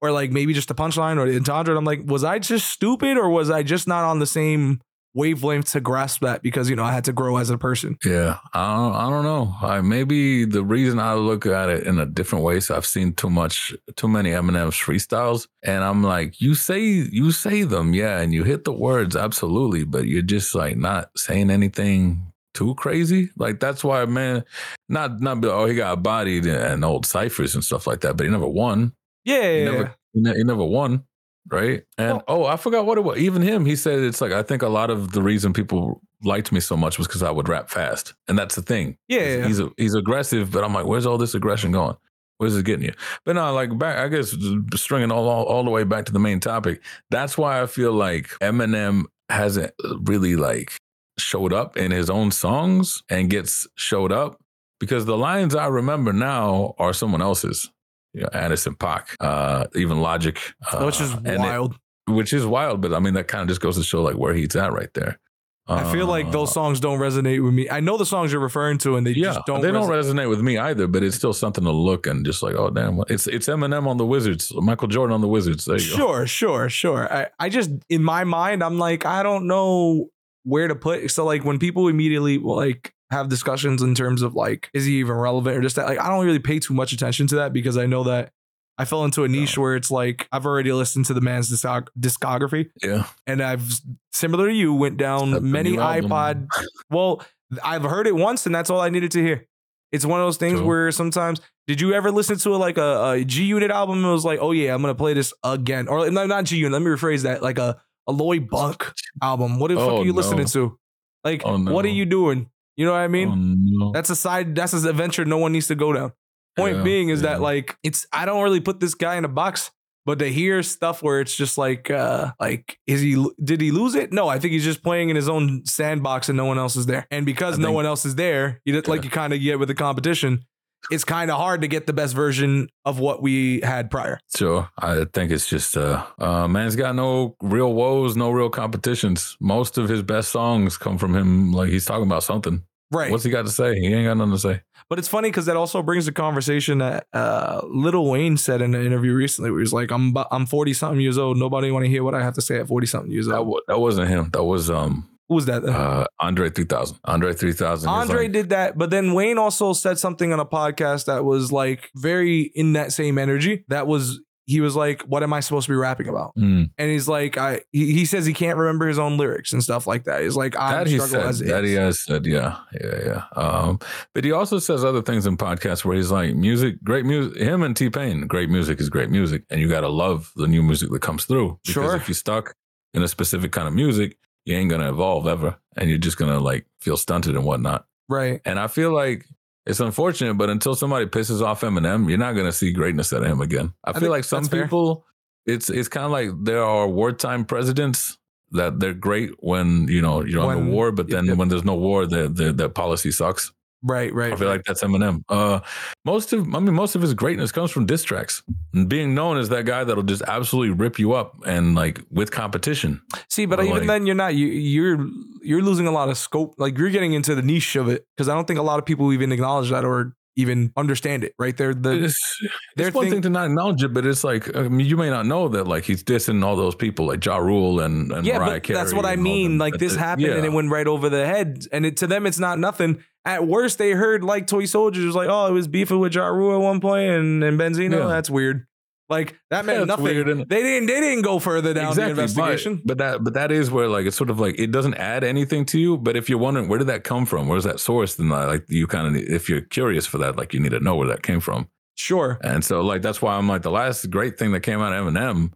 [SPEAKER 1] Or like maybe just the punchline or the entendre. And I'm like, was I just stupid or was I just not on the same wavelength to grasp that because you know I had to grow as a person.
[SPEAKER 2] Yeah, I don't, I don't know. I maybe the reason I look at it in a different way. So I've seen too much, too many Eminem's freestyles, and I'm like, you say, you say them, yeah, and you hit the words absolutely, but you're just like not saying anything too crazy. Like that's why, man, not not be like, oh he got bodied and old ciphers and stuff like that, but he never won.
[SPEAKER 1] Yeah.
[SPEAKER 2] He never, he, ne- he never won. Right. And oh, I forgot what it was. Even him, he said it's like, I think a lot of the reason people liked me so much was because I would rap fast. And that's the thing.
[SPEAKER 1] yeah.
[SPEAKER 2] He's, he's, he's aggressive, but I'm like, where's all this aggression going? Where's it getting you? But no, like back, I guess stringing all, all all the way back to the main topic. That's why I feel like Eminem hasn't really like showed up in his own songs and gets showed up because the lines I remember now are someone else's. You know, Anderson Pac, uh, even Logic, uh,
[SPEAKER 1] which is
[SPEAKER 2] and it-
[SPEAKER 1] wild.
[SPEAKER 2] which is wild. But I mean, that kind of just goes to show like where he's at right there.
[SPEAKER 1] I feel like
[SPEAKER 2] Uh,
[SPEAKER 1] those songs don't resonate with me. I know the songs you're referring to, and they
[SPEAKER 2] yeah,
[SPEAKER 1] just don't.
[SPEAKER 2] they don't
[SPEAKER 1] resonate.
[SPEAKER 2] resonate with me either. But it's still something to look and just like, oh damn, it's it's Eminem on the Wizards, Michael Jordan on the Wizards. There you go.
[SPEAKER 1] Sure, sure, sure. I, I just in my mind, I'm like, I don't know where to put. So like when people immediately like have discussions in terms of like, is he even relevant or just that? Like, I don't really pay too much attention to that because I know that. I fell into a niche where it's like I've already listened to the man's discog- discography,
[SPEAKER 2] Yeah.
[SPEAKER 1] and I've similar to you went down
[SPEAKER 2] Except the
[SPEAKER 1] many
[SPEAKER 2] new album.
[SPEAKER 1] iPod. Well, I've heard it once, and that's all I needed to hear. It's one of those things
[SPEAKER 2] True.
[SPEAKER 1] where sometimes did you ever listen to like a, a G Unit album? and It was like, oh yeah, I'm gonna play this again, or no, not G Unit. Let me rephrase that. Like a a Lloyd Bunk album. What the fuck
[SPEAKER 2] Oh,
[SPEAKER 1] are you
[SPEAKER 2] no.
[SPEAKER 1] listening to? Like,
[SPEAKER 2] Oh,
[SPEAKER 1] what are
[SPEAKER 2] no.
[SPEAKER 1] you doing? You know what I mean?
[SPEAKER 2] Oh, no.
[SPEAKER 1] That's a side. That's an adventure no one needs to go down. Point
[SPEAKER 2] Yeah,
[SPEAKER 1] being is that
[SPEAKER 2] yeah.
[SPEAKER 1] like it's I don't really put this guy in a box, but to hear stuff where it's just like uh like is he did he lose it? No, I think he's just playing in his own sandbox and no one else is there. And because
[SPEAKER 2] I
[SPEAKER 1] no
[SPEAKER 2] think-
[SPEAKER 1] one else is there, you just, like
[SPEAKER 2] Yeah.
[SPEAKER 1] you kind of get with the competition. It's kind of hard to get the best version of what we had prior.
[SPEAKER 2] Sure. I think it's just uh, uh man's got no real woes, no real competitions. Most of his best songs come from him like he's talking about something.
[SPEAKER 1] Right.
[SPEAKER 2] What's he got to say? He ain't got nothing to say.
[SPEAKER 1] But it's funny because that also brings the conversation that uh, Little Wayne said in an interview recently, where he's like, "I'm about, I'm forty something years old. Nobody want to hear what I have to say at forty something years
[SPEAKER 2] That
[SPEAKER 1] old."
[SPEAKER 2] wa- that wasn't him. That was um
[SPEAKER 1] Who was that?
[SPEAKER 2] uh Andre 3000. Andre 3000. is
[SPEAKER 1] Andre
[SPEAKER 2] like-
[SPEAKER 1] did that, but then Wayne also said something on a podcast that was like very in that same energy. That was he was like, "What am I supposed to be rapping about?"
[SPEAKER 2] Mm,
[SPEAKER 1] And he's like, "I." He, he says he can't remember his own lyrics and stuff like that. He's like, "I
[SPEAKER 2] that he
[SPEAKER 1] struggle
[SPEAKER 2] said.
[SPEAKER 1] as
[SPEAKER 2] That
[SPEAKER 1] is."
[SPEAKER 2] he uh, has said. Yeah, yeah, yeah. Um, but he also says other things in podcasts where he's like, music, great music. Him and T Pain, great music is great music, and you gotta love the new music that comes through. Because
[SPEAKER 1] Sure.
[SPEAKER 2] If you're stuck in a specific kind of music, you ain't gonna evolve ever, and you're just gonna like feel stunted and whatnot.
[SPEAKER 1] right.
[SPEAKER 2] And I feel like. It's unfortunate, but until somebody pisses off Eminem, you're not gonna see greatness out of him again. I, feel
[SPEAKER 1] think
[SPEAKER 2] like some
[SPEAKER 1] that's fair.
[SPEAKER 2] people, it's it's kind of like there are wartime presidents that they're great when you know you're on
[SPEAKER 1] When-
[SPEAKER 2] the war, but
[SPEAKER 1] yep,
[SPEAKER 2] then
[SPEAKER 1] yep.
[SPEAKER 2] when there's no war, their their their policy sucks.
[SPEAKER 1] Right. Right.
[SPEAKER 2] I feel like that's Eminem. Uh, most of I mean, most of his greatness comes from diss tracks, and being known as that guy that'll just absolutely rip you up and like with competition.
[SPEAKER 1] See, but
[SPEAKER 2] Or
[SPEAKER 1] even
[SPEAKER 2] like-
[SPEAKER 1] then, you're not you, you're you're losing a lot of scope. Like you're getting into the niche of it because I don't think a lot of people even acknowledge that or even understand it. Right? They're the
[SPEAKER 2] It's-
[SPEAKER 1] they're
[SPEAKER 2] it's one
[SPEAKER 1] thing-
[SPEAKER 2] thing to not acknowledge it, but it's like I mean, you may not know that like he's dissing all those people like Ja Rule and and
[SPEAKER 1] yeah,
[SPEAKER 2] Mariah
[SPEAKER 1] but that's
[SPEAKER 2] Carey
[SPEAKER 1] what I
[SPEAKER 2] and all them.
[SPEAKER 1] mean. Like
[SPEAKER 2] But uh,
[SPEAKER 1] this
[SPEAKER 2] the-
[SPEAKER 1] happened and
[SPEAKER 2] yeah.
[SPEAKER 1] it went right over the head. And it, to them, it's not nothing. At worst, they heard like Toy Soldiers was like, oh, it was beefing with Ja Rule at one point and, and Benzino.
[SPEAKER 2] Yeah.
[SPEAKER 1] That's weird. Like that meant
[SPEAKER 2] That's
[SPEAKER 1] nothing.
[SPEAKER 2] weird, isn't it?
[SPEAKER 1] They didn't. They didn't go further down the
[SPEAKER 2] but-
[SPEAKER 1] investigation.
[SPEAKER 2] But, that but that is where like it's sort of like it doesn't add anything to you. But if you're wondering where did that come from, where's that source, then uh, like you kind of if you're curious for that, like you need to know where that came from.
[SPEAKER 1] sure.
[SPEAKER 2] And so like that's why I'm like the last great thing that came out of Eminem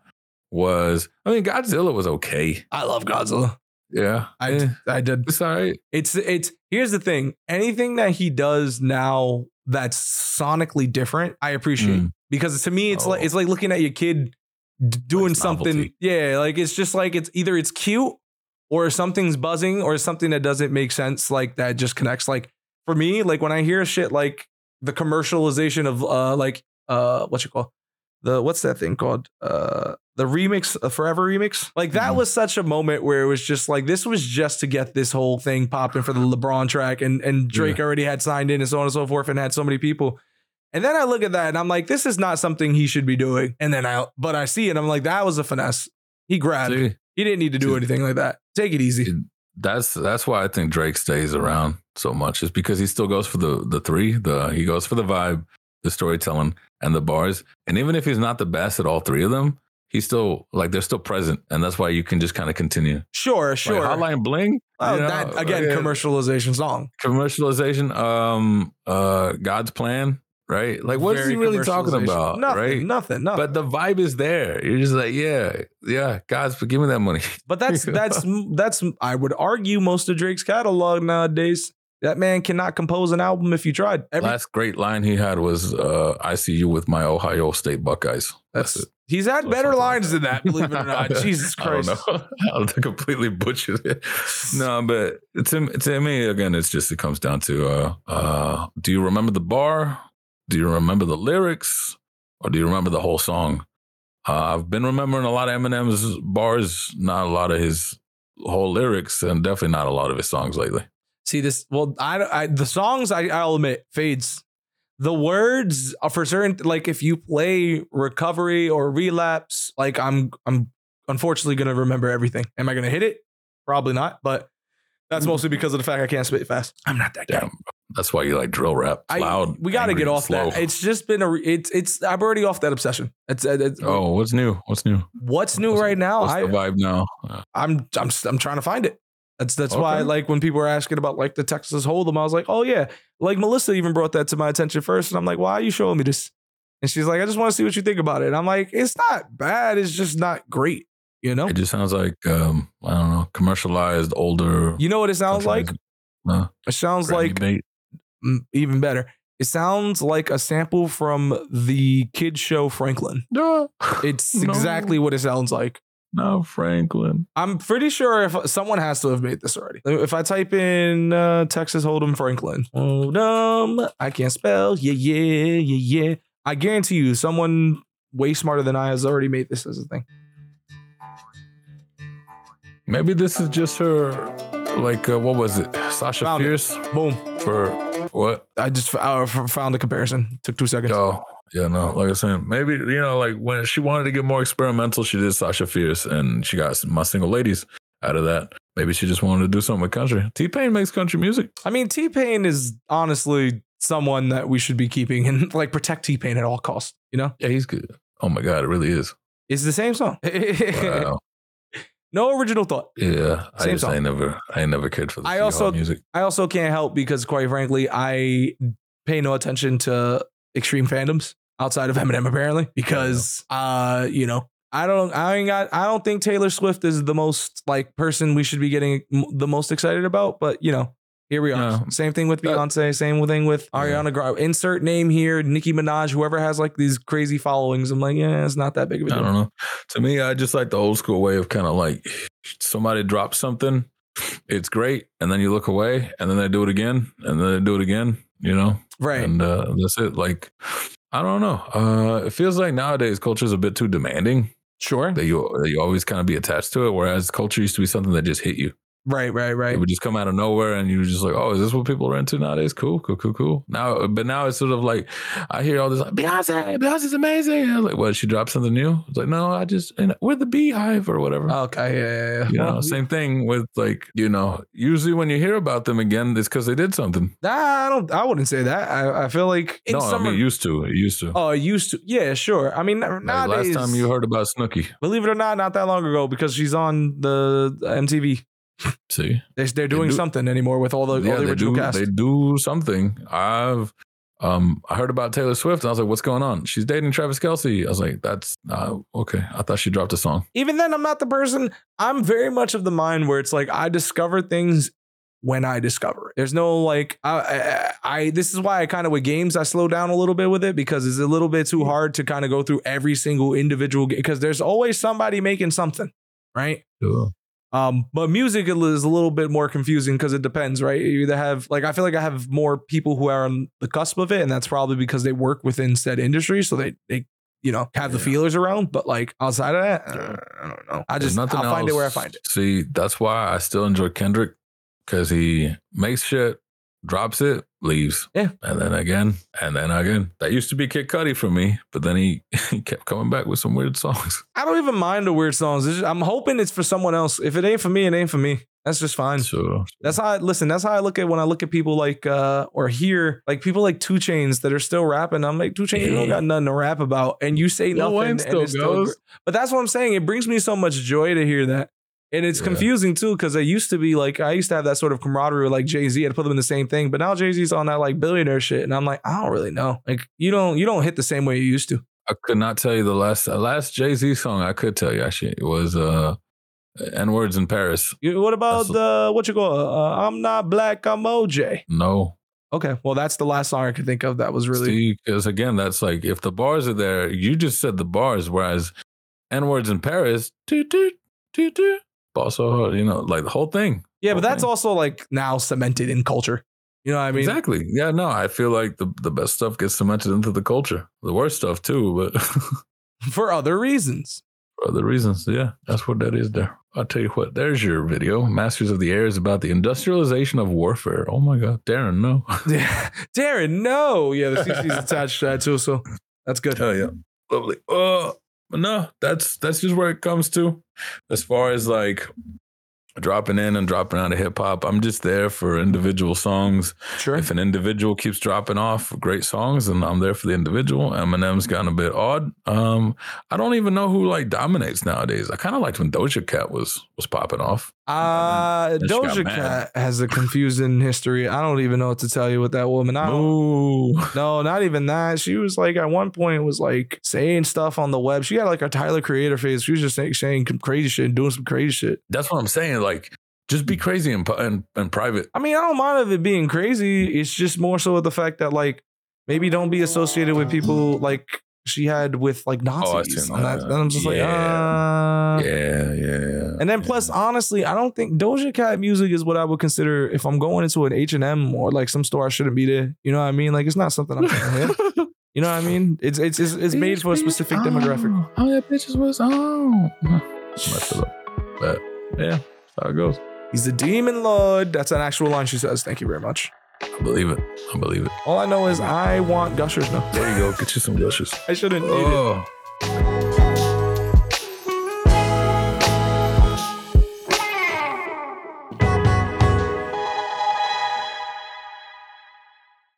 [SPEAKER 2] was I mean Godzilla was okay.
[SPEAKER 1] I love Godzilla.
[SPEAKER 2] Yeah,
[SPEAKER 1] I
[SPEAKER 2] Eh,
[SPEAKER 1] I did.
[SPEAKER 2] it's all right.
[SPEAKER 1] It's it's here's the thing. Anything that he does now that's sonically different, I appreciate
[SPEAKER 2] Mm.
[SPEAKER 1] because to me it's like
[SPEAKER 2] Oh.
[SPEAKER 1] it's like looking at your kid d- doing
[SPEAKER 2] Like
[SPEAKER 1] something.
[SPEAKER 2] novelty.
[SPEAKER 1] Yeah, like it's just like it's either it's cute or something's buzzing or something that doesn't make sense like that just connects like for me like when I hear shit like the commercialization of uh like uh what you call the what's that thing called uh the remix uh, forever remix like that
[SPEAKER 2] Mhm.
[SPEAKER 1] was such a moment where it was just like this was just to get this whole thing popping for the lebron track and and drake already had signed in and so on and so forth and had so many people and then i look at that and i'm like this is not something he should be doing and then i but i see it i'm like that was a finesse he grabbed it.
[SPEAKER 2] See,
[SPEAKER 1] he didn't need to do
[SPEAKER 2] See.
[SPEAKER 1] anything like that take it easy
[SPEAKER 2] that's that's why I think Drake stays around so much is because he still goes for the the three. The he goes for the vibe, the storytelling, and the bars. And even if he's not the best at all three of them, he's still like they're still present, and that's why you can just kind of continue.
[SPEAKER 1] sure sure
[SPEAKER 2] Like, Hotline Bling.
[SPEAKER 1] oh,
[SPEAKER 2] you know,
[SPEAKER 1] that again
[SPEAKER 2] like, uh,
[SPEAKER 1] commercialization song
[SPEAKER 2] commercialization. Um, uh, God's plan, right? Like, what is
[SPEAKER 1] Very
[SPEAKER 2] he really talking
[SPEAKER 1] commercialization.
[SPEAKER 2] about,
[SPEAKER 1] nothing
[SPEAKER 2] right?
[SPEAKER 1] nothing nothing
[SPEAKER 2] But the vibe is there. You're just like, yeah, yeah, God's give me that money.
[SPEAKER 1] But that's
[SPEAKER 2] Yeah.
[SPEAKER 1] that's that's I would argue most of Drake's catalog nowadays. That man cannot compose an album if you tried. Every,
[SPEAKER 2] Last great line he had was, uh, "I see you with my Ohio State Buckeyes."
[SPEAKER 1] that's,
[SPEAKER 2] that's it.
[SPEAKER 1] he's had
[SPEAKER 2] Or
[SPEAKER 1] better
[SPEAKER 2] something like
[SPEAKER 1] lines than that, believe it or not. Jesus Christ.
[SPEAKER 2] I don't know. I completely butchered it. No, but to, to me, again, it's just, it comes down to uh, uh, do you remember the bar? Do you remember the lyrics? Or do you remember the whole song? Uh, I've been remembering a lot of Eminem's bars, not a lot of his whole lyrics, and definitely not a lot of his songs lately.
[SPEAKER 1] See this well, I, I the songs I, I'll admit fades. The words are for certain like if you play recovery or relapse, like I'm I'm unfortunately gonna remember everything. Am I gonna hit it? Probably not, but That's mostly because of the fact I can't spit fast. I'm not that guy.
[SPEAKER 2] Damn. That's why you like drill rap. It's
[SPEAKER 1] I,
[SPEAKER 2] loud.
[SPEAKER 1] we got to
[SPEAKER 2] angry,
[SPEAKER 1] get
[SPEAKER 2] and
[SPEAKER 1] off
[SPEAKER 2] slow.
[SPEAKER 1] that. It's just been a. Re- it's it's. I'm already off that obsession. It's, it's
[SPEAKER 2] oh, what's new? What's new?
[SPEAKER 1] what's new
[SPEAKER 2] what's-
[SPEAKER 1] right now.
[SPEAKER 2] What's
[SPEAKER 1] I,
[SPEAKER 2] the vibe now? Uh,
[SPEAKER 1] I'm I'm I'm trying to find it. That's that's why
[SPEAKER 2] Okay.
[SPEAKER 1] like when people were asking about like the Texas Hold'em, I was like, oh yeah. Like Melissa even brought that to my attention first, and I'm like, why are you showing me this? And she's like, I just want to see what you think about it. And I'm like, it's not bad. It's just not great. You know.
[SPEAKER 2] It just sounds like um, I don't know, commercialized older.
[SPEAKER 1] You know what it sounds like?
[SPEAKER 2] Uh,
[SPEAKER 1] It sounds
[SPEAKER 2] Grammy
[SPEAKER 1] like
[SPEAKER 2] bait.
[SPEAKER 1] mm, even better. It sounds like a sample from the kid show Franklin.
[SPEAKER 2] no,
[SPEAKER 1] It's
[SPEAKER 2] No.
[SPEAKER 1] exactly what it sounds like.
[SPEAKER 2] no Franklin.
[SPEAKER 1] I'm pretty sure if someone has to have made this already. If I type in uh, Texas Hold'em Franklin, Hold'em, I can't spell. Yeah, yeah, yeah, yeah. I guarantee you, someone way smarter than I has already made this as a thing.
[SPEAKER 2] Maybe this is just her. Like uh, what was it? Sasha
[SPEAKER 1] Found it.
[SPEAKER 2] Fierce
[SPEAKER 1] Boom!
[SPEAKER 2] for what?
[SPEAKER 1] I just f- I f- found the comparison. Took two seconds.
[SPEAKER 2] Oh, yeah, no. Like I was saying, maybe you know, like when she wanted to get more experimental, she did Sasha Fierce, and she got my single ladies out of that. Maybe she just wanted to do something with country. T Pain makes country music.
[SPEAKER 1] I mean, T Pain is honestly someone that we should be keeping and like protect T Pain at all costs. You know,
[SPEAKER 2] Yeah, he's good. Oh my god, it really is.
[SPEAKER 1] it's the same song.
[SPEAKER 2] Wow.
[SPEAKER 1] no original thought.
[SPEAKER 2] yeah, I
[SPEAKER 1] Same
[SPEAKER 2] just
[SPEAKER 1] song.
[SPEAKER 2] I never I never cared for the
[SPEAKER 1] I
[SPEAKER 2] Seahawk
[SPEAKER 1] also-
[SPEAKER 2] music.
[SPEAKER 1] I also can't help because, quite frankly, I pay no attention to extreme fandoms outside of Eminem, apparently, because uh, you know, I don't, I ain't got, I don't think Taylor Swift is the most like person we should be getting m- the most excited about, but you know. Here we are.
[SPEAKER 2] No.
[SPEAKER 1] Same thing with
[SPEAKER 2] That-
[SPEAKER 1] Beyonce. Same thing with
[SPEAKER 2] Yeah.
[SPEAKER 1] Ariana Grande. Insert name here. Nicki Minaj. Whoever has like these crazy followings. I'm like, yeah, it's not that big of a
[SPEAKER 2] I
[SPEAKER 1] deal.
[SPEAKER 2] don't know. To me, I just like the old school way of kind of like somebody drops something, it's great, and then you look away, and then they do it again, and then they do it again. You know,
[SPEAKER 1] Right.
[SPEAKER 2] and uh, that's it. Like, I don't know. Uh, it feels like nowadays culture is a bit too demanding
[SPEAKER 1] sure.
[SPEAKER 2] that you that you always kind of be attached to it. Whereas culture used to be something that just hit you.
[SPEAKER 1] Right. Right. Right.
[SPEAKER 2] It would just come out of nowhere, and you were just like, "Oh, is this what people are into nowadays?" Cool, cool, cool, cool. Now, but now it's sort of like I hear all this like Beyonce, Beyonce's amazing. And I was like, what? She dropped something new? It's like, no, I just and we're the Beehive or whatever.
[SPEAKER 1] Okay. Yeah. yeah, yeah.
[SPEAKER 2] you know,
[SPEAKER 1] Uh, Well,
[SPEAKER 2] same thing with like you know. Usually, when you hear about them again, it's because they did something.
[SPEAKER 1] Nah, I don't. I wouldn't say that. I, I feel like in
[SPEAKER 2] no,
[SPEAKER 1] some
[SPEAKER 2] I mean,
[SPEAKER 1] reg-
[SPEAKER 2] used to, it used to.
[SPEAKER 1] Oh, used to. Yeah, sure. I mean,
[SPEAKER 2] Like,
[SPEAKER 1] nowadays,
[SPEAKER 2] last time you heard about Snooki,
[SPEAKER 1] believe it or not, not that long ago, because she's on the MTV.
[SPEAKER 2] see,
[SPEAKER 1] They're, they're doing
[SPEAKER 2] do-
[SPEAKER 1] something anymore with all the, all the
[SPEAKER 2] they
[SPEAKER 1] original
[SPEAKER 2] do,
[SPEAKER 1] cast.
[SPEAKER 2] they do something. I've. Um, I heard about Taylor Swift and I was like, what's going on? She's dating Travis Kelsey. I was like, that's uh, okay. I thought she dropped a song.
[SPEAKER 1] Even then, I'm not the person. I'm very much of the mind where it's like I discover things when I discover it. There's no like I I, I this is why I kind of with games I slow down a little bit with it because it's a little bit too hard to kind of go through every single individual game because there's always somebody making something, right? Um, but music is a little bit more confusing because it depends, right? You either have like I feel like I have more people who are on the cusp of it, and that's probably because they work within said industry, so they they you know have the
[SPEAKER 2] Yeah.
[SPEAKER 1] feelers around. But like outside of that, uh, I don't know. I
[SPEAKER 2] There's
[SPEAKER 1] just I'll find it where I find it.
[SPEAKER 2] See, that's why I still enjoy Kendrick because he makes shit, drops it, leaves.
[SPEAKER 1] Yeah.
[SPEAKER 2] And then again, and then again. That used to be Kid Cudi for me, but then he, he kept coming back with some weird songs.
[SPEAKER 1] I don't even mind the weird songs. It's just- I'm hoping it's for someone else. If it ain't for me, it ain't for me. That's just fine.
[SPEAKER 2] So
[SPEAKER 1] That's how I listen. That's how I look at when I look at people like uh or hear like people like Two Chains that are still rapping. I'm like Two Chains, you don't got nothing to rap about, and you say
[SPEAKER 2] Lil
[SPEAKER 1] nothing.
[SPEAKER 2] Wayne
[SPEAKER 1] and
[SPEAKER 2] still
[SPEAKER 1] it's still
[SPEAKER 2] goes.
[SPEAKER 1] gr- but that's what I'm saying. It brings me so much joy to hear that, and it's
[SPEAKER 2] Yeah.
[SPEAKER 1] confusing too because I used to be like I used to have that sort of camaraderie with like Jay Z. I'd put them in the same thing, but now Jay Z's on that like billionaire shit, and I'm like I don't really know. Like you don't you don't hit the same way you used to.
[SPEAKER 2] I could not tell you the last the last Jay Z song I could tell you actually. It was uh N Words in Paris.
[SPEAKER 1] You, what about
[SPEAKER 2] That's-
[SPEAKER 1] the what you call it? uh, I'm not black, I'm OJ.
[SPEAKER 2] No.
[SPEAKER 1] Okay, well that's the last song I could think of that was really.
[SPEAKER 2] because again, that's like if the bars are there, you just said the bars, whereas N Words in Paris, toot toot toot toot. Also, you know, like the whole thing.
[SPEAKER 1] Yeah, but
[SPEAKER 2] Okay.
[SPEAKER 1] that's also like now cemented in culture. You know what I mean?
[SPEAKER 2] exactly. Yeah, no, I feel like the, the best stuff gets cemented into the culture. The worst stuff too, but for
[SPEAKER 1] For other reasons.
[SPEAKER 2] other reasons. Yeah, that's what that is there. I'll tell you what, there's your video. Masters of the Air is about the industrialization of warfare. Oh my god, Darren, no.
[SPEAKER 1] Darren, no. Yeah, the CC's attached to that too, so that's good.
[SPEAKER 2] Hell yeah. Lovely. Uh but no, that's that's just where it comes to. As far as like dropping in and dropping out of hip hop. I'm just there for individual songs.
[SPEAKER 1] Sure.
[SPEAKER 2] If an individual keeps dropping off great songs, and I'm there for the individual. Eminem's gotten a bit odd. Um, I don't even know who like dominates nowadays. I kind of liked when Doja Cat was was popping off.
[SPEAKER 1] Uh,
[SPEAKER 2] She got
[SPEAKER 1] Doja
[SPEAKER 2] mad.
[SPEAKER 1] Cat has a confusing history. I don't even know what to tell you with that woman. I don't,
[SPEAKER 2] Ooh,
[SPEAKER 1] no, not even that. She was like at one point was like saying stuff on the web. She had like a Tyler creator phase. She was just saying, saying some crazy shit and doing some crazy shit.
[SPEAKER 2] that's what I'm saying. Like, just be crazy in pu- in, in private.
[SPEAKER 1] I mean, I don't mind of it being crazy. It's just more so with the fact that like maybe don't be associated with people like she had with like Nazis.
[SPEAKER 2] seen
[SPEAKER 1] and that.
[SPEAKER 2] that.
[SPEAKER 1] Then I'm just like, ah.
[SPEAKER 2] uh, Yeah, yeah.
[SPEAKER 1] And then
[SPEAKER 2] yeah.
[SPEAKER 1] plus, honestly, I don't think Doja Cat music is what I would consider if I'm going into an H and M or like some store I shouldn't be there. You know what I mean? Like it's not something I'm trying to hit. You know what I mean? It's it's it's, it's made for a specific demographic.
[SPEAKER 2] Oh, Oh, that bitch was on. Messed it up. But yeah, that's how it goes.
[SPEAKER 1] He's a demon lord. That's an actual line she says. Thank you very much.
[SPEAKER 2] I believe it. I believe it.
[SPEAKER 1] All I know is I want gushers now.
[SPEAKER 2] There you go. Get you some gushers.
[SPEAKER 1] I shouldn't need it.
[SPEAKER 2] Oh,